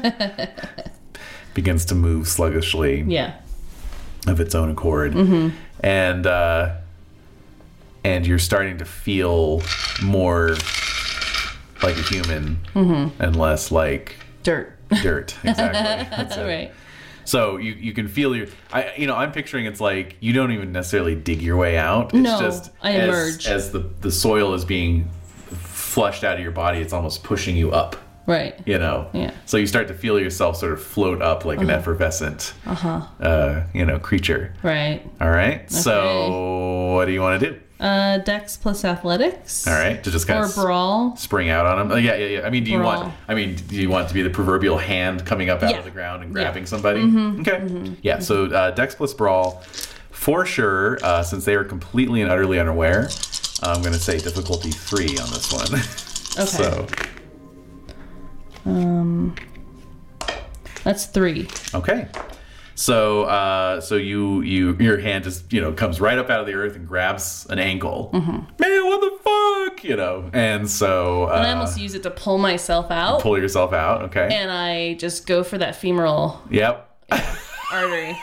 begins to move sluggishly
Yeah.
of its own accord,
Mm-hmm.
and uh, and you're starting to feel more like a human
Mm-hmm.
and less like
Dirt.
dirt. Exactly. That's it.
<laughs> Right.
So you, you can feel your I you know I'm picturing it's like you don't even necessarily dig your way out. It's
No,
just
I
as,
emerge.
as the the soil is being flushed out of your body. It's almost pushing you up.
Right.
You know.
Yeah.
So you start to feel yourself sort of float up like an effervescent, uh-huh. you know, creature.
Right.
All right. So what do you want to do?
Uh, Dex plus athletics.
All right. To just kind
Or
of
brawl.
spring out on him. Oh, yeah, yeah, yeah. I mean, do you
Brawl.
want? I mean, do you want it to be the proverbial hand coming up out
Yeah. Mm-hmm.
of the ground and grabbing somebody? Okay. Yeah. So uh, Dex plus brawl, for sure. Uh, since they are completely and utterly unaware, I'm going to say difficulty three on this one. <laughs>
Okay. Um,
so
That's three.
okay. So uh, so you you your hand just you know comes right up out of the earth and grabs an ankle.
Mm-hmm.
Man, what the fuck? You know. And so
And I
uh,
almost use it to pull myself out,
pull yourself out. Okay.
and I just go for that femoral
yep. <laughs>
artery.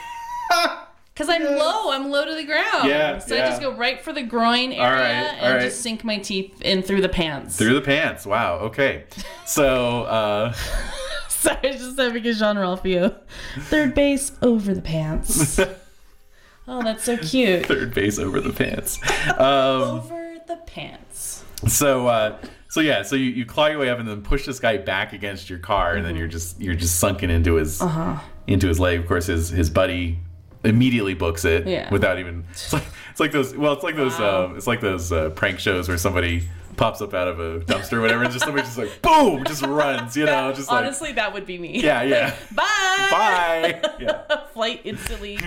Because I'm low, I'm low to the ground.
Yeah,
So
yeah.
I just go right for the groin area
right, all
and
right.
just sink my teeth in through the pants. <laughs>
Through the pants. Wow. Okay. So, uh, <laughs>
Sorry, I was just having a Jean Ralphio. Third base over
<laughs>
the pants. oh, that's so cute.
third base over the pants. Um,
Over the pants.
so, uh, so yeah. So you, you claw your way up and then push this guy back against your car,
Mm-hmm.
and then you're just you're just sunken into his
Uh-huh.
into his leg. Of course, his his buddy immediately books it
Yeah.
without even. It's like, it's like those. Well, it's like those. Um, it's like those uh, prank shows where somebody pops up out of a dumpster or whatever, and just somebody just like boom, just runs. You know, just like
Honestly, that would be me.
yeah, yeah.
<laughs> Bye.
Bye. Yeah.
<laughs> Flight
<laughs>
instantly.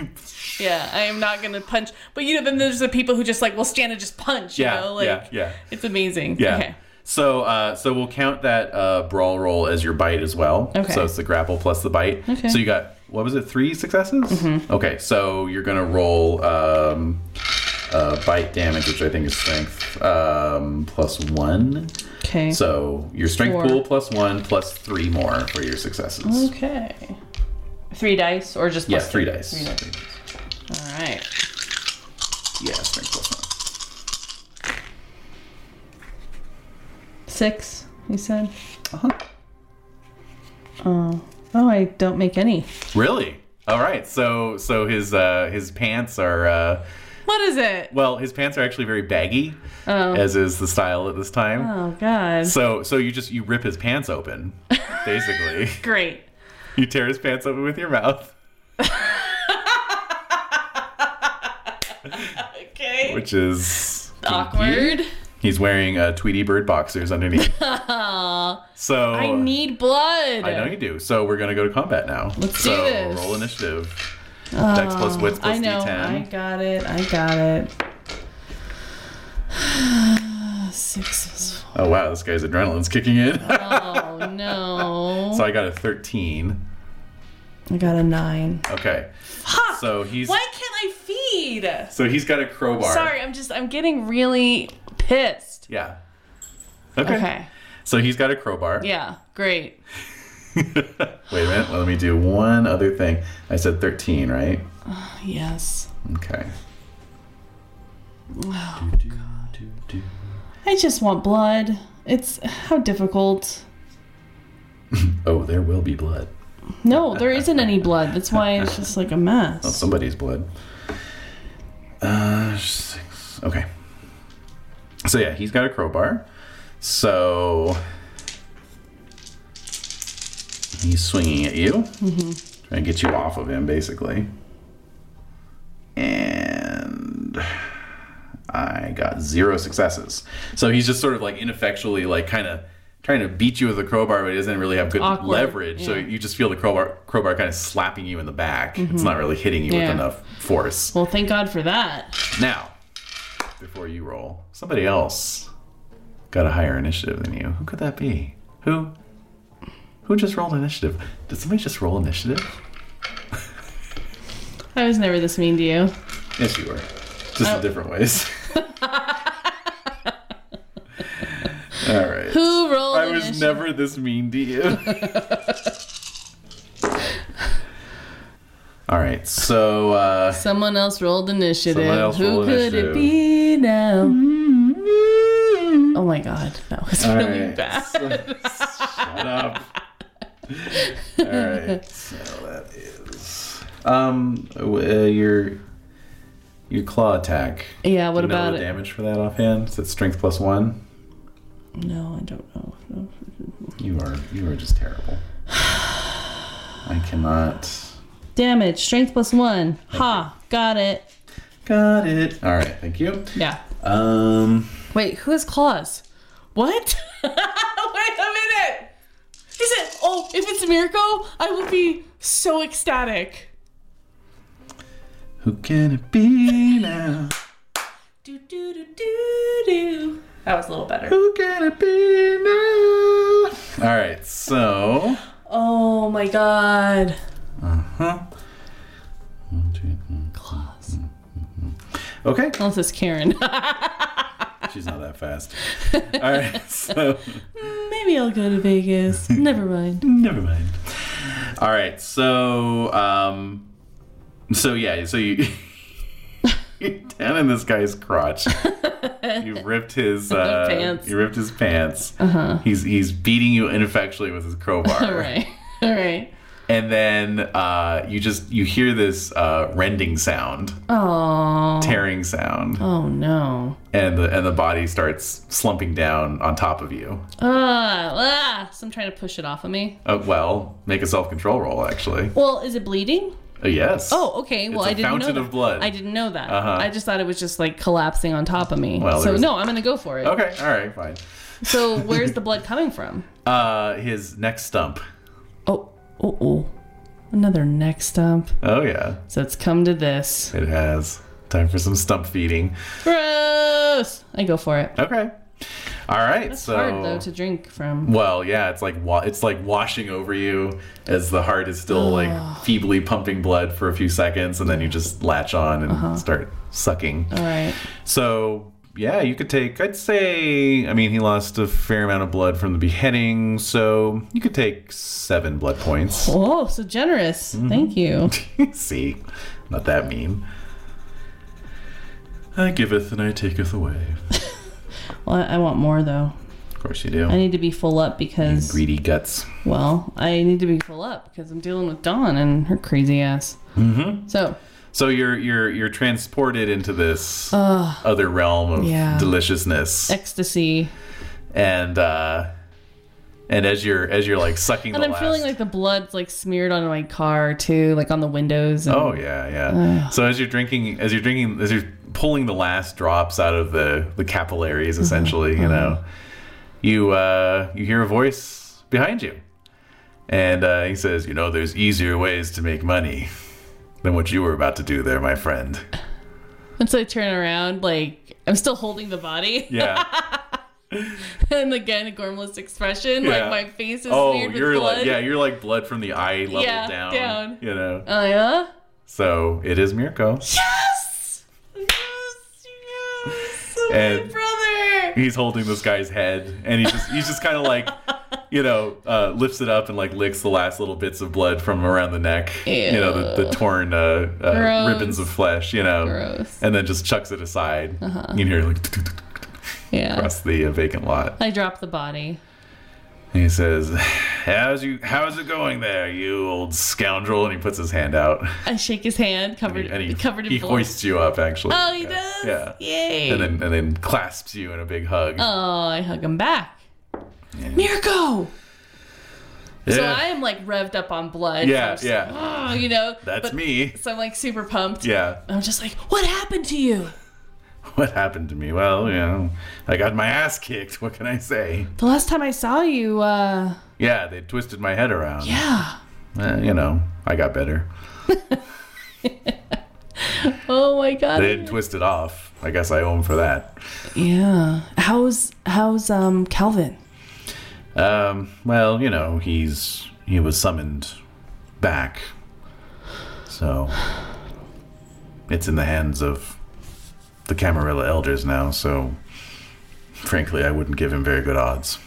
yeah, I am not gonna punch. But you know, then there's the people who just like will stand and just punch. You
Yeah,
know, like
yeah, yeah.
it's amazing.
Yeah.
Okay.
So uh, so we'll count that uh, brawl roll as your bite as well.
Okay.
So it's the grapple plus the bite. Okay. So you got what was it? Three successes.
Mm-hmm.
Okay. So you're gonna roll um, uh, bite damage, which I think is strength um, plus one.
Okay.
So your strength
Four.
pool plus one plus three more for your successes.
okay. Three dice or just
Yeah,
plus
three dice.
All right.
Yeah, strength plus one.
Six, you said?
Uh,
Uh-huh. Oh, I don't make any.
Really? All right. So so his uh, his pants are. Uh,
What is it?
Well, his pants are actually very baggy,
Oh.
as is the style at this time.
Oh God.
So, so you just you rip his pants
<laughs>
open, basically.
Great.
you tear his pants open with your mouth,
Okay.
which is
Awkward.
He's wearing uh, Tweety Bird boxers underneath. so
<laughs> I need blood.
Oh. I know you do. So we're gonna go to combat now. Let's
do
so,
this. Oh,
Roll initiative. Dex plus wits plus
I know. I
d10.
got it. I got it. <sighs> Six is.
Oh wow, this guy's adrenaline's kicking in.
Oh no.
<laughs>
<laughs>
so I got a 13.
I got a nine.
Okay. So he's
Why can't I feed?
so he's got a crowbar.
Sorry, I'm just. I'm getting really pissed.
Yeah. Okay.
Okay.
So he's got a crowbar.
Yeah. Great.
<laughs> Wait a minute. Let me do one other thing. I said 13, right?
Yes.
Okay. Oh, God.
I just want blood. It's how difficult.
Oh, there will be blood.
No, there isn't any blood. That's
<laughs>
why it's just like a mess.
Oh, Somebody's blood. Uh, six. Okay. So yeah, he's got a crowbar. So he's swinging at you, trying to get you off of him, basically. And I got zero successes. So he's just sort of like ineffectually, like kind of trying to beat you with a crowbar, but he doesn't really have good
Awkward,
leverage. So you just feel the crowbar crowbar kind of slapping you in the back. It's not really hitting you with
Mm-hmm. Yeah.
enough force.
Well, thank God for that.
Now, before you roll, somebody else got a higher initiative than you. Who could that be? Who? Who just rolled initiative? Did somebody just roll initiative?
I was never this mean to you.
Yes, you were. Just
Oh.
in different
<laughs>
ways. All right.
Who rolled?
I was never this mean to
<laughs>
you. All right. So uh,
Someone else rolled initiative.
Someone else
Who
rolled
could
initiative.
it be now? Oh my god, <laughs> that was
All
really
right.
bad.
Shut up. All right. So that is um w- uh, your your claw attack.
Yeah, what
Do you know
about
the
it?
damage for that offhand? Is it strength plus one?
No, I don't know. No.
You are you are just
<sighs>
terrible. I cannot.
Damage, strength plus one. Ha, got it.
Got it. All right. Thank you.
Yeah.
Um.
Wait, who has claws? What? <laughs> Wait a minute. He said, "Oh, if it's Mirko, I would be so ecstatic."
Who can it be now?
Do do do do do. That was a little better.
Who can it be now? All right. So.
Oh my god.
Huh? One, two, mm,
Claws.
Mm-hmm. Okay.
Unless it's Karen. <laughs>
She's not that fast. All right. So <laughs>
Maybe I'll go to Vegas. Never mind.
never mind. All right. So um, so yeah. So you <laughs> you're down in this guy's crotch. You ripped his uh,
Pants.
You ripped his pants. Uh-huh. He's he's beating you ineffectually with his crowbar.
All <laughs> right. All right.
And then uh, you just you hear this uh, rending sound,
Oh.
tearing sound.
Oh no.
and the and the body starts slumping down on top of you.
Ah, ah, so I'm trying to push it off of me.
Uh, well, make a self control roll, actually.
Well, is it bleeding?
Uh, yes.
Oh, okay. Well,
It's a
I didn't know.
fountain
that.
of blood.
I didn't know that.
Uh-huh.
I just thought it was just like collapsing on top of me.
Well,
so
there's-
no, I'm gonna go for it.
Okay. All right. Fine. <laughs>
So where's the blood coming from?
Uh, his neck stump.
Oh, oh, oh, another neck stump.
Oh yeah,
So it's come to this.
it has. Time for some stump feeding.
Gross. I go for it.
Okay. All right.
It's
so.
hard though to drink from.
well, yeah, it's like wa- it's like washing over you as the heart is still like feebly pumping blood for a few seconds, and then you just latch on and
Uh-huh.
start sucking.
All right.
So yeah, you could take. I'd say. I mean, he lost a fair amount of blood from the beheading, so you could take seven blood points. <laughs>
Oh, so generous.
Mm-hmm.
Thank you.
See, not that mean. I giveth and I taketh away.
Well, I, I want more though.
Of course you do.
I need to be full up because,
Greedy guts.
well, I need to be full up because I'm dealing with Dawn and her crazy ass. Mm-hmm. So,
So you're you're you're transported into this other realm of
yeah.
deliciousness,
ecstasy,
and uh, and as you're as you're like sucking
and
the
I'm
last.
feeling like the blood's like smeared on my car too, like on the windows. And,
Oh yeah, yeah. so as you're drinking, as you're drinking, as you're pulling the last drops out of the the
Mm-hmm.
capillaries, essentially, you know, you uh, you hear a voice behind you, and uh, he says, "You know, there's easier ways to make money than what you were about to do there, my
<laughs>
friend."
And so I turn around, like I'm still holding the body,
Yeah.
<laughs> and again, Gormless expression,
Yeah.
like my face is
oh,
smeared with
you're
blood.
like yeah, you're like blood from the eye level
Yeah,
down,
down.
You know.
Oh yeah.
So it is Mirko.
Yes. Yes. Yes. My
And-
brother.
he's holding this guy's head and he just he's just kind of like you know uh, lifts it up and like licks the last little bits of blood from around the neck you know the, the torn uh, uh,
Gross.
ribbons of flesh you know
Gross. Uh-huh.
and then just chucks it aside you hear like
Yeah.
across the uh, vacant lot
I drop the body.
and he says how's you how's it going there you old scoundrel and he puts his hand out
I shake his hand, covered
and he,
covered in
he
blood.
hoists you up actually
oh, he
Yeah.
does.
yeah
Yay.
and then and then clasps you in a big hug
oh, I hug him back. Mirko. So
Yeah.
I am like revved up on blood.
Yeah,
I'm just
yeah.
like, "Oh," <gasps> you know.
that's
But-
me
So I'm like super pumped.
yeah
I'm just like, what happened to you?
<laughs> What happened to me? Well, you know, I got my ass kicked. <laughs> What can I say?
The last time I saw you, uh,
Yeah, they twisted my head around.
yeah.
Eh, you know, I got better.
Oh my god.
They didn't twist it off. I guess I owe 'em for that.
Yeah. How's how's um Calvin?
Um, well, you know, he's he was summoned back, so it's in the hands of the Camarilla elders now. So, frankly, I wouldn't give him very good odds.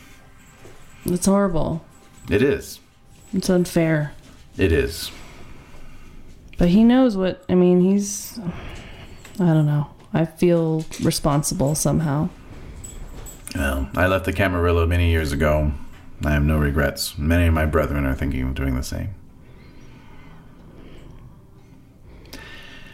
That's horrible.
It is.
It's unfair.
It is.
But he knows what I mean, he's I don't know. I feel responsible somehow.
Well, I left the Camarillo many years ago. I have no regrets. Many of my brethren are thinking of doing the same.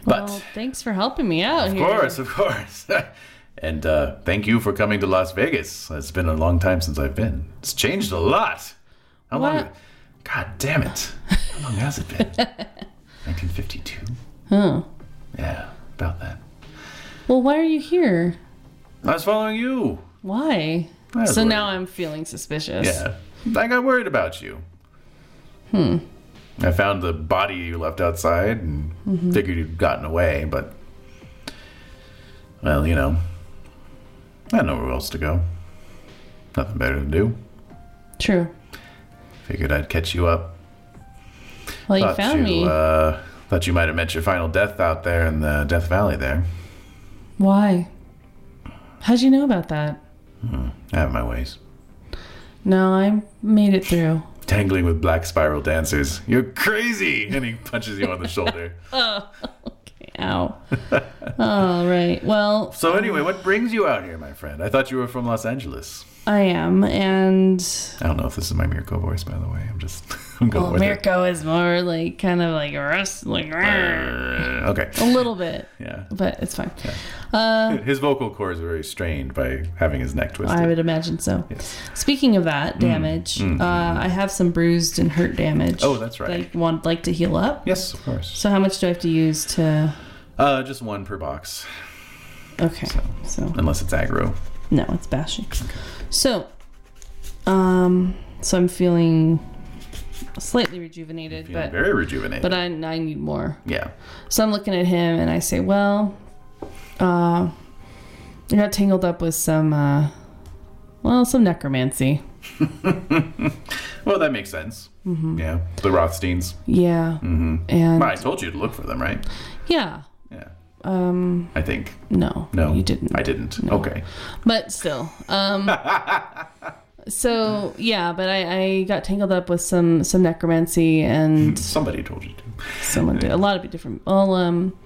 But,
well, thanks for helping me out
of
here.
course, of course. <laughs> and uh, thank you for coming to Las Vegas. It's been a long time since I've been. It's changed a lot. How long?
What?
God damn it. How long has it been?
<laughs>
1952?
Oh.
Yeah, about that.
Well, why are you here?
I was following you.
Why?
I was
So
worried.
now I'm feeling suspicious.
Yeah. I got worried about you. Hmm. I found the body you left outside and figured you'd gotten away, but. Well, you know. I had nowhere else to go. Nothing better to do.
True.
Figured I'd catch you up.
Well, you found me.
Uh, thought you might have met your final death out there in the Death Valley there.
Why? How'd you know about that?
I have my ways.
No, I made it through.
Tangling with black spiral dancers. You're crazy! And he punches you on the shoulder. <laughs>
Ow. All right. Well,
So, anyway, what brings you out here, my friend? I thought you were from Los Angeles.
I am, and
I don't know if this is my Mirko voice, by the way. I'm just <laughs> I'm going with it.
Oh, Mirko is more like kind of like wrestling a
Uh, Okay.
little bit,
Yeah.
but it's fine. Uh,
His vocal cords were very strained by having his neck twisted.
I would imagine so.
Yes.
Speaking of
Mm.
that damage, uh, I have some bruised and hurt damage.
Mm-hmm. Oh, that's right.
Like want like to heal up.
Yes, of course.
So how much do I have to use to?
Uh, just one per box,
Okay, so
unless it's aggro.
No, it's bashing. So, um, so I'm feeling slightly rejuvenated,
Feeling
but
very rejuvenated.
but I, I need more.
yeah.
So I'm looking at him and I say, well, uh, you got tangled up with some, uh, well, some necromancy.
Well, that makes sense.
Mm-hmm.
Yeah. The Rothsteins.
Yeah,
Mm-hmm.
and
Well, I told you to look for them, right?
yeah,
Yeah.
um,
I think.
no,
No.
you didn't.
I didn't. Okay.
but still
<laughs>
um so yeah but I, I got tangled up with some some
<laughs>
necromancy and
Somebody told you to.
someone did a lot of different well um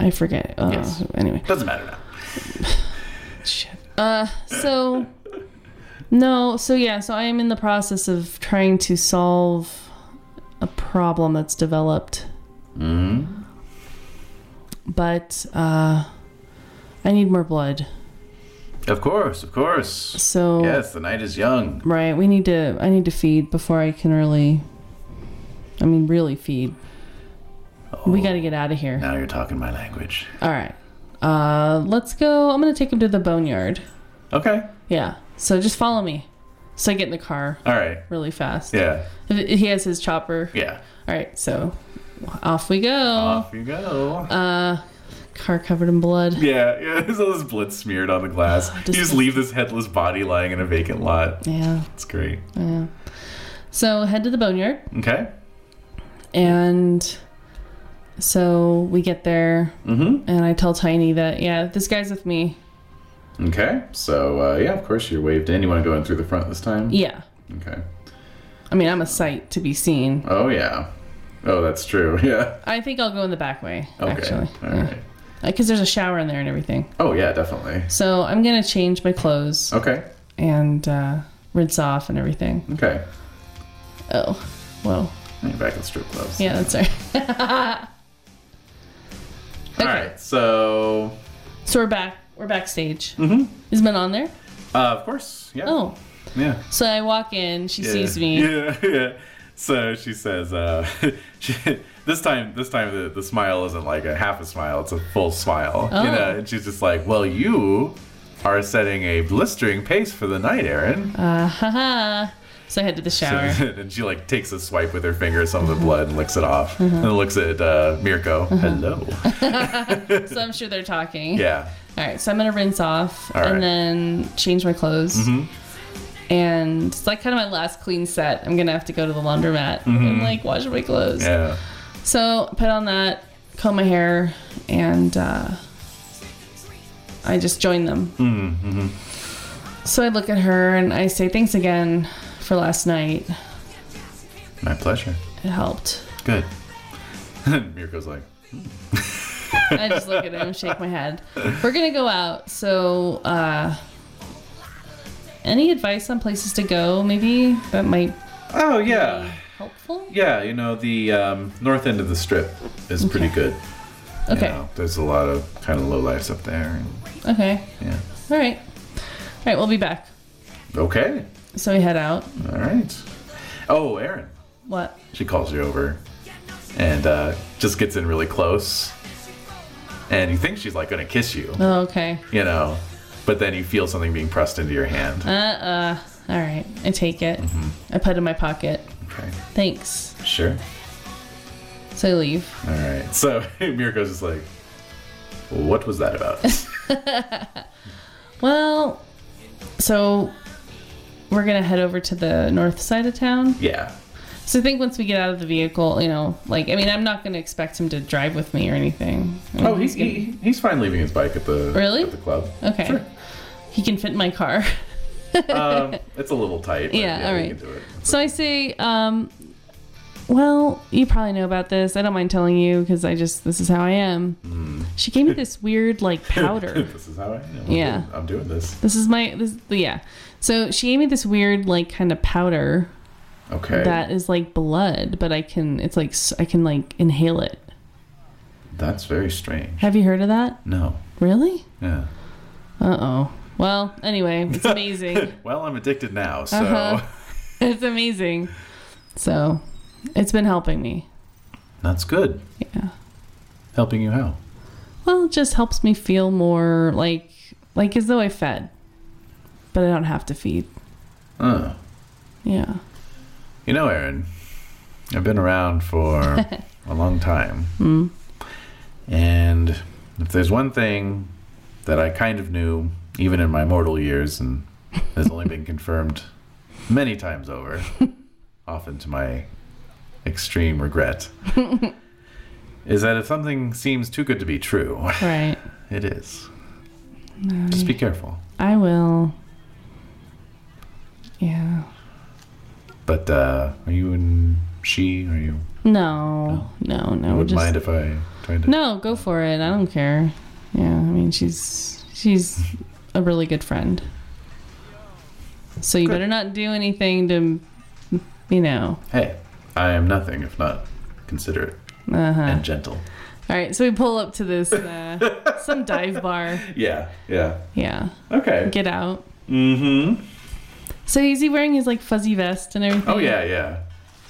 i forget uh,
Yes.
anyway
Doesn't matter now.
Shit. Uh, so no, so yeah, so I am in the process of trying to
Mm-hmm.
solve a problem that's developed. but uh, I need more blood.
Of course, of course.
So
Yes, the night is young.
right, we need to. I need to feed before I can really. I mean, really feed. We
Oh.
got to get out of here.
Now you're talking my language.
All right, uh, let's go. I'm gonna take him to the boneyard.
Okay.
Yeah. So just follow me. So I get in the car
All right.
really fast.
Yeah.
He has his chopper.
Yeah.
All right, so off we go.
Off
Oh.
you go.
car covered in blood.
yeah, yeah. <laughs> There's all this blood smeared on the
<gasps>
glass. you just leave this headless body lying in a vacant lot.
Yeah.
It's great.
So head to the boneyard,
Okay.
and so we get there,
Mm-hmm.
and I tell Tiny that yeah, this guy's with me.
Okay. So uh, yeah, of course you're waved in. You want to go in through the front this time?
Yeah.
Okay.
I mean, I'm a sight to be seen.
Oh yeah. Oh, that's true. <laughs> Yeah.
I think I'll go in the back way,
Okay.
actually.
All
Yeah.
right.
Because there's a shower in there and everything.
Oh yeah, definitely.
So I'm going to change my clothes
Okay.
and uh, rinse off and everything.
Okay.
Oh, whoa.
Now You're back in strip clubs.
Yeah, that's right.
All right. So
<laughs> So we're back. We're backstage. Mm-hmm. Is Min on there?
uh, of course, yeah.
Oh.
Yeah.
So I walk in. She
Yeah.
sees
<laughs>
me.
Yeah, yeah. So she says, uh, <laughs> she, this time, this time the, the smile isn't like a half a smile; it's a full smile.
Oh.
You know, and she's just like, "Well, you are setting a blistering pace for the night, Aaron."
Uh, haha. So I head to the shower.
<laughs> and she like takes a swipe with her finger at some of the blood and licks it off,
Uh-huh.
and looks at uh, Mirko.
<laughs>
Hello.
so I'm sure
<laughs>
they're talking.
yeah.
All right. So I'm gonna rinse off
All right.
and then change my clothes. And it's like kind of my last clean set. I'm gonna have to go to the laundromat and like wash my clothes.
Yeah.
So put on that, comb my hair, and uh, I just join them. Mm-hmm. So I look at her and I say, "Thanks again for last night.
My pleasure.
It helped."
Good. <laughs> Mirko's like,
I just look at him, shake my head. We're gonna go out. So, uh, any advice on places to go? Maybe that might
"Oh
be
yeah,
helpful.
yeah. You know, the um, north end of the strip is pretty good."
Okay.
You know, there's a lot of kind of low lifes up there. and-
Okay.
Yeah.
All right. All right. We'll be back.
Okay.
So we head out.
All right. Oh, Erin.
What?
She calls you over and uh, just gets in really close. And you think she's like going to kiss you,
Oh, okay.
you know, but then you feel something being pressed into your hand.
Uh. Uh. All right. I take it. I put it in my pocket.
Okay.
Thanks.
Sure.
So I leave.
All right. So <laughs> Mirko's just like, what was that
<laughs>
about?
Well, so we're gonna head over to the north side of town.
yeah.
So I think once we get out of the vehicle, you know, like I mean, I'm not going to expect him to drive with me or anything. I mean,
Oh, he's he, he's fine leaving his bike at the
Really?
at the club.
okay.
Sure.
He can fit in my car. <laughs>
Um, it's a little tight. but
Yeah, all
we can
right.
do it.
so I say, um, well, you probably know about this. I don't mind telling you because I just this is how I am. She gave me this weird like powder.
<laughs> this is how I am.
Yeah.
I'm doing this.
this is my this yeah. So she gave me this weird like kind of powder
Okay.
that is like blood, but I can it's like s- I can like inhale it.
That's very strange.
Have you heard of that?
No.
Really?
Yeah.
Uh oh. Well, anyway, it's amazing.
<laughs> Well, I'm addicted now, so
Uh-huh. <laughs> it's amazing. So, it's been helping me.
<laughs> that's good.
Yeah.
Helping you how?
Well, it just helps me feel more like like as though I fed, but I don't have to feed.
Oh.
Yeah.
You know, Aaron, I've been around for
<laughs>
a long time.
Mm,
And if there's one thing that I kind of knew, even in my mortal years, and has only
<laughs>
been confirmed many times over, often to my extreme
<laughs>
regret, is that if something seems too good to be true,
Right.
it is. Just be careful.
I will. Yeah.
But uh, are you and she? Are you?
No. No. No.
I
we're
would
just,
mind if I tried to.
No, go for it. I don't care. Yeah. I mean, she's she's a really good friend. So you better not do anything to, you know.
Hey, I am nothing if not considerate
Uh huh.
and gentle.
All right, so we pull up to
<laughs>
this uh, some dive bar.
Yeah, yeah.
Yeah,
Okay.
get out.
mm-hmm.
So is he wearing his like fuzzy vest and everything?
Oh yeah, yeah.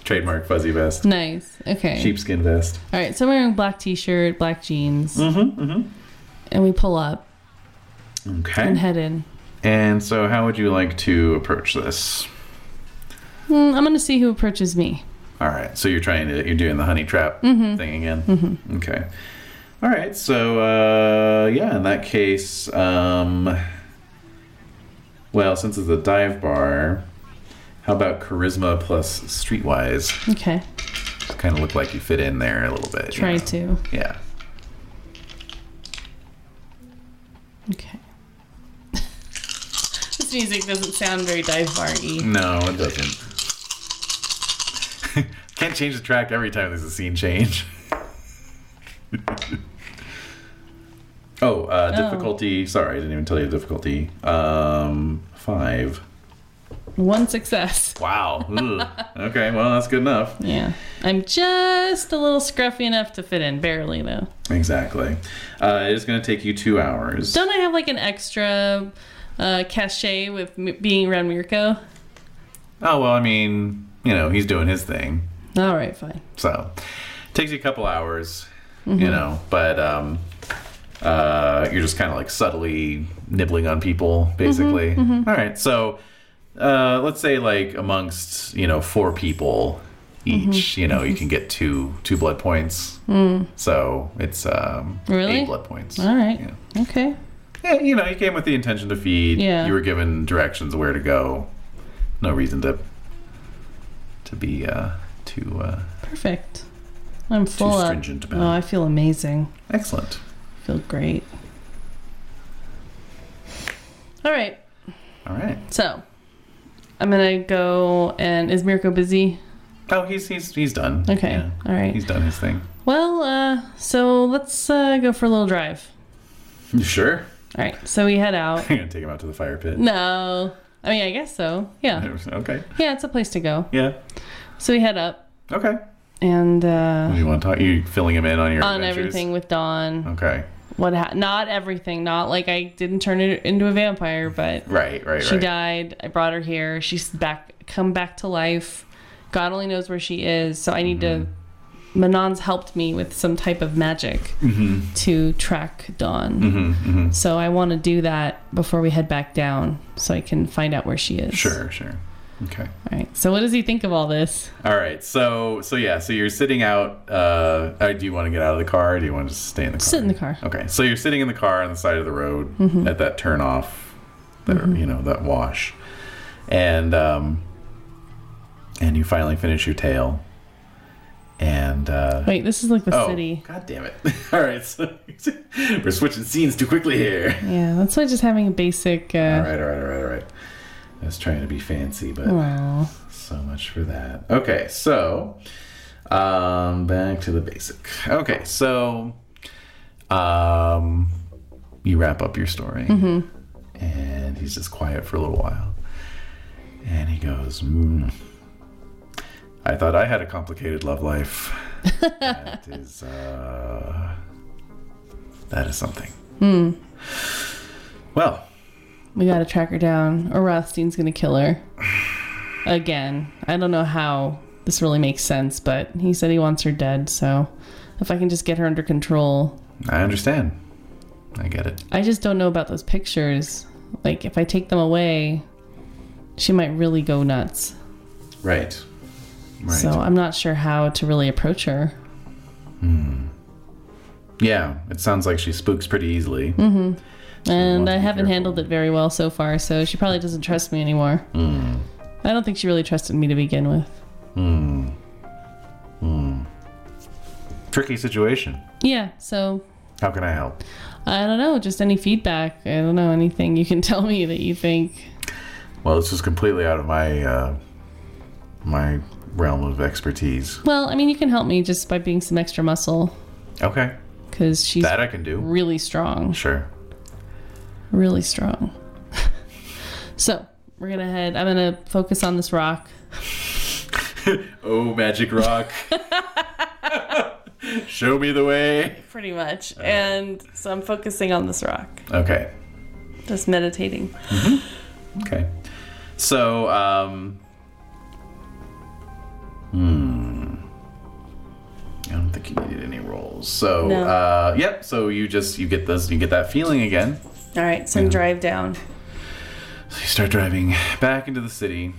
Trademark fuzzy vest.
Nice. Okay.
Sheepskin vest.
All right, so I'm wearing a black t-shirt, black jeans,
Mm-hmm. Mm-hmm.
and we pull up and
Okay.
head in.
And so how would you like to approach this?
Hmm, I'm gonna see who approaches me.
All right. So you're trying to you're doing the honey trap thing again. Mm-hmm. Okay. All right. So uh, yeah, in that case, um, well, since it's a dive bar, how about charisma plus streetwise?
Okay,
Kind of look like you fit in there a little bit. you
try
know?
to.
Yeah.
Okay. <laughs> this music doesn't sound very dive bar-y.
No, it doesn't. <laughs> Can't change the track every time there's a scene change. <laughs> oh, uh, difficulty. Sorry, I didn't even tell you the difficulty. Um, five.
One success.
Wow. Ugh. <laughs> okay, well, that's good enough.
Yeah, I'm just a little scruffy enough to fit in, barely though.
Exactly. Uh, it is going to take you two hours.
Don't I have like an extra uh, cachet with m- being around Mirko?
Oh, well, I mean, you know, he's doing his thing.
All right, fine.
So takes you a couple hours,
Mm-hmm.
you know, but um, uh, you're just kind of like subtly nibbling on people,
Mm-hmm,
basically. All right, so uh, let's say like amongst you know four people each,
Mm-hmm,
you know, you can get two two blood points. So it's um,
Mm. Really?
eight blood points.
All right.
Yeah.
Okay.
Yeah, you know, you came with the intention to feed.
Yeah.
You were given directions where to go. No reason to to be uh, too. Uh,
Perfect. I'm full up.
stringent about
Oh,
it.
I feel amazing.
Excellent.
I feel great. All right.
All right.
So, I'm going to go and is Mirko busy?
Oh, he's he's he's done.
Okay.
Yeah.
All right.
He's done his thing.
Well, uh so let's uh go for a little drive.
You sure?
All right. So we head out.
<laughs> I'm gonna take him out to the fire pit.
no. I mean, I guess so. Yeah.
<laughs> Okay.
Yeah, it's a place to go.
Yeah.
So we head up
Okay.
and uh
Oh, You want to talk? You filling him in on your
on
adventures? Oh.
everything with Dawn.
Okay.
What ha- not everything, not like I didn't turn it into a vampire, but
Right. Right.
She
right.
died. I brought her here. She's back, come back to life. God only knows where she is. So I need
Mm-hmm.
to. Manon's helped me with some type of magic to track Dawn.
Mm-hmm.
So I want to do that before we head back down, so I can find out where she is.
Sure. Sure. Okay.
All right. So what does he think of all this?
All right. So so yeah. So you're sitting out. Uh, uh, do you want to get out of the car? Or do you want to just stay in the car?
Sit in the car. Mm-hmm.
Okay. So you're sitting in the car on the side of the road at that turn off, that you know that wash, and um, and you finally finish your tale, and uh,
Wait, this is like the
Oh,
city.
God damn it. <laughs> All right. So <laughs> we're switching scenes too quickly here.
Yeah, that's why just having a basic.
All
Uh,
right, all right, all right, all right. I was trying to be fancy, but
aw.
so much for that. Okay, so um, back to the basic. Okay, so um, you wrap up your story, and he's just quiet for a little while, and he goes, mm, "I thought I had a complicated love life. that is, uh, that is something." Well,
We gotta track her down, or Rothstein's gonna kill her. Again. I don't know how this really makes sense, but he said he wants her dead, so if I can just get her under control.
I understand. I get it.
I just don't know about those pictures. Like, if I take them away, she might really go nuts.
Right. Right.
So I'm not sure how to really approach her.
Yeah, it sounds like she spooks pretty easily.
And
to
I
be
haven't
careful.
handled it very well so far, so she probably doesn't trust me anymore.
Hmm.
I don't think she really trusted me to begin with.
Tricky situation.
Yeah, so
How can I help?
I don't know, just any feedback. I don't know anything you can <laughs> tell me that you think.
Well, this is completely out of my uh, my realm of expertise.
Well, I mean, you can help me just by being some extra muscle
Okay,
because she's
that I can do.
really strong,
Sure.
really strong. <laughs> so we're gonna head. I'm gonna focus on this rock.
<laughs> Oh, magic rock. Show me the way.
pretty much. And so I'm focusing on this rock,
Okay.
just meditating.
Okay. So, um. Hmm. I don't think you needed any rolls. So,
No.
uh, yep. So you just you get this, you get that feeling again.
All right, so I'm drive down.
So you start driving back into the city,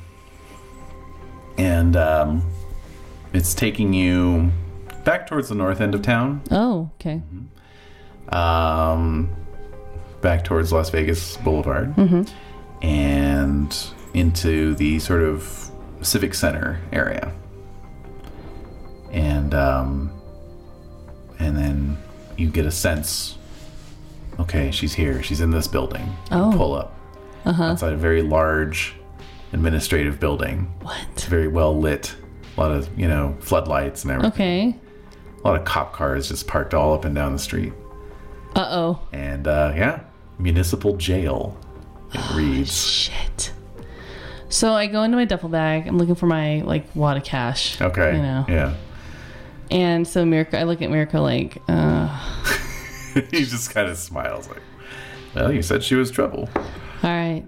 and um, it's taking you back towards the north end of town,
Oh, okay.
Mm-hmm. um, back towards Las Vegas Boulevard, and into the sort of civic center area, and um, and then you get a sense. Okay, she's here. She's in this building. Oh, pull up outside a very large administrative building. It's
What?
very well lit. A lot of you know floodlights and everything.
Okay.
A lot of cop cars just parked all up and down the street.
Uh oh.
And uh, yeah, municipal jail. It reads.
Shit. So I go into my duffel bag. I'm looking for my like wad of cash.
Okay.
You know.
Yeah. <laughs>
And so Mirko, I look at Mirko like, uh,
he just kind of smiles like, "Well, you said she was trouble."
all right,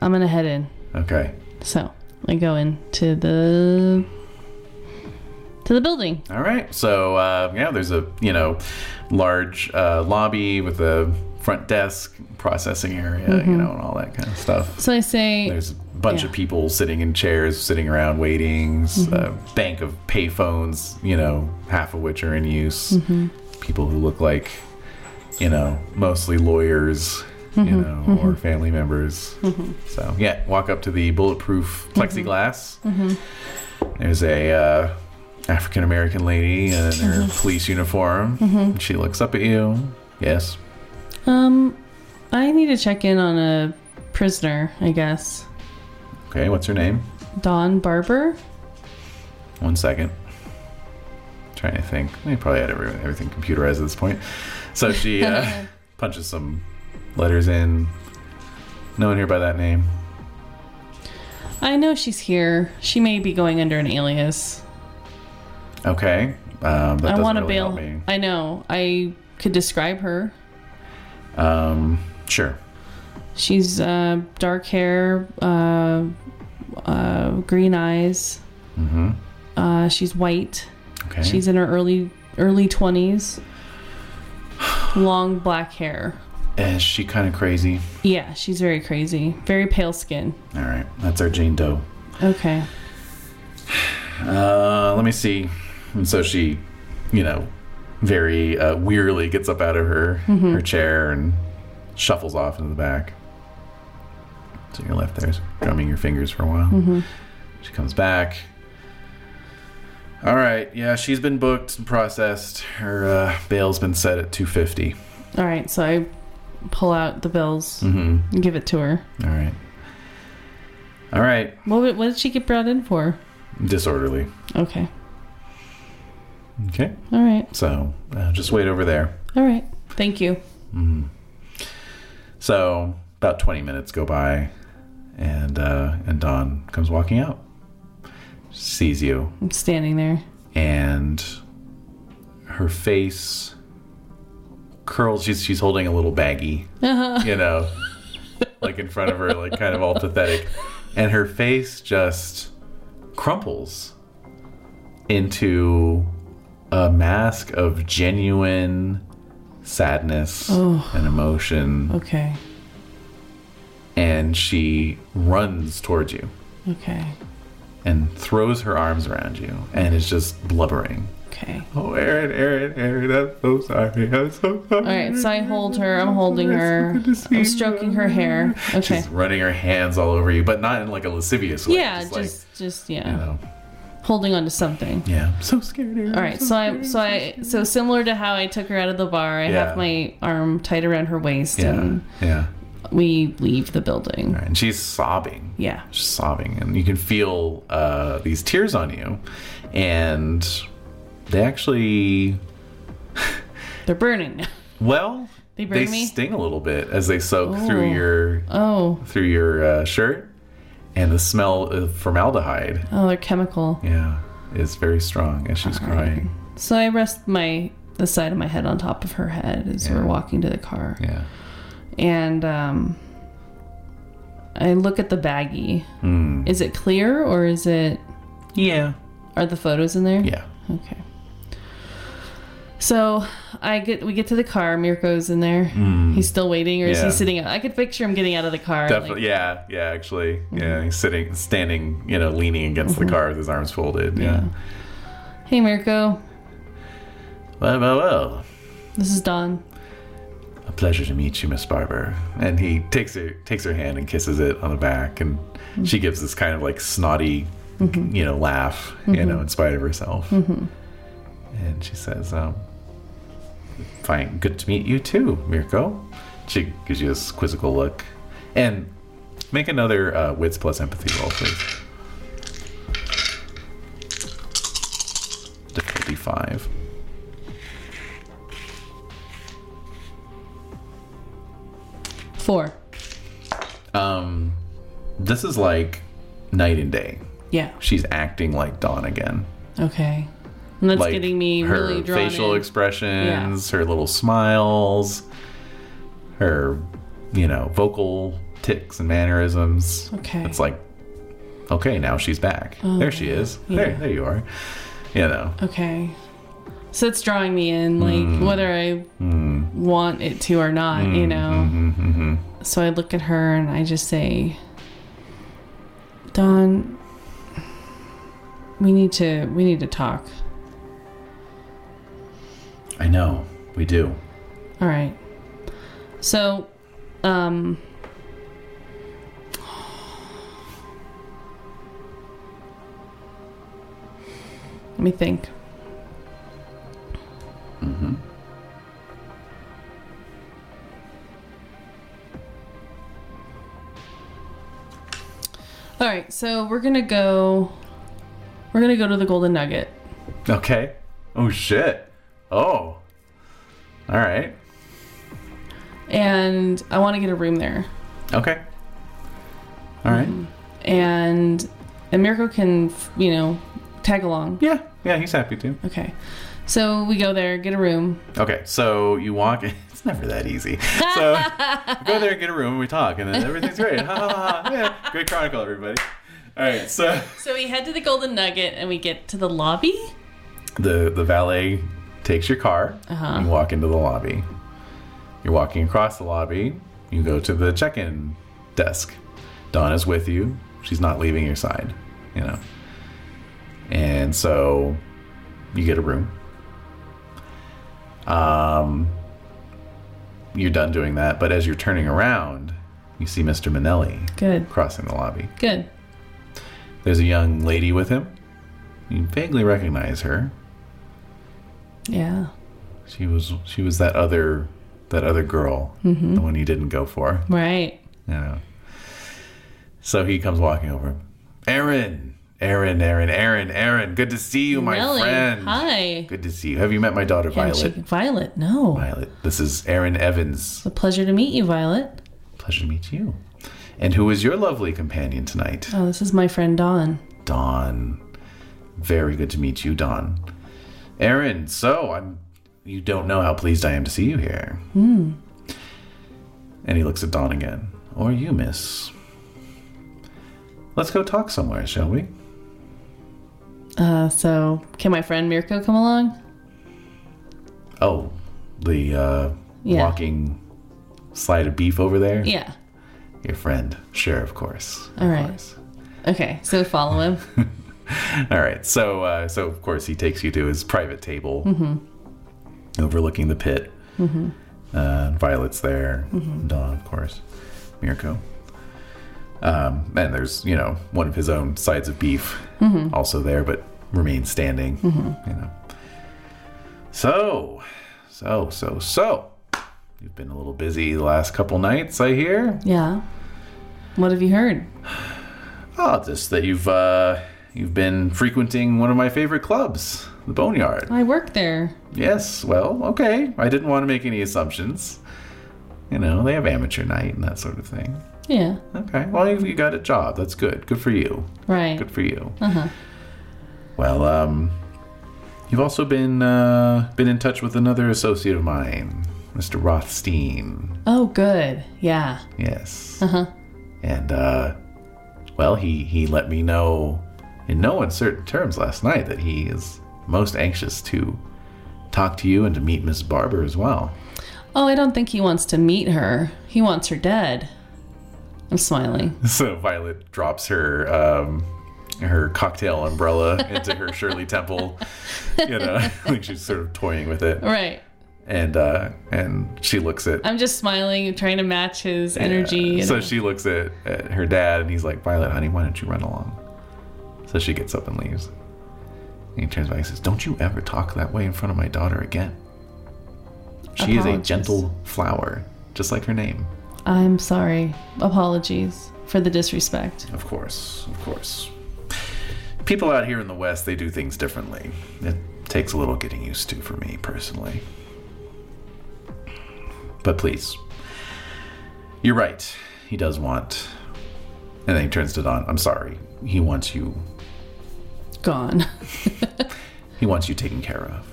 I'm gonna head in.
Okay.
So I go in to the to the building.
All right. So uh, yeah, there's a you know large uh, lobby with a front desk, processing area, you know, and all that kind of stuff.
So I say,
There's a bunch of
Yeah.
people sitting in chairs, sitting around waiting. s- A bank of payphones, you know, half of which are in use. People who look like, you know, mostly lawyers, you know, or family members. So yeah, walk up to the bulletproof plexiglass. There's a uh, African American lady in her police uniform. She looks up at you. Yes.
um, I need to check in on a prisoner, I guess.
Okay. What's her name?
Don Barber.
One second. trying to think. They probably had every, everything computerized at this point. So she uh,
<laughs>
punches some letters in. No one here by that name.
I know she's here. She may be going under an alias.
Okay. Um, that
I
doesn't
want to
really
bail.
help me.
I know. I could describe her.
Um, sure.
She's uh, dark hair, uh, uh, green eyes. Mm-hmm. Uh, she's white.
Okay.
She's in her early early twenties. Long black hair.
Is Eh, she kind of crazy?
Yeah, she's very crazy. Very pale skin.
All right. That's our Jane Doe.
Okay.
Uh, let me see. And so she, you know, very uh, wearily gets up out of her
Mm-hmm.
her chair and shuffles off into the back. So you're left there drumming your fingers for a while.
Mm-hmm.
She comes back. All right, yeah, she's been booked and processed. Her uh, bail's been set at 250.
All right. So I pull out the bills
Mm-hmm.
and give it to her.
All right. All right,
What, wa- what did she get brought in for?
disorderly.
Okay.
Okay.
All right.
So uh, just wait over there.
All right. Thank you.
So about 20 minutes go by, and uh, and Dawn comes walking out, sees you,
I'm standing there.
and her face curls. She's she's holding a little baggie, you know, like in front of her, like kind of all pathetic, and her face just crumples into a mask of genuine sadness and emotion
Okay.
and she runs towards you
Okay.
and throws her arms around you and is just blubbering.
Okay.
Oh, Aaron, Aaron, Aaron, I'm so sorry. I'm so sorry.
All right, so I hold her. I'm holding her. I'm stroking her hair. Okay.
She's running her hands all over you, but not in like a lascivious way.
yeah, just,
like,
just, yeah,
you know,
holding on to something.
yeah. I'm so scared, Aaron.
All right, so I, so I, so similar to how I took her out of the bar, I
Yeah.
have my arm tied around her waist,
Yeah,
and
yeah.
we leave the building.
All right, And she's sobbing.
Yeah.
She's sobbing, and you can feel uh, these tears on you, and they actually
They're burning.
Well,
They burn me?
sting a little bit as they soak through
Oh.
your
Oh,
through your uh, shirt, and the smell of formaldehyde,
oh, they're chemical.
yeah, is very strong as she's crying.
So I rest my the side of my head on top of her head as we're walking to the car,
Yeah.
and um, I look at the baggie.
Hmm.
Is it clear or is it?
Yeah.
Are the photos in there?
Yeah.
Okay. So I get we get to the car. Mirko's in there. He's still waiting, or is
Hmm. Yeah.
he sitting? out? I could picture him getting out of the car.
Definitely.
like-
yeah. Yeah. Actually. Yeah. He's sitting, standing, you know, leaning against the car with his arms folded. Yeah.
Hey, Mirko.
Well, well, well.
This is Don.
A pleasure to meet you, Miss Barber. And he takes her takes her hand and kisses it on the back, and she gives this kind of like snotty, you know, laugh, you know, in spite of herself. And she says, um, "Fine, good to meet you too, Mirko." She gives you this quizzical look, and make another uh, wits plus empathy roll, please. Difficulty five.
Four.
Um, this is like night and day.
Yeah.
She's acting like Dawn again.
Okay. And that's
like
getting me
her
really drawn
facial
in.
expressions, her little smiles, her you know vocal ticks and mannerisms.
Okay. Oh,
it's like okay, now she's back. there she is. There, there you are. You know,
okay. So it's drawing me in, like whether I want it to or not, you know. So I look at her and I just say, "Dawn, we need to we need to talk."
I know we do.
All right. So, um, let me think. All right, so we're gonna go. We're gonna go to the Golden Nugget.
Okay. Oh shit. Oh. All right.
and I want to get a room there.
Okay. All right.
Mm. And and Mirko can you know tag along.
Yeah. Yeah, he's happy to.
Okay, so we go there, get a room.
Okay, so you walk. <laughs> It's never that easy. So go there and get a room and we talk, and then everything's great. Ha, ha, ha, ha. Yeah, great chronicle, everybody. All right, so
So we head to the Golden Nugget and we get to the lobby.
the the valet takes your car.
Uh-huh.
You walk into the lobby. You're walking across the lobby. You go to the check-in desk. Donna's with you. She's not leaving your side. You know. And so you get a room. Um, you're done doing that, but as you're turning around, you see Mr. Manelli
Good,
crossing the lobby.
good.
There's a young lady with him. You vaguely recognize her.
Yeah,
She was she was that other that other girl,
Mm-hmm.
the one he didn't go for.
right.
You know. So he comes walking over. Aaron, Aaron, Aaron, Aaron, Aaron. Good to see you, my
Nelly,
friend.
hi.
Good to see you. Have you met my daughter, Violet?
Handshake. Violet, no.
Violet. This is Aaron Evans.
It's a pleasure to meet you, Violet.
Pleasure to meet you. And who is your lovely companion tonight?
Oh, this is my friend Dawn.
Don. Very good to meet you, Don. Aaron, so I'm you don't know how pleased I am to see you here.
Hmm.
And he looks at Don again. Or you, miss. Let's go talk somewhere, shall we?
Uh, so can my friend Mirko come along?
Oh, the uh
Yeah.
walking slide of beef over there?
Yeah.
Your friend. Sure, of course.
All
of
right.
course.
Okay, so follow him.
All right. So, uh, so of course, he takes you to his private table, overlooking the pit. Uh, Violet's there. Dawn, of course. Mirko. Um, and there's you know one of his own sides of beef also there, but remains standing. You know. So, so, so, so. You've been a little busy the last couple nights, I hear.
yeah. What have you heard?
Oh, just that you've uh, you've been frequenting one of my favorite clubs, the Boneyard.
I work there.
Yes, well, okay. I didn't want to make any assumptions. You know, they have amateur night and that sort of thing.
Yeah.
Okay, well, you you got a job. That's good. Good for you.
Right.
Good for you. Uh-huh. Well, um, You've also been uh, been in touch with another associate of mine, Mr. Rothstein.
Oh, good. Yeah.
Yes. Uh huh. And uh, well, he he let me know in no uncertain terms last night that he is most anxious to talk to you and to meet Miss Barber as well.
Oh, I don't think he wants to meet her. He wants her dead.
<laughs>
I'm smiling.
So Violet drops her um, her cocktail umbrella into her Shirley Temple. You know, <laughs> I think she's sort of toying with it,
Right.
and uh, and she looks at
I'm just smiling and trying to match his energy.
Yeah.
and-
So she looks at, at her dad and he's like, Violet, honey, why don't you run along? So she gets up and leaves. And he turns back and says, Don't you ever talk that way in front of my daughter again. She is a
Apologies.
gentle flower, just like her name.
I'm sorry. Apologies for the disrespect.
Of course, of course. People out here in the West, they do things differently. It takes a little getting used to for me personally. But please, you're right. He does want. And then he turns to Don. I'm sorry. He wants you. <laughs>
Gone.
He wants you taken care of.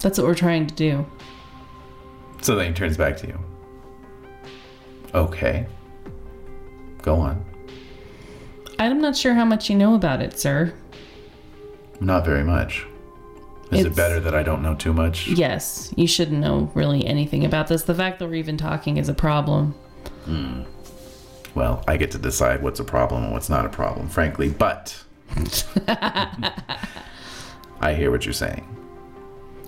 That's what we're trying to do.
So then he turns back to you. Okay. Go on.
I'm not sure how much you know about it, sir.
Not very much. Is it
It's-
better that I don't know too much?
Yes, you shouldn't know really anything about this. The fact that we're even talking is a problem.
Well, I get to decide what's a problem and what's not a problem, frankly, but I hear what you're saying.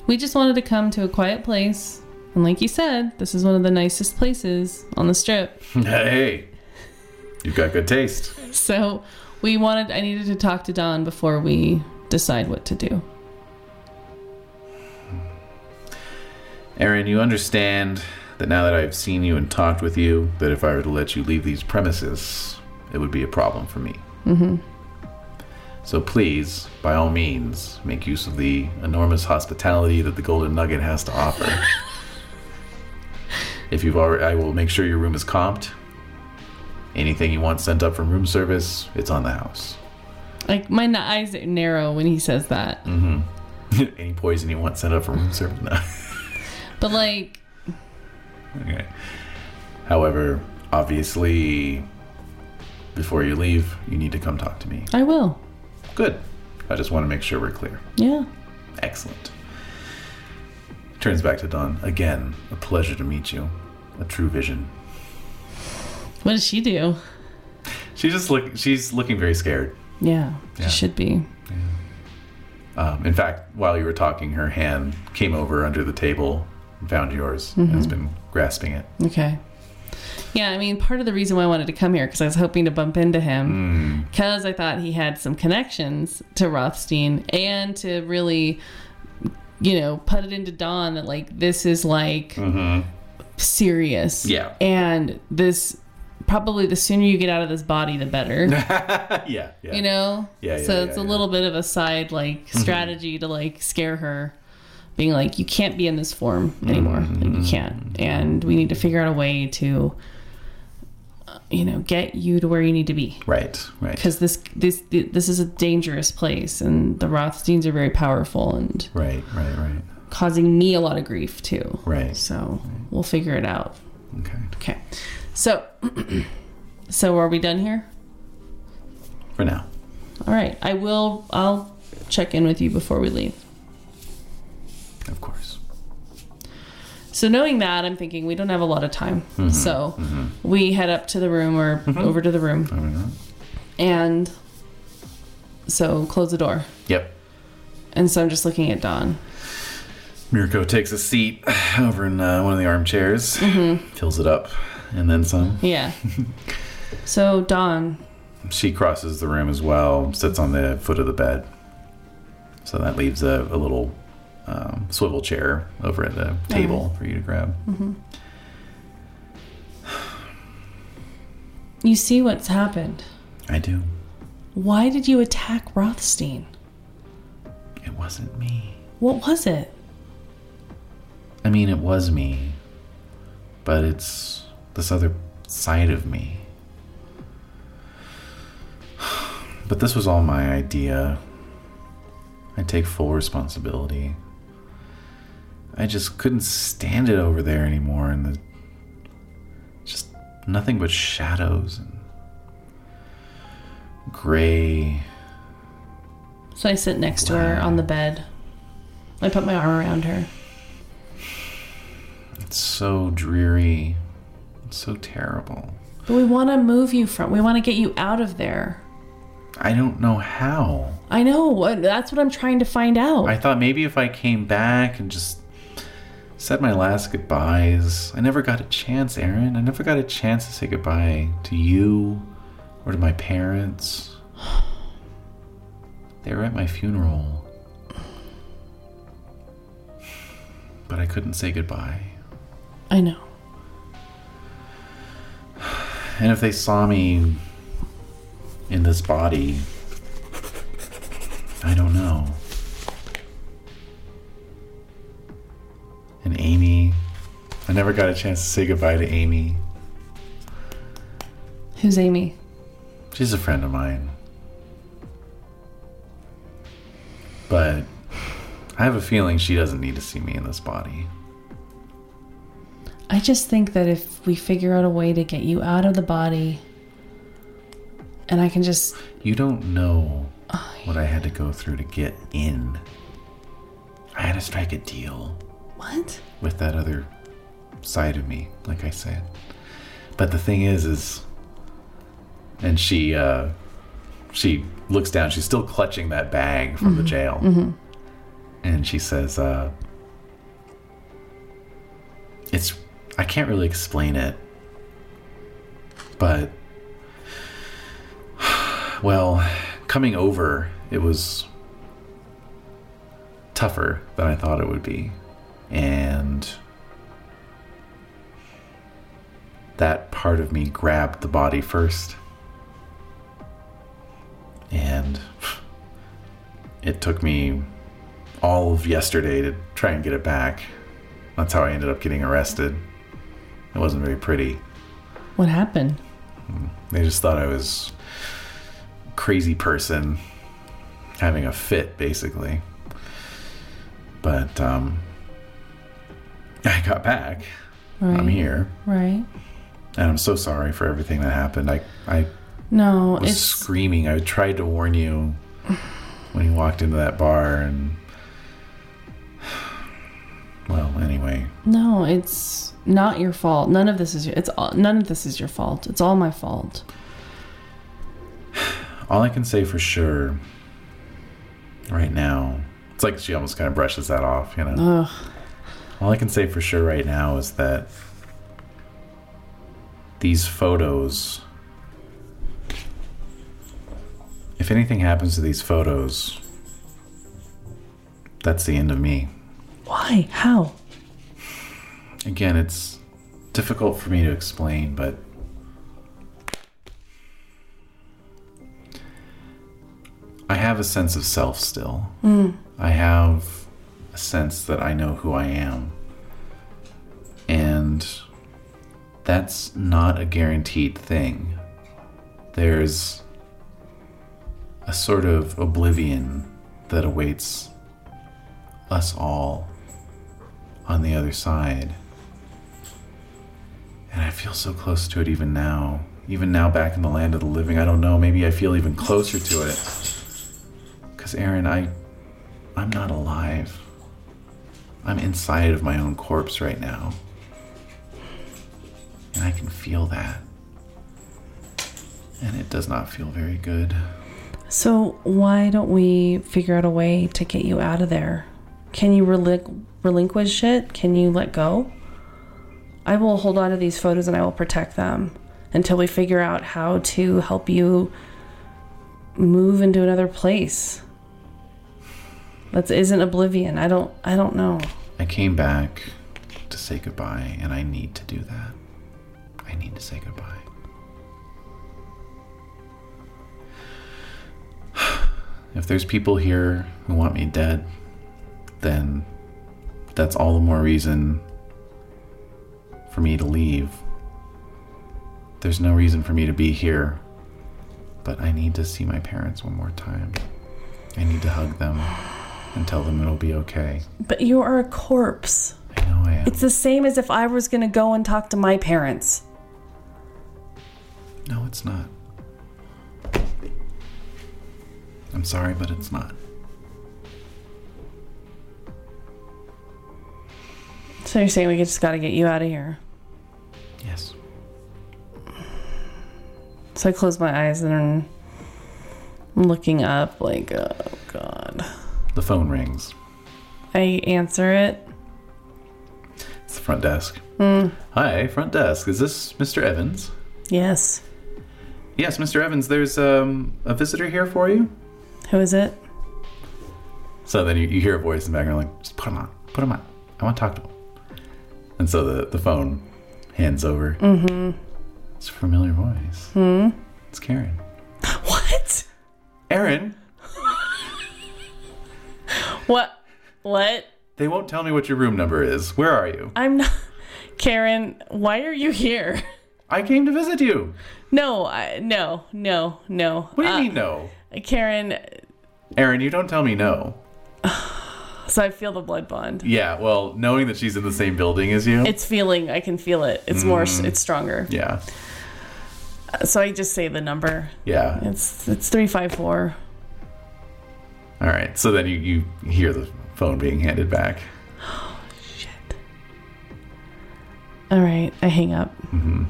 We just wanted to come to a quiet place. And like you said, this is one of the nicest places on the strip.
Hey, you've got good taste.
So we wanted, I needed to talk to Don before we decide what to do.
Aaron, you understand that now that I've seen you and talked with you, that if I were to let you leave these premises, it would be a problem for me. Mm-hmm. So please, by all means, make use of the enormous hospitality that the Golden Nugget has to offer. if you've already, I will make sure your room is comped. Anything you want sent up from room service, it's on the house. <laughs>
Like, my n- eyes narrow when he says that.
Any poison you want sent up from room service, no.
But, like,
Okay. However, obviously, before you leave, you need to come talk to me.
I will.
Good. I just want to make sure we're clear.
Yeah.
Excellent. Turns back to Don. Again, a pleasure to meet you. A true vision.
What does she do?
She's just look. She's looking very scared.
Yeah,
Yeah.
she should be.
Um, in fact, while you were talking, her hand came over under the table and found yours and has
Mm-hmm.
been grasping it.
Okay. Yeah, I mean, part of the reason why I wanted to come here because I was hoping to bump into him because I thought he had some connections to Rothstein and to really, you know, put it into Don that like this is like serious.
Yeah.
and this probably the sooner you get out of this body,
<laughs>
the better.
<laughs> yeah. Yeah.
You know.
Yeah, yeah,
so
yeah,
it's
yeah.
a
Mm-hmm.
little bit of a side like strategy to like scare her, being like, you can't be in this form anymore. Like
Mm-hmm.
you can't, and we need to figure out a way to, uh, you know, get you to where you need to be.
Right. Right.
Because this this this is a dangerous place, and the Rothsteins are very powerful and
Right. Right. Right.
causing me a lot of grief too.
Right.
So we'll figure it out.
Okay.
Okay. So, <clears throat> so are we done here?
For now.
All right. I will. I'll check in with you before we leave.
Of course.
So knowing that, I'm thinking we don't have a lot of time. So we head up to the room or Mm-hmm. over to the room, and so close the door.
Yep.
And so I'm just looking at Don.
Mirko takes a seat <sighs> over in uh, one of the armchairs, fills it up, and then some.
<laughs> Yeah. so Don,
She crosses the room as well, sits on the foot of the bed. So that leaves a, a little um, swivel chair over at the table for you to grab.
you see what's happened.
I do.
Why did you attack Rothstein?
It wasn't me.
What was it?
I mean, it was me, but it's this other side of me. <sighs> But this was all my idea. I I take full responsibility. I just couldn't stand it over there anymore, and the just nothing but shadows and gray.
So I sit next to her on the bed. I put my arm around her.
It's so dreary. It's so terrible.
But we want to move you from. We want to get you out of there.
I don't know how.
I know. what- That's what I'm trying to find out.
I thought maybe if I came back and just said my last goodbyes. I never got a chance, Aaron. I never got a chance to say goodbye to you or to my parents. <sighs> They were at my funeral. But I couldn't say goodbye.
I know.
And if they saw me in this body, I don't know. And Amy, I never got a chance to say goodbye to Amy.
Who's Amy?
She's a friend of mine. But I have a feeling she doesn't need to see me in this body.
I just think that if we figure out a way to get you out of the body, and I can just
You don't know what I had to go through to get in. I had to strike a deal.
what?
with that other side of me, like I said. But the thing is, is, and she, uh, she looks down. She's still clutching that bag from the jail, and she says, uh, "It's I can't really explain it, but <sighs> well, coming over, it was tougher than I thought it would be." and that part of me grabbed the body first. And it took me all of yesterday to try and get it back. That's how I ended up getting arrested. It wasn't very pretty.
What happened?
They just thought I was a crazy person having a fit, basically. But um, I got back.
Right.
I'm here,
Right.
and I'm so sorry for everything that happened. I I
No,
was
it's
screaming. I tried to warn you when you walked into that bar, and well, anyway,
no, it's not your fault. None of this is your, it's all, none of this is your fault. It's all my fault.
all I can say for sure right now, it's like she almost kind of brushes that off, you know.
Ugh.
All I can say for sure right now is that these photos. If anything happens to these photos, that's the end of me.
Why? How?
Again, it's difficult for me to explain, but. I have a sense of self still. I have a sense that I know who I am. And that's not a guaranteed thing. There's a sort of oblivion that awaits us all on the other side. And I feel so close to it even now. Even now, back in the land of the living, I don't know. Maybe I feel even closer to it. Cause Aaron, I, I'm not alive. I'm inside of my own corpse right now, and I can feel that. And it does not feel very good.
So why don't we figure out a way to get you out of there? Can you relin- relinquish it? Can you let go? I will hold on to these photos and I will protect them until we figure out how to help you move into another place. That isn't oblivion. I don't I don't know.
I came back to say goodbye, and I need to do that. I need to say goodbye. <sighs> If there's people here who want me dead, then that's all the more reason for me to leave. There's no reason for me to be here, but I need to see my parents one more time. I need to hug them. and tell them it'll be okay.
But you are a corpse.
I know I am.
It's the same as if I was going to go and talk to my parents.
no, it's not. I'm sorry, but it's not.
So you're saying we just got to get you out of here.
Yes.
So I close my eyes and I'm looking up, like, oh god.
The phone rings.
I answer it.
It's the front desk. Hi, front desk. Is this Mr. Evans?
Yes.
Yes, Mr. Evans, there's um, a visitor here for you.
Who is it? <laughs>
So then you, you hear a voice in the background like, just put him on, put him on. I want to talk to him. And so the, the phone hands over. Mm-hmm. It's a familiar voice. Mm-hmm. It's Karen.
What?
Aaron,
What? What?
they won't tell me what your room number is. Where are you?
I'm not. <laughs> Karen, why are you here? <laughs>
I came to visit you.
No, I, no, no, no.
What do you mean no?
mean? Karen,
Aaron, you don't tell me no.
so I feel the blood bond.
Yeah, well, knowing that she's in the same building as you.
It's feeling, I can feel it. It's more,
Mm.
it's stronger.
yeah,
So I just say the number.
yeah.
It's it's 354.
All right. So then you, you hear the phone being handed back.
Shit. All right, I hang up.
Mm-hmm.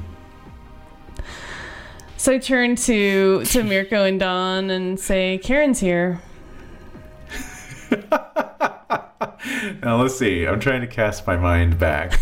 So I turn to to Mirko and Don and say, "Karen's here."
Now let's see. I'm trying to cast my mind
<laughs>
back.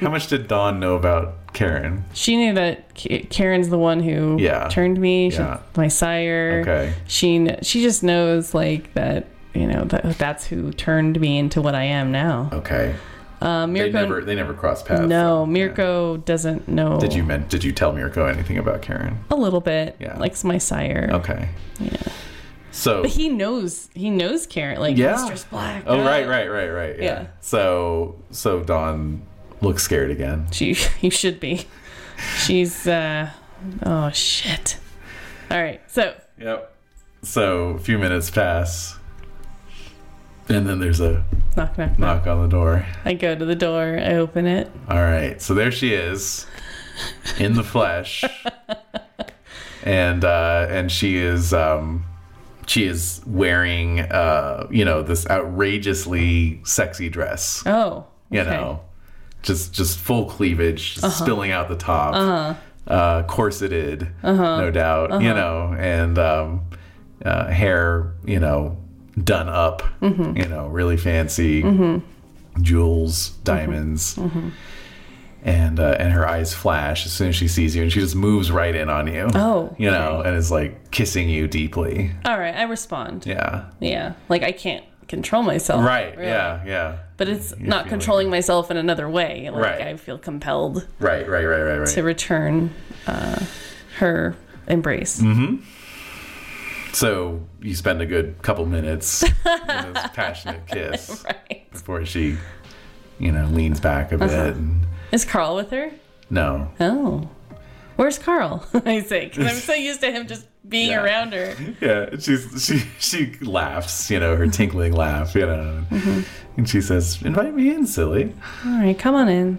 How much did Dawn know about Karen?
She knew that K- Karen's the one who
Yeah.
turned me. She's
Yeah.
my sire.
Okay.
She kn- she just knows like that. You know that that's who turned me into what I am now.
Okay.
Uh,
Oh, They
Mirko,
never they never crossed paths.
no,
Yeah.
Mirko doesn't know.
Did you meant did you tell Mirko anything about Karen?
a little bit?
Yeah. Oh.
like my sire.
Okay. Yeah. So
But <laughs> he knows he knows Karen like
Yeah.
Mistress Black.
Oh right, right, right, right. Yeah.
Yeah.
So so Dawn looks scared again.
She <laughs> you should be. She's uh oh shit. All right. So
Yep. So a few minutes pass. And then there's a
knock knock knock.
knock on the door.
I go to the door. I open it.
All right, so there she is, in the flesh, and uh, and she is um, she is wearing uh, you know this outrageously sexy dress,
Oh.
you
okay. Uh-huh.
know, just just full cleavage just spilling out the top, uh corseted,
Uh-huh.
no doubt, you know, and um, uh, hair you know done up,
Mm-hmm.
you know, really fancy jewels,
Mm-hmm.
diamonds, and uh, and her eyes flash as soon as she sees you, and she just moves right in on you.
Oh,
you know, and is like kissing you deeply.
All right. I respond. Yeah.
Yeah,
Like I can't control myself.
right.
really.
Yeah, yeah.
But it's
feeling
not controlling myself in another way. Like
Right.
I feel compelled
Right, right, right, right, right.
to return uh, her embrace.
Mm. So you spend a good couple
<laughs>
minutes in this passionate kiss
Right. Uh-huh.
before she, you know, leans back a bit. And,
Is Carl with her?
no,
Oh. Where's Carl? <laughs> I say, 'cause I'm so used to him just being
Yeah.
around her.
yeah, she's she she laughs, you know,
Mm-hmm.
her tinkling laugh, you know, and she says, "Invite me in, silly."
All right, come on in.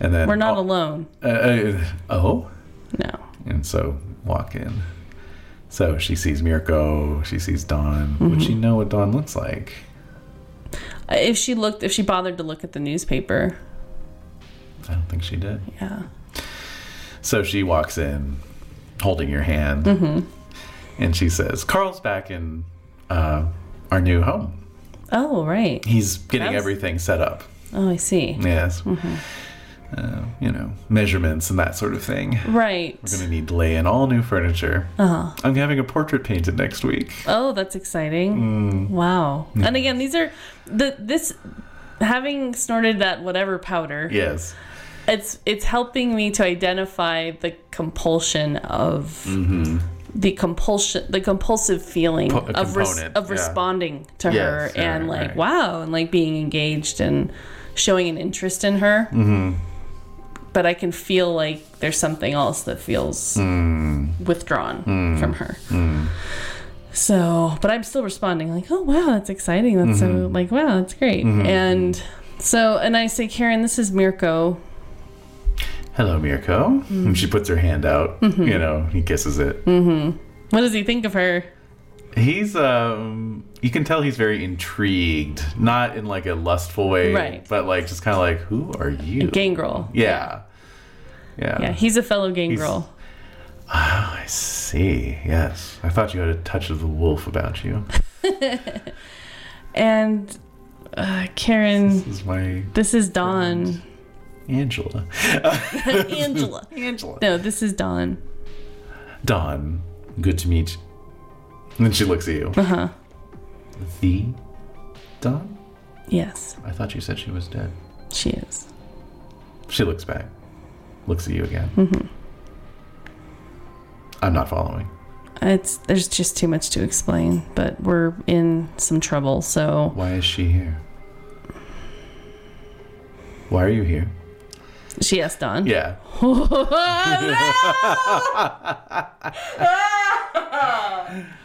And then
We're not
oh,
alone.
Uh, uh, oh,
No.
and so walk in. So she sees Mirko, she sees Dawn. Would
Mm-hmm.
she know what Dawn looks like?
Uh, If she looked, if she bothered to look at the newspaper,
I don't think she did.
yeah.
So she walks in, holding your hand, and she says, "Carl's back in uh, our new home.
Oh, right.
He's getting
That's-
everything set up.
Oh, I see.
Yes, uh, you know, measurements and that sort of thing.
Right.
We're gonna need to lay in all new furniture. I'm having a portrait painted next week.
Oh, that's exciting.
Mm.
Wow. And again, these are the this having snorted that whatever powder.
Yes,
It's it's helping me to identify the compulsion of the compulsion the compulsive feeling
Po- Mm-hmm. a
of res-
component,
of
yeah.
responding to her
Yes, yeah,
and like
right.
wow and like being engaged and showing an interest in her.
Mm-hmm.
But I can feel like
Mm.
there's something else that feels withdrawn from her.
So, but I'm still responding like, "Oh wow, that's exciting. That's so
Mm-hmm.
like wow, that's great." And so, and I say, "Karen, this is Mirko."
Hello, Mirko. And She puts her hand out. You know, he kisses it.
What does he think of her?
He's um you can tell he's very intrigued, not in like a lustful way,
Right.
but like just kind of like who are you?
Gangrel.
yeah. Yeah.
Yeah, he's a fellow gangrel.
I see. Yes. I thought you had a touch of the wolf about you.
And uh, Karen,
This is my
this is Dawn.
Angela.
<laughs>
<laughs>
Angela.
Angela.
No, this is Dawn.
Dawn, good to meet. you. And then she looks at you. Uh-huh. The Dawn?
Yes,
I thought you said she was dead.
she is.
She looks back, looks at you again. I'm not following.
It's there's just too much to explain, but we're in some trouble. So
Why is she here? Why are you here?
she asked Dawn.
Yeah.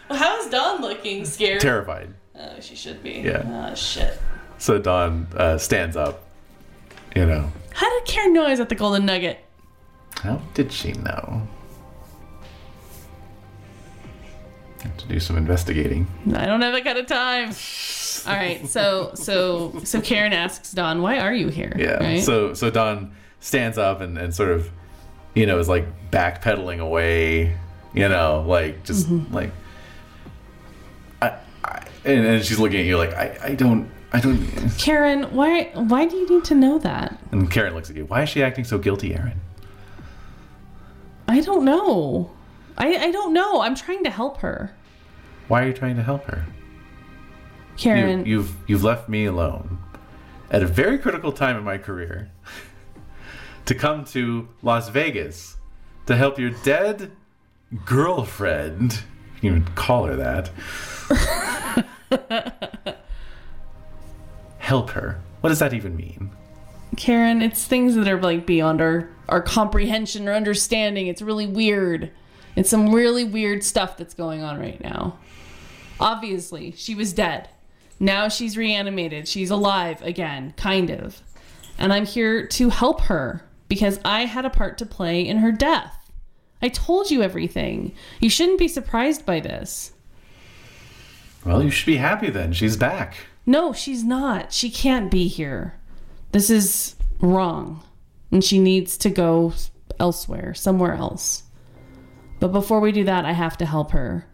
How's Dawn looking? Scared?
Terrified.
oh, she should be.
Yeah.
Oh, shit.
So Dawn uh, stands up. You know.
How did Karen know I was at the Golden Nugget?
How did she know? Have to do some investigating.
I don't have that kind of time. All right, so so so Karen asks Don, "Why are you here?"
Yeah.
Right?
So so Don stands up and, and sort of, you know, is like backpedaling away, you know, like just like I, I and, and she's looking at you like I, I don't I don't
Karen, why why do you need to know that?
and Karen looks at you. Why is she acting so guilty, Aaron?
I don't know. I I don't know. I'm trying to help her.
Why are you trying to help her? You,
Karen,
you've you've left me alone at a very critical time in my career to come to Las Vegas to help your dead girlfriend. You can even call her that. help her. What does that even mean?
Karen, it's things that are like beyond our our comprehension or understanding. It's really weird. It's some really weird stuff that's going on right now. Obviously, she was dead. Now she's reanimated. She's alive again, kind of. And I'm here to help her because I had a part to play in her death. I told you everything. You shouldn't be surprised by this.
Well, you should be happy then. She's back.
No, she's not. She can't be here. This is wrong. And she needs to go elsewhere, somewhere else. But before we do that, I have to help her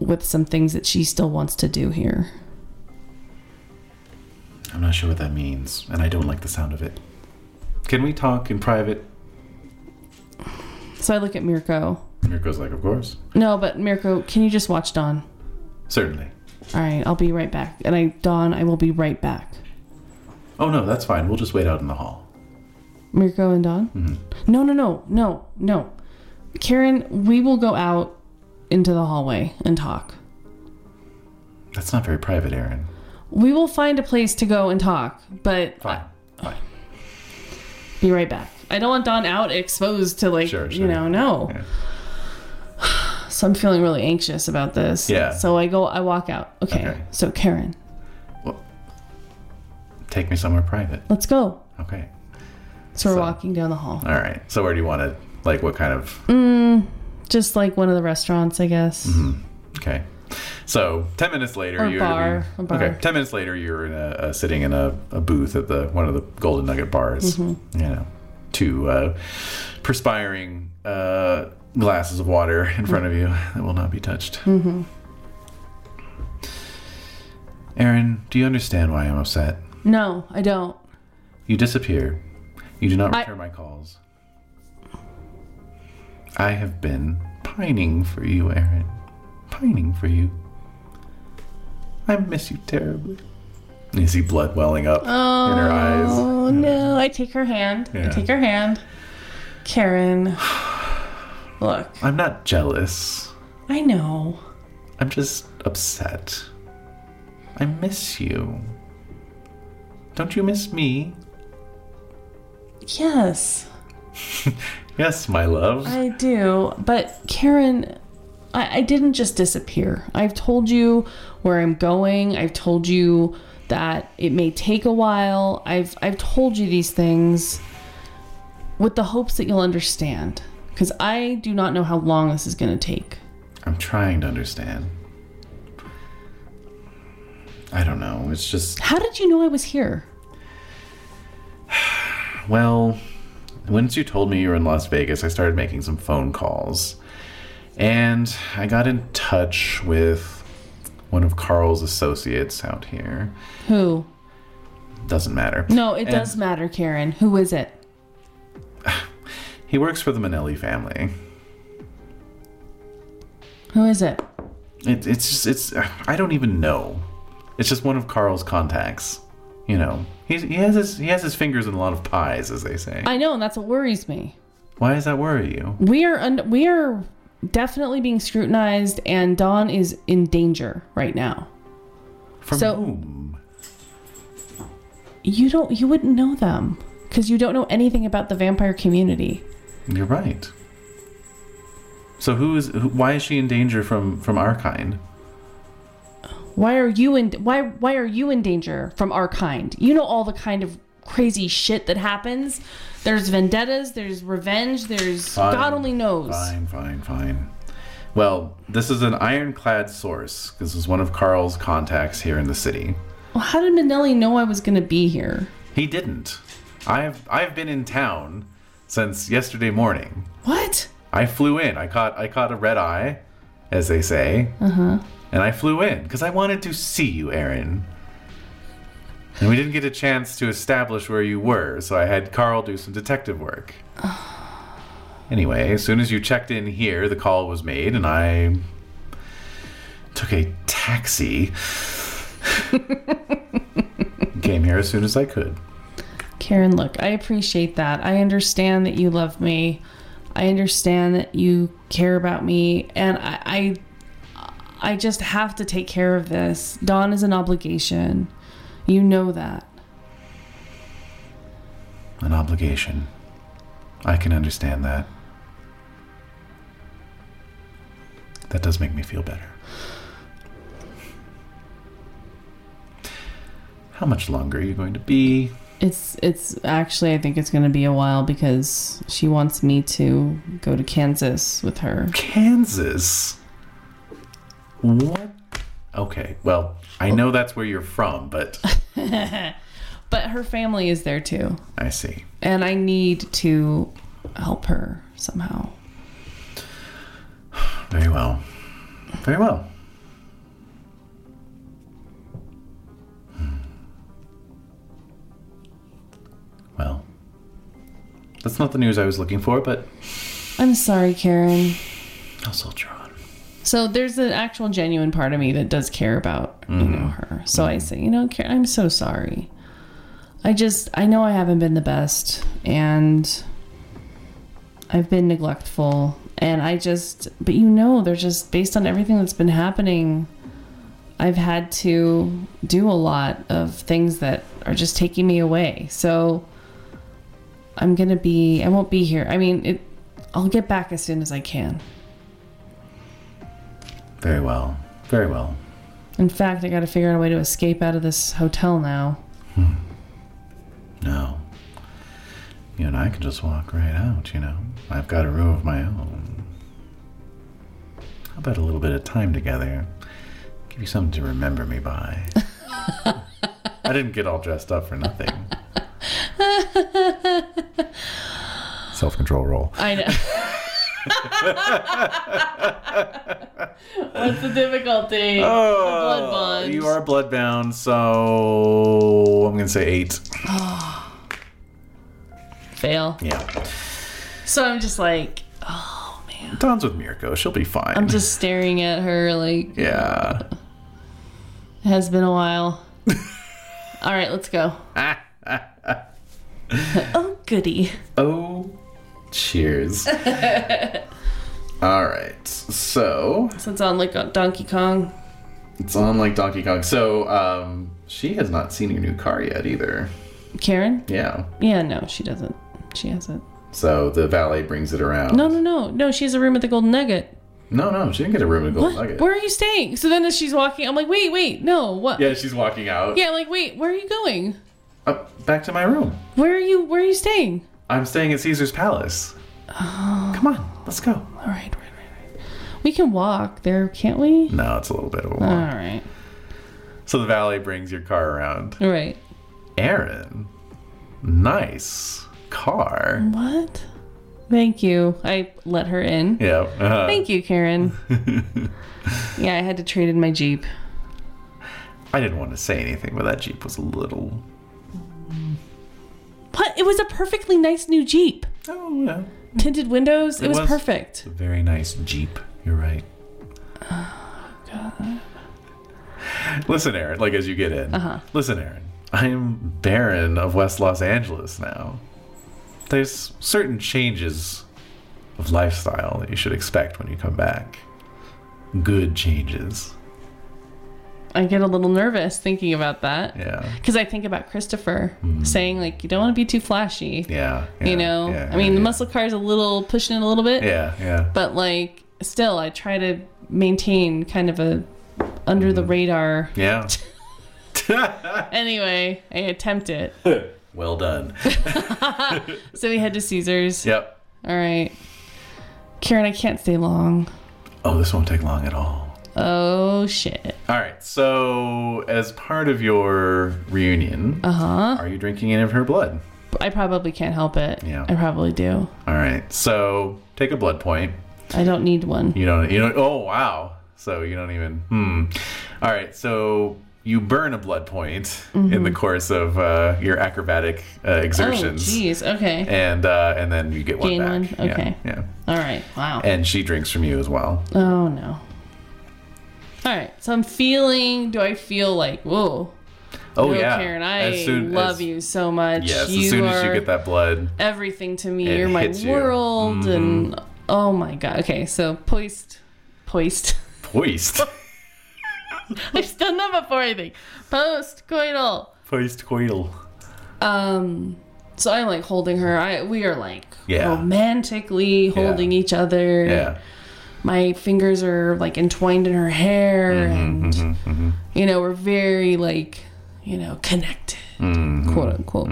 with some things that she still wants to do here.
I'm not sure what that means, and I don't like the sound of it. Can we talk in private?
So I look at Mirko.
Mirko's like, of course.
No, but Mirko, can you just watch Dawn?
Certainly.
All right, I'll be right back. And I, Dawn, I will be right back.
Oh no, that's fine. We'll just wait out in the hall.
Mirko and Don? No, no, no, no, no. Karen, we will go out into the hallway and talk.
That's not very private, Aaron.
We will find a place to go and talk, but
Fine. Fine.
be right back. I don't want Don out exposed to like
Sure,
you
sure.
know no.
Yeah.
So I'm feeling really anxious about this.
Yeah.
So I go. I walk out. Okay.
Okay.
So Karen,
Well, take me somewhere private.
let's go.
Okay.
So we're
So-
walking down the hall,
All right. So where do you want to like what kind of
just like one of the restaurants, I guess.
Mm-hmm. Okay. So ten minutes later,
Or
you're
bar, a bar.
okay. Ten minutes later, you're in a, a sitting in a, a booth at the one of the Golden Nugget bars.
Mm-hmm.
You know, two uh, perspiring uh, glasses of water in front of you that will not be touched. Mm-hmm. Aaron, do you understand why I'm upset?
No, I don't.
You disappear. You do not
I-
return my calls. I have been pining for you, Aaron. Pining for you. I miss you terribly. You see blood welling up
Uh.
in her eyes.
Oh no! I take her hand. I
Yeah.
take her hand. Karen, <sighs> look.
I'm not jealous.
I know.
I'm just upset. I miss you. Don't you miss me?
Yes.
Yes, my love.
I do, but Karen, I, I didn't just disappear. I've told you where I'm going. I've told you that it may take a while. I've I've told you these things with the hopes that you'll understand. Because I do not know how long this is going to take.
I'm trying to understand. I don't know. It's just
How did you know I was here?
well, once you told me you were in Las Vegas, I started making some phone calls. And I got in touch with one of Carl's associates out here.
Who?
Doesn't matter.
No, it
And
does matter, Karen. Who is it?
He works for the Manelli family.
Who is it?
It, it's just it's I don't even know. It's just one of Carl's contacts. You know, he's, he has his he has his fingers in a lot of pies, as they say.
I know, and that's what worries me.
Why does that worry you?
We are un- we are definitely being scrutinized, and Dawn is in danger right now.
From
So-
whom?
You don't you wouldn't know them because you don't know anything about the vampire community.
You're right. So who is who, why is she in danger from from our kind?
Why are you in why why are you in danger from our kind? You know all the kind of crazy shit that happens. There's vendettas, there's revenge, there's
Fine.
God only knows.
Fine, fine, fine. Well, this is an ironclad source. This is one of Carl's contacts here in the city.
Well, how did Manelli know I was gonna be here?
He didn't. I've I've been in town since yesterday morning.
What?
I flew in. I caught I caught a red eye, as they say. And I flew in because I wanted to see you, Aaron. And we didn't get a chance to establish where you were, so I had Carl do some detective work. anyway, as soon as you checked in here, the call was made, and I took a taxi. Came here as soon as I could.
Karen, look, I appreciate that. I understand that you love me. I understand that you care about me, and I, I, I just have to take care of this. Dawn is an obligation. You know that.
An obligation. I can understand that. That does make me feel better. How much longer are you going to be?
It's it's actually I think it's going to be a while because she wants me to go to Kansas with her.
Kansas? What? Okay, well, I know that's where you're from, but
But her family is there too,
I see.
and I need to help her somehow.
Very well. Very well. Hmm. Well, that's not the news I was looking for, but
I'm sorry, Karen.
I'll soldier on.
So there's an actual genuine part of me that does care about you know her. So I say, you know, Karen, I'm so sorry. I just I know I haven't been the best and I've been neglectful and I just but you know, they're just based on everything that's been happening, I've had to do a lot of things that are just taking me away. So I'm going to be I won't be here. I mean, it I'll get back as soon as I can.
Very well. Very well.
In fact, I gotta figure out a way to escape out of this hotel now.
No. You and I can just walk right out, you know. I've got a room of my own. How about a little bit of time together? Give you something to remember me
<laughs>
by. I didn't get all dressed up for
<laughs>
nothing. Self control roll.
I <laughs> know. What's the difficulty? blood bond.
Oh, you are bloodbound, so I'm gonna say eight.
Fail.
Yeah,
So I'm just like,
Dawn's with Mirko. She'll be fine.
I'm just staring at her like, it
yeah.
has been a <laughs> while. All right, let's <laughs> go. oh, goody.
Oh,
<laughs>
cheers. All right, so
So it's on like a Donkey Kong.
it's on like Donkey Kong. So um, she has not seen your new car yet either.
Karen?
Yeah.
Yeah, no, she doesn't. She hasn't.
So the valet brings it around.
No, no, no. No, she has a room at the Golden Nugget.
No, no, she didn't get a room in Gold
What?
Nugget.
Where are you staying? So then as she's walking, I'm like, wait, wait, no, what?
Yeah, she's walking out.
Yeah, like, wait, where are you going?
Up back to my room.
Where are you? Where are you staying?
I'm staying at Caesar's Palace.
Oh.
Come on, let's go.
All right, right, right, right. We can walk there, can't we?
No, it's a little bit of a
All
walk.
right,
So the valet brings your car around.
all right.
Aaron, nice car.
What? Thank you. I let her in.
Yeah. uh-huh.
Mm. Thank you, <laughs> Karen. yeah, I had to trade in my Jeep.
I didn't want to say anything, but that Jeep was a little.
But it was a perfectly nice new Jeep.
Oh, yeah.
Tinted windows. It, was,
was.
perfect.
It's a very nice Jeep. You're
<sighs>
right. Listen, Aaron, like as you get in. Uh-huh. Listen, Aaron, I am Baron of West Los Angeles now. There's certain changes of lifestyle that you should expect when you come back. Good changes.
I get a little nervous thinking about that.
Yeah.
Because I think about Christopher saying, like, you don't want to be too flashy.
Yeah. yeah,
you know?
yeah,
I mean, the
yeah.
muscle car is a little pushing it a little bit.
Yeah, yeah.
But, like, still, I try to maintain kind of a under
Mm-hmm.
the radar. <laughs>
Yeah.
Anyway, I attempt it.
well done.
so we head to Caesar's.
Yep.
All right. Karen, I can't stay long.
Oh, this won't take long at all.
Oh, shit.
All right. So, as part of your reunion, uh-huh. are you drinking any of her blood?
I probably can't help it.
Yeah.
I probably do.
All right. So, take a blood point.
I don't need one.
You don't. You don't. Oh, wow. So you don't even. Hmm. All right. So you burn a blood point in the course of uh, your acrobatic uh,
Mm-hmm. Oh,
exertions,
jeez. Okay.
and uh, and then you get one
Gain
back.
one?
Yeah,
Okay.
Yeah,
All right. Wow.
And she drinks from you as well.
Oh no. All right, so I'm feeling. Do I feel like whoa?
Oh
no,
yeah.
Karen, I
As soon-
love
as-
you so much.
Yes.
you
as soon
are
as you get that blood. <laughs>
everything to me.
It
You're my
hits you. Mm-hmm.
world, and oh my god. Okay, so poised, poised.
Poist.
<laughs> I've done that before. I think post coital.
Poist coil.
Um, so I'm like holding her. I we are like
Yeah.
romantically holding each other.
Yeah.
my fingers are like entwined in her hair
Mm-hmm,
and you know we're very like you know connected
Mm-hmm,
quote unquote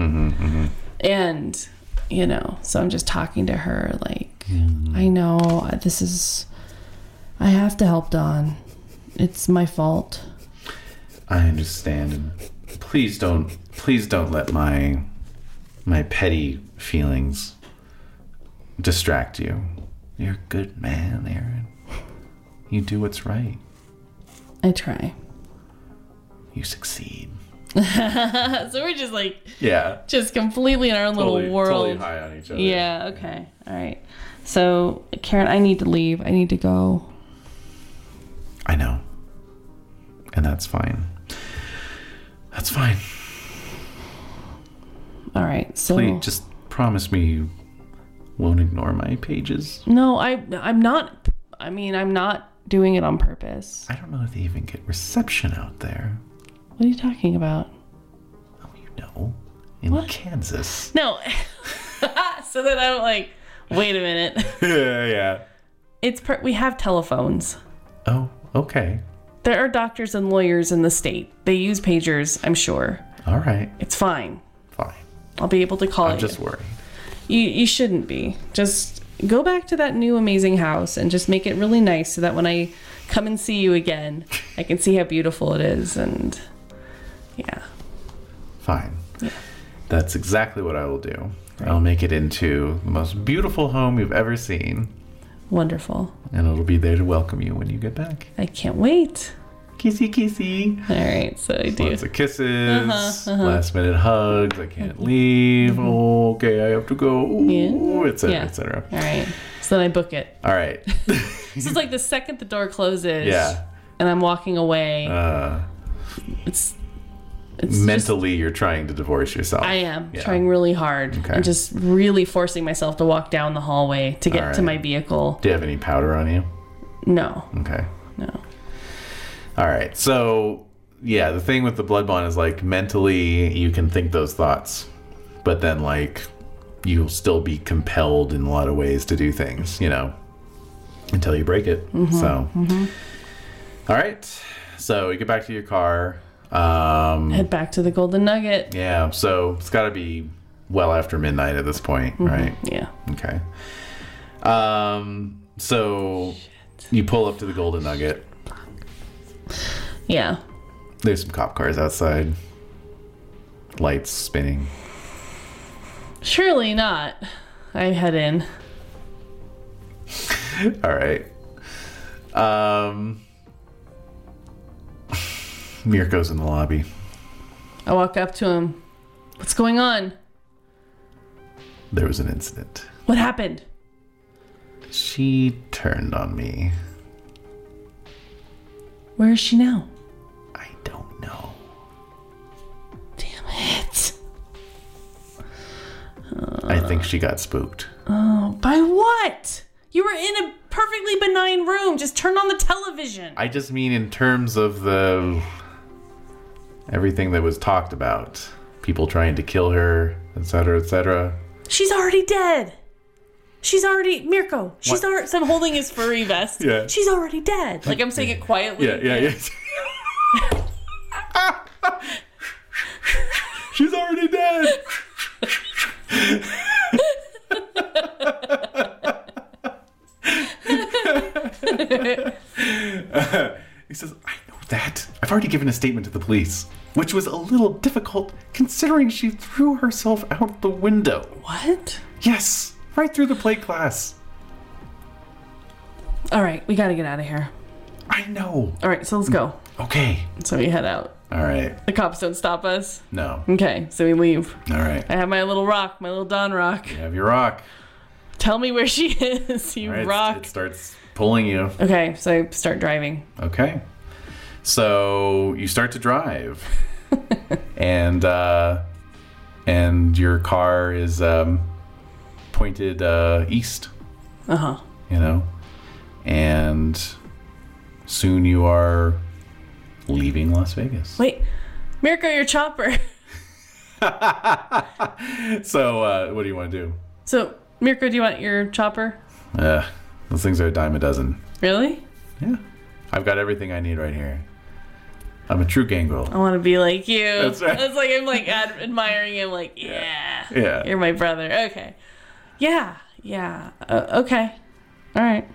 and you know so i'm just talking to her like i know this is i have to help don it's my fault
I understand. and Please don't. Please don't let my my petty feelings distract you. You're a good man, Aaron. You do what's right.
i try
You succeed.
so we're just like
Yeah.
just completely in our own little world
high on each other.
yeah okay all right so karen i need to leave i need to go
I know. And that's fine. That's fine.
all right so
Please, just promise me you won't ignore my pages.
No, I I'm not I mean, I'm not doing it on purpose.
I don't know if they even get reception out there.
What are you talking about?
Oh, you know, in Kansas.
No. <laughs> so then I'm like, wait a minute.
yeah, yeah.
It's per- we have telephones.
Oh, okay.
There are doctors and lawyers in the state. They use pagers, I'm sure.
All right.
It's fine.
Fine.
I'll be able to call
I'm
you.
just worried.
you. You shouldn't be. Just go back to that new amazing house and just make it really nice so that when I come and see you again, I can see how beautiful it is and yeah.
Fine. That's exactly what I will do. I'll make it into the most beautiful home you've ever seen,
Wonderful.
and it'll be there to welcome you when you get back.
I can't wait.
Kissy, kissy.
All right, so I do.
Lots of kisses,
Uh-huh,
last minute hugs. I can't leave. Oh, okay, I have to go. Etc.
Mm-hmm. Yeah.
Etc.
All right, so then I book it.
All right.
This is like the second the door closes,
yeah.
and I'm walking away.
Uh,
it's it's just,
mentally, you're trying to divorce yourself.
I am
Yeah.
trying really hard
Okay.
and just really forcing myself to walk down the hallway to get
All
to
right.
my vehicle.
Do you have any powder on you?
No,
Okay.
no,
All right. So, yeah, the thing with the blood bond is like mentally you can think those thoughts, but then like you'll still be compelled in a lot of ways to do things, you know. until you break it. So, All right. So you get back to your car. Um,
Head back to the Golden Nugget.
yeah. So it's got to be well after midnight at this point, right?
Yeah.
Okay. Um, so you pull up to the Golden Nugget.
Yeah.
There's some cop cars outside. Lights spinning.
Surely not. I head in.
All right. Um, <sighs> Mirko's in the lobby.
I walk up to him. What's going on?
There was an incident.
What happened?
She turned on me.
Where is she now?
I don't know.
Damn it.
I think she got spooked.
By what? You were in a perfectly benign room. Just turn on the television.
I just mean in terms of the everything that was talked about. People trying to kill her, etc., etc.
She's already dead. She's already Mirko. She's already. So I'm holding his furry vest.
Yeah.
She's already dead. Like I'm saying it quietly.
yeah, yeah. <laughs> She's already dead. he says, I know that. I've already given a statement to the police, which was a little difficult considering she threw herself out the window.
What?
Yes, right through the plate glass.
All right, we gotta get out of here.
I know.
All right, so let's go.
Okay.
So we head out.
All right.
The cops don't stop us.
No.
Okay, so we leave.
All right.
I have my little rock, my little Don rock.
You have your rock.
Tell me where <laughs> she is, you
Right, it's-
rock.
It starts pulling you.
Okay, so I start driving.
Okay. So you start to drive, and uh, and your car is um, pointed uh, east.
Uh huh.
You know, and soon you are leaving Las Vegas.
Wait, Mirko, your chopper. <laughs>
So uh, what do you want to do?
So, Mirko, do you want your chopper?
Uh, those things are a dime a dozen.
Really?
Yeah, I've got everything I need right here. I'm a true gangrel.
I want to be like you.
That's right.
That's like
<laughs>
I'm like ad- admiring him. Like, yeah,
Yeah.
you're my brother. Okay. Yeah, yeah. Uh, okay. All right.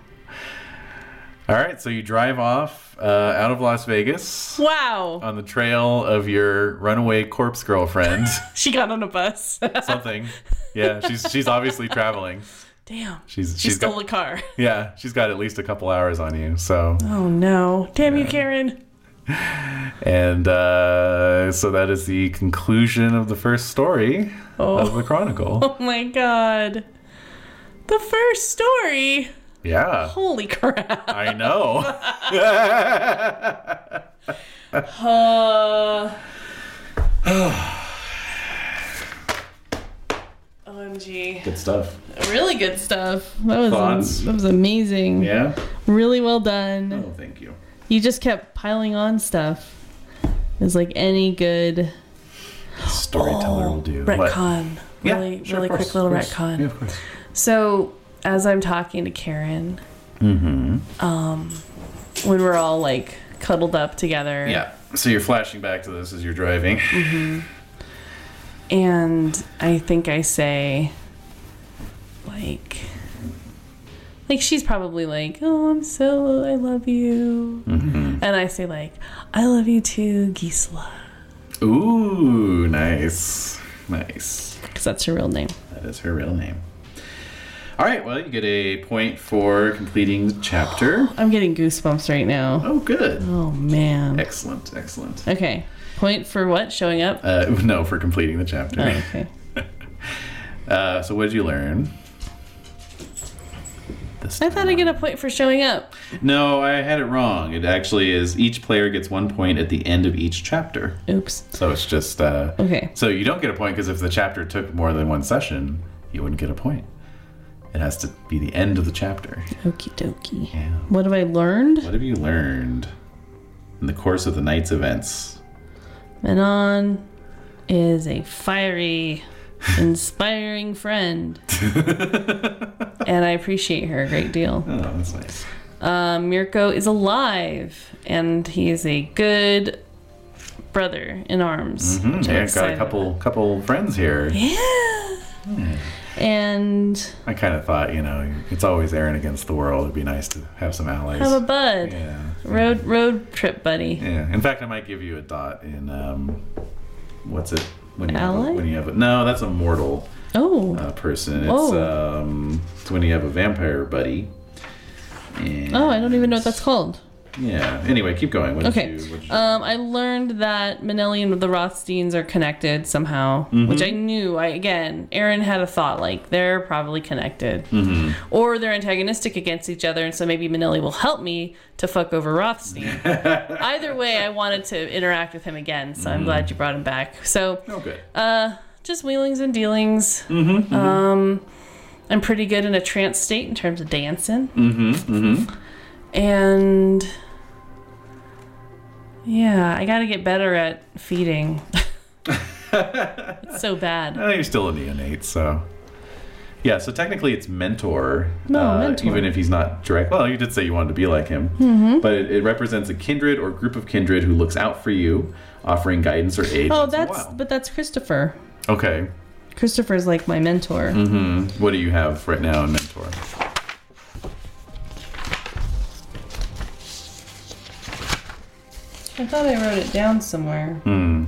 All right, so you drive off uh, out of Las Vegas
Wow.
on the trail of your runaway corpse <laughs> girlfriend.
She got on a bus. <laughs>
Something, yeah. She's she's obviously traveling.
Damn.
She's
She
she's
stole
got
a
<laughs>
car.
yeah. She's got at least a couple hours on you. So
Oh no. Damn you, Karen.
and uh, so that is the conclusion of the first story of
Oh.
the Chronicle.
oh my god. The first story.
Yeah,
Holy
<sighs>
crap.
I know.
Uh.
<laughs>
OMG.
Good stuff.
Really good stuff. That was
Thoughts?
That was amazing.
Yeah.
Really well done.
Oh, thank you.
You just kept piling on stuff. It's like any good.
Storyteller will do. What?
Retcon.
Oh. Yeah,
Really,
sure,
really
of course,
quick little
of course.
retcon.
Yeah, of course.
So as I'm talking to Karen,
Mm-hmm.
um, when we're all like cuddled up together,
Yeah. So you're flashing back to this as you're driving.
and I think I say, like, like she's probably like, "Oh, I'm so I love you,"
Mm-hmm.
and I say like, "I love you too, Gisela,"
Ooh, nice. Nice.
because that's her real name.
That is her real name. All right, well, you get a point for completing the chapter.
I'm getting goosebumps right now.
Oh, good.
Oh man.
Excellent, excellent.
Okay. Point for what? Showing up. Oh,
Uh, <laughs> no, for completing the chapter.
Okay.
Uh, so, what did you learn? This
I thought I get a point for showing up.
No, I had it wrong. It actually is each player gets one point at the end of each chapter.
Oops.
So it's just uh,
Okay.
So you don't get a point because if the chapter took more than one session, you wouldn't get a point. It has to be the end of the chapter.
Okie dokie.
Yeah.
What have I learned?
What have you learned in the course of the night's events?
Manon is a fiery inspiring
<laughs>
friend. and I appreciate her a great deal.
Oh, that's nice.
Um, Mirko is alive, and he is a good brother in arms. which
Mm-hmm. Yeah,
I'm
Hmm, got a
excited
couple couple friends here.
about. And
I kind of thought, you know, it's always Aaron against the world. It'd be nice to have some allies.
have a bud.
yeah,
Road road trip buddy.
yeah. In fact, I might give you a dot in um, what's it? When you
Ally?
Have a, when you have a, no, that's a mortal
Oh,
uh, person. It's
Oh.
um, it's when you have a vampire buddy. And,
oh, I don't even know what that's called.
Yeah. Anyway, keep going. What did
Okay.
you- what did you-
Um, I learned that Manelli and the Rothsteins are connected somehow, which I knew. I again, Aaron had a thought like they're probably connected, or they're antagonistic against each other, and so maybe Manelli will help me to fuck over Rothstein. Either way, I wanted to interact with him again, so I'm glad you brought him back. So
oh, good.
uh, just wheelings and dealings. Um, I'm pretty good in a trance state in terms of dancing. Mm-hmm. mm-hmm. And yeah, I got to get better at feeding. it's so bad.
I
<laughs>
think Uh, you're still a neonate, so. Yeah, so technically it's mentor. uh,
No, mentor. Mm-hmm.
Even if he's not direct. Well, you did say you wanted to be like him. But it, it represents a kindred or group of kindred who looks out for you, offering guidance or aid.
Oh,
once in a
that's
while.
but that's Christopher.
Okay.
Christopher's like my mentor.
What do you have right now in mentor?
I thought I wrote it down somewhere. Um,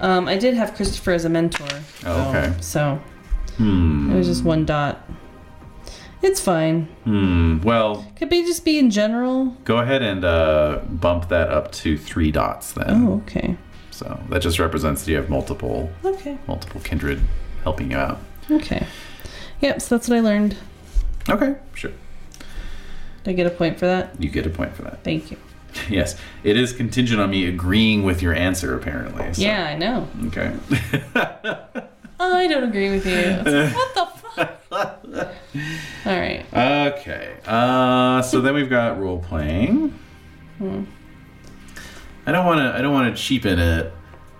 I did have Christopher as a mentor.
Oh, okay.
So it was just one dot. It's fine.
Hmm. Well,
Could be just be in general.
go ahead and uh, bump that up to three dots then.
Oh, okay.
So that just represents that you have multiple
Okay.
multiple kindred helping you out.
Okay. Yep, so that's what I learned.
Okay, sure.
Did I get a point for that?
You get a point for that.
Thank you.
Yes, it is contingent on me agreeing with your answer, apparently. so-
Yeah, I know.
Okay.
I don't agree with you. <laughs> It's like, what the fuck? <laughs> All right.
okay. Uh, so then we've got role playing. I don't want to. I don't want to cheapen it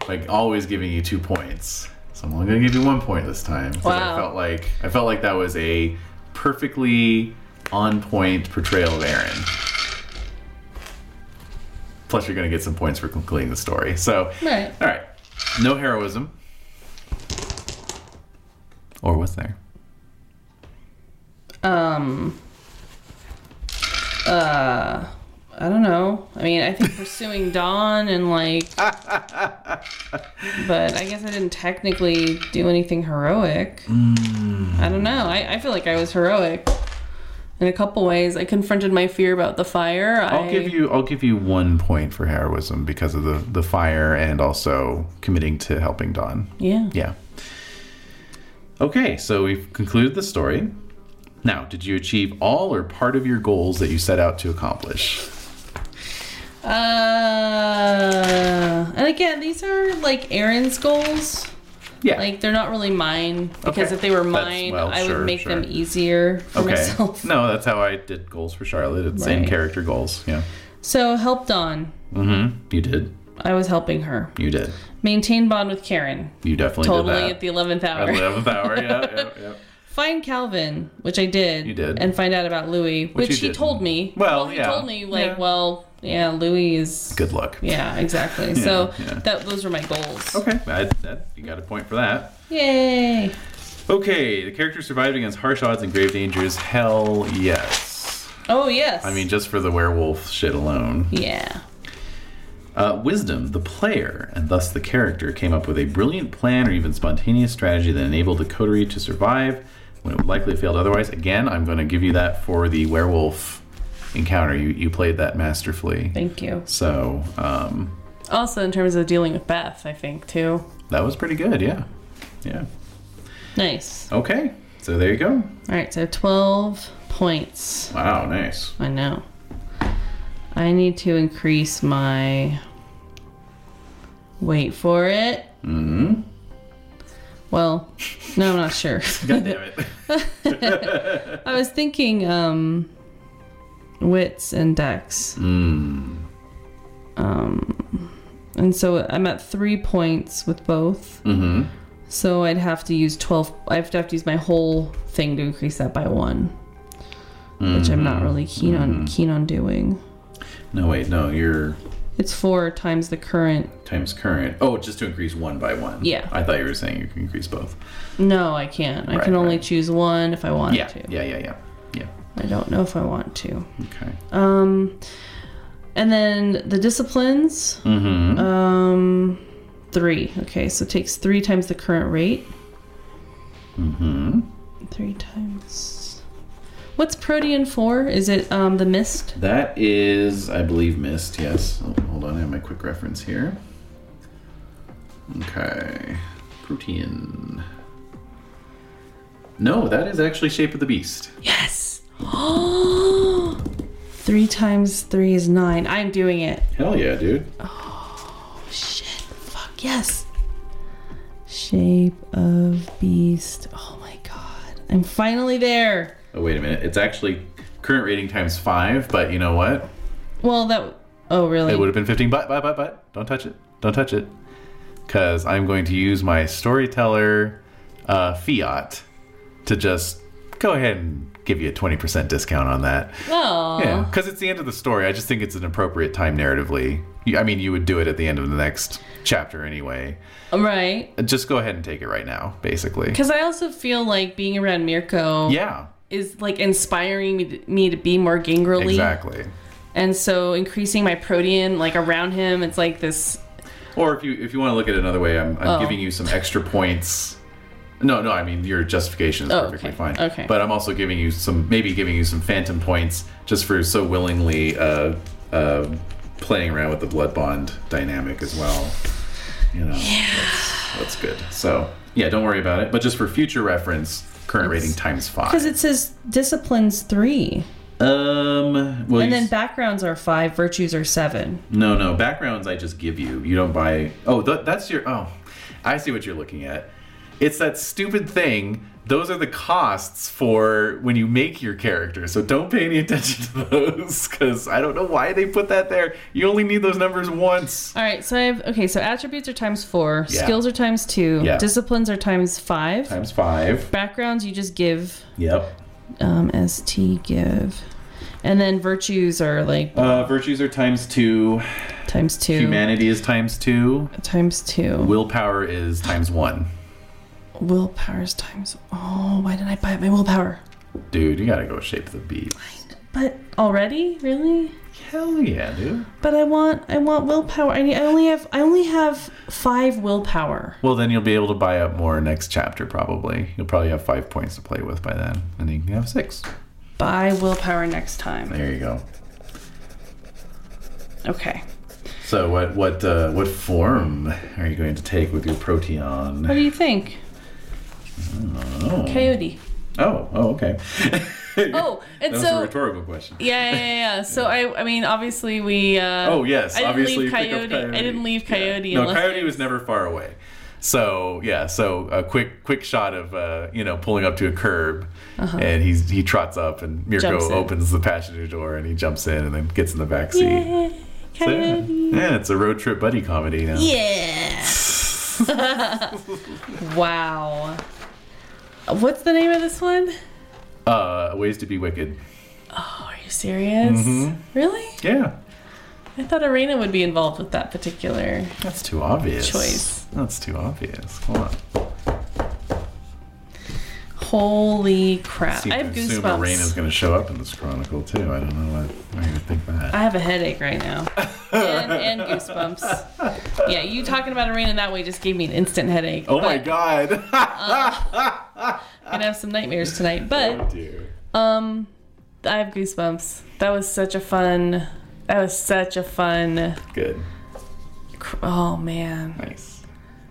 by always giving you two points. So I'm only going to give you one point this time. 'cause
Wow.
I felt like I felt like that was a perfectly on point portrayal of Aaron. Plus, you're going to get some points for concluding the story. So
All right.
All right. No heroism. Or was there?
Um. Uh. I don't know. I mean, I
<laughs>
think pursuing Dawn and like. but I guess I didn't technically do anything heroic.
Hmm.
I don't know. I, I feel like I was heroic in a couple ways. I confronted my fear about the fire.
I'll
I,
give you I'll give you one point for heroism because of the the fire and also committing to helping Dawn.
Yeah.
Yeah. Okay, so we've concluded the story. Now, did you achieve all or part of your goals that you set out to accomplish?
Uh, and again, these are like Aaron's goals.
Yeah.
Like they're not really mine because
Okay.
if they were
That's-
mine,
well,
I
sure,
would make them
sure.
easier for
okay.
myself.
No, that's how I did goals for Charlotte. It's in
Right.
character goals. Yeah.
So help Dawn.
Mm-hmm. You did.
I was helping her
You did.
maintain bond with Karen.
You definitely
Totally
did
at the eleventh
that.
hour.
Eleventh hour. Yeah. yeah, yeah.
<laughs> Find Calvin, which I did.
You did.
and find out about Louis, which,
you
he
didn't.
told me.
Well,
he
yeah.
told me like,
Yeah.
well, yeah, Louis is.
Good luck.
Yeah, exactly. so
<laughs> yeah.
that those were my goals.
Okay. I, that, you got a point for that.
Yay!
Okay, the character survived against harsh odds and grave dangers. Hell yes.
Oh yes.
I mean, just for the werewolf shit alone.
Yeah.
Uh, wisdom, the player, and thus the character, came up with a brilliant plan or even spontaneous strategy that enabled the coterie to survive when it would likely have failed otherwise. Again, I'm going to give you that for the werewolf encounter. You, you played that masterfully.
Thank you.
So, um,
Also, in terms of dealing with Beth, I think too.
that was pretty good, yeah. Yeah.
Nice.
Okay, so there you go.
All right, so 12 points.
Wow, nice.
I know. I need to increase my. Wait for it. Mm-hmm. Well, no, I'm not sure. <laughs>
God damn it. <laughs>
I was thinking, um, wits and dex. Um,
Hmm.
and so I'm at three points with both. Mm-hmm. So I'd have to use 12, I'd have to use my whole thing to increase that by one, which I'm
Mm-hmm.
not really keen on keen on doing.
No, wait, no, you're
It's four times the current.
times current. Oh, just to increase one by one.
Yeah.
I thought you were saying you can increase both.
No, I can't. I
Right,
can only
right.
choose one if I want
Yeah,
to.
yeah, yeah, yeah, yeah.
I don't know if I want to.
Okay.
Um, and then the disciplines.
Mm-hmm.
Um, three. Okay, so it takes three times the current rate. Mm-hmm. Three times. What's protean for? Is it um, the mist?
That is, I believe, missed. Yes. Oh, hold on, I have my quick reference here. Okay. Protein. No, that is actually Shape of the Beast.
Yes. <gasps> three times three is nine. I'm doing it.
Hell yeah, dude.
Shit. Fuck yes. Shape of beast. Oh my god. I'm finally there.
Oh, wait a minute. It's actually current rating times five, but you know what?
Well, that. Oh really?
It would have been 15, but, but, but, but, don't touch it. Don't touch it. Because I'm going to use my storyteller uh, fiat to just go ahead and give you a 20% discount on that.
Oh.
Yeah, because it's the end of the story. I just think it's an appropriate time narratively. You- I mean, you would do it at the end of the next chapter anyway.
Right.
Just go ahead and take it right now, basically.
Because I also feel like being around Mirko
Yeah,
is like inspiring me to, me to be more gingrily.
exactly.
And so increasing my protean like around him, it's like this.
Or if you if you want to look at it another way, I'm, I'm
Oh.
giving you some extra points. No, no, I mean your justification is
Oh,
perfectly
okay,
fine.
okay.
But I'm also giving you some maybe giving you some phantom points just for so willingly uh, uh, playing around with the blood bond dynamic as well. You know, that's, that's good. So yeah, don't worry about it. But just for future reference, current rating times
Because
five.
it says disciplines three,
um, well, you
and then
s-
backgrounds are five, virtues are seven.
No, no. Backgrounds I just give you. You don't buy. Oh, th- that's your. Oh, I see what you're looking at. It's that stupid thing. Those are the costs for when you make your character. So don't pay any <laughs> attention to those because I don't know why they put that there. You only need those numbers once.
All right, so I have okay. So attributes are times four,
Yeah.
skills are times two,
Yeah.
disciplines are times five.
Times five.
Backgrounds you just give,
Yep.
um, st give, and then virtues are like
Uh, virtues are times two.
times two,
Humanity is times two.
times two.
Willpower is times one.
Willpower's times. Oh, why did I buy up my willpower?
Dude, you gotta go shape the beat.
But already, really?
Hell yeah, dude.
But I want, I want willpower. I, need, I only have, I only have five willpower.
Well, then you'll be able to buy up more next chapter, probably. You'll probably have five points to play with by then, and you can have six.
Buy willpower next time.
There you go.
Okay.
So, what what uh, what form are you going to take with your proteon?
What do you think?
Oh,
Coyote.
oh, oh okay. <laughs>
Oh,
that
and
was a
so.
rhetorical question.
Yeah, yeah,
<laughs>
yeah, yeah. So I, I mean, obviously we. Uh,
Oh yes,
I didn't
obviously
leave
you pick up
coyote. I didn't leave coyote.
Yeah. No,
unless-
coyote was never far away. So yeah, so a quick quick shot of uh, you know pulling up to a curb, and he's he trots up, and
Uh-huh. Jumps
Mirko
in.
opens the passenger door, and he jumps in, and then gets in the back seat. So, yeah. yeah, it's a road trip buddy comedy now.
Yeah. <laughs> wow. What's the name of this one?
Uh, ways to be wicked.
Are you serious?
Mm-hmm.
Really?
Yeah,
I thought Arena would be involved with that particular.
that's too obvious.
Choice.
That's too obvious. Come on.
Holy crap!
See,
I have
assume
goosebumps.
Arena's going to show up in this chronicle too. I don't know why, why you would think that.
I have a headache right now, and, and goosebumps. Yeah, you talking about Arena that way just gave me an instant headache.
oh my
But
god. <laughs>
I'm gonna have some nightmares tonight,
oh
but
dear.
um, I have goosebumps. That was such a fun. That was such a fun.
Good.
cr- Oh man.
Nice.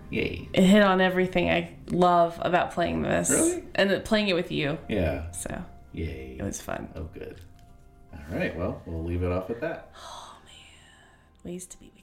Yay.
it hit on everything I love about playing this.
Really?
And that- playing it with you.
Yeah.
So
Yay.
it was fun.
Oh, good. All right. Well, we'll leave it off at that.
Ways to be weird.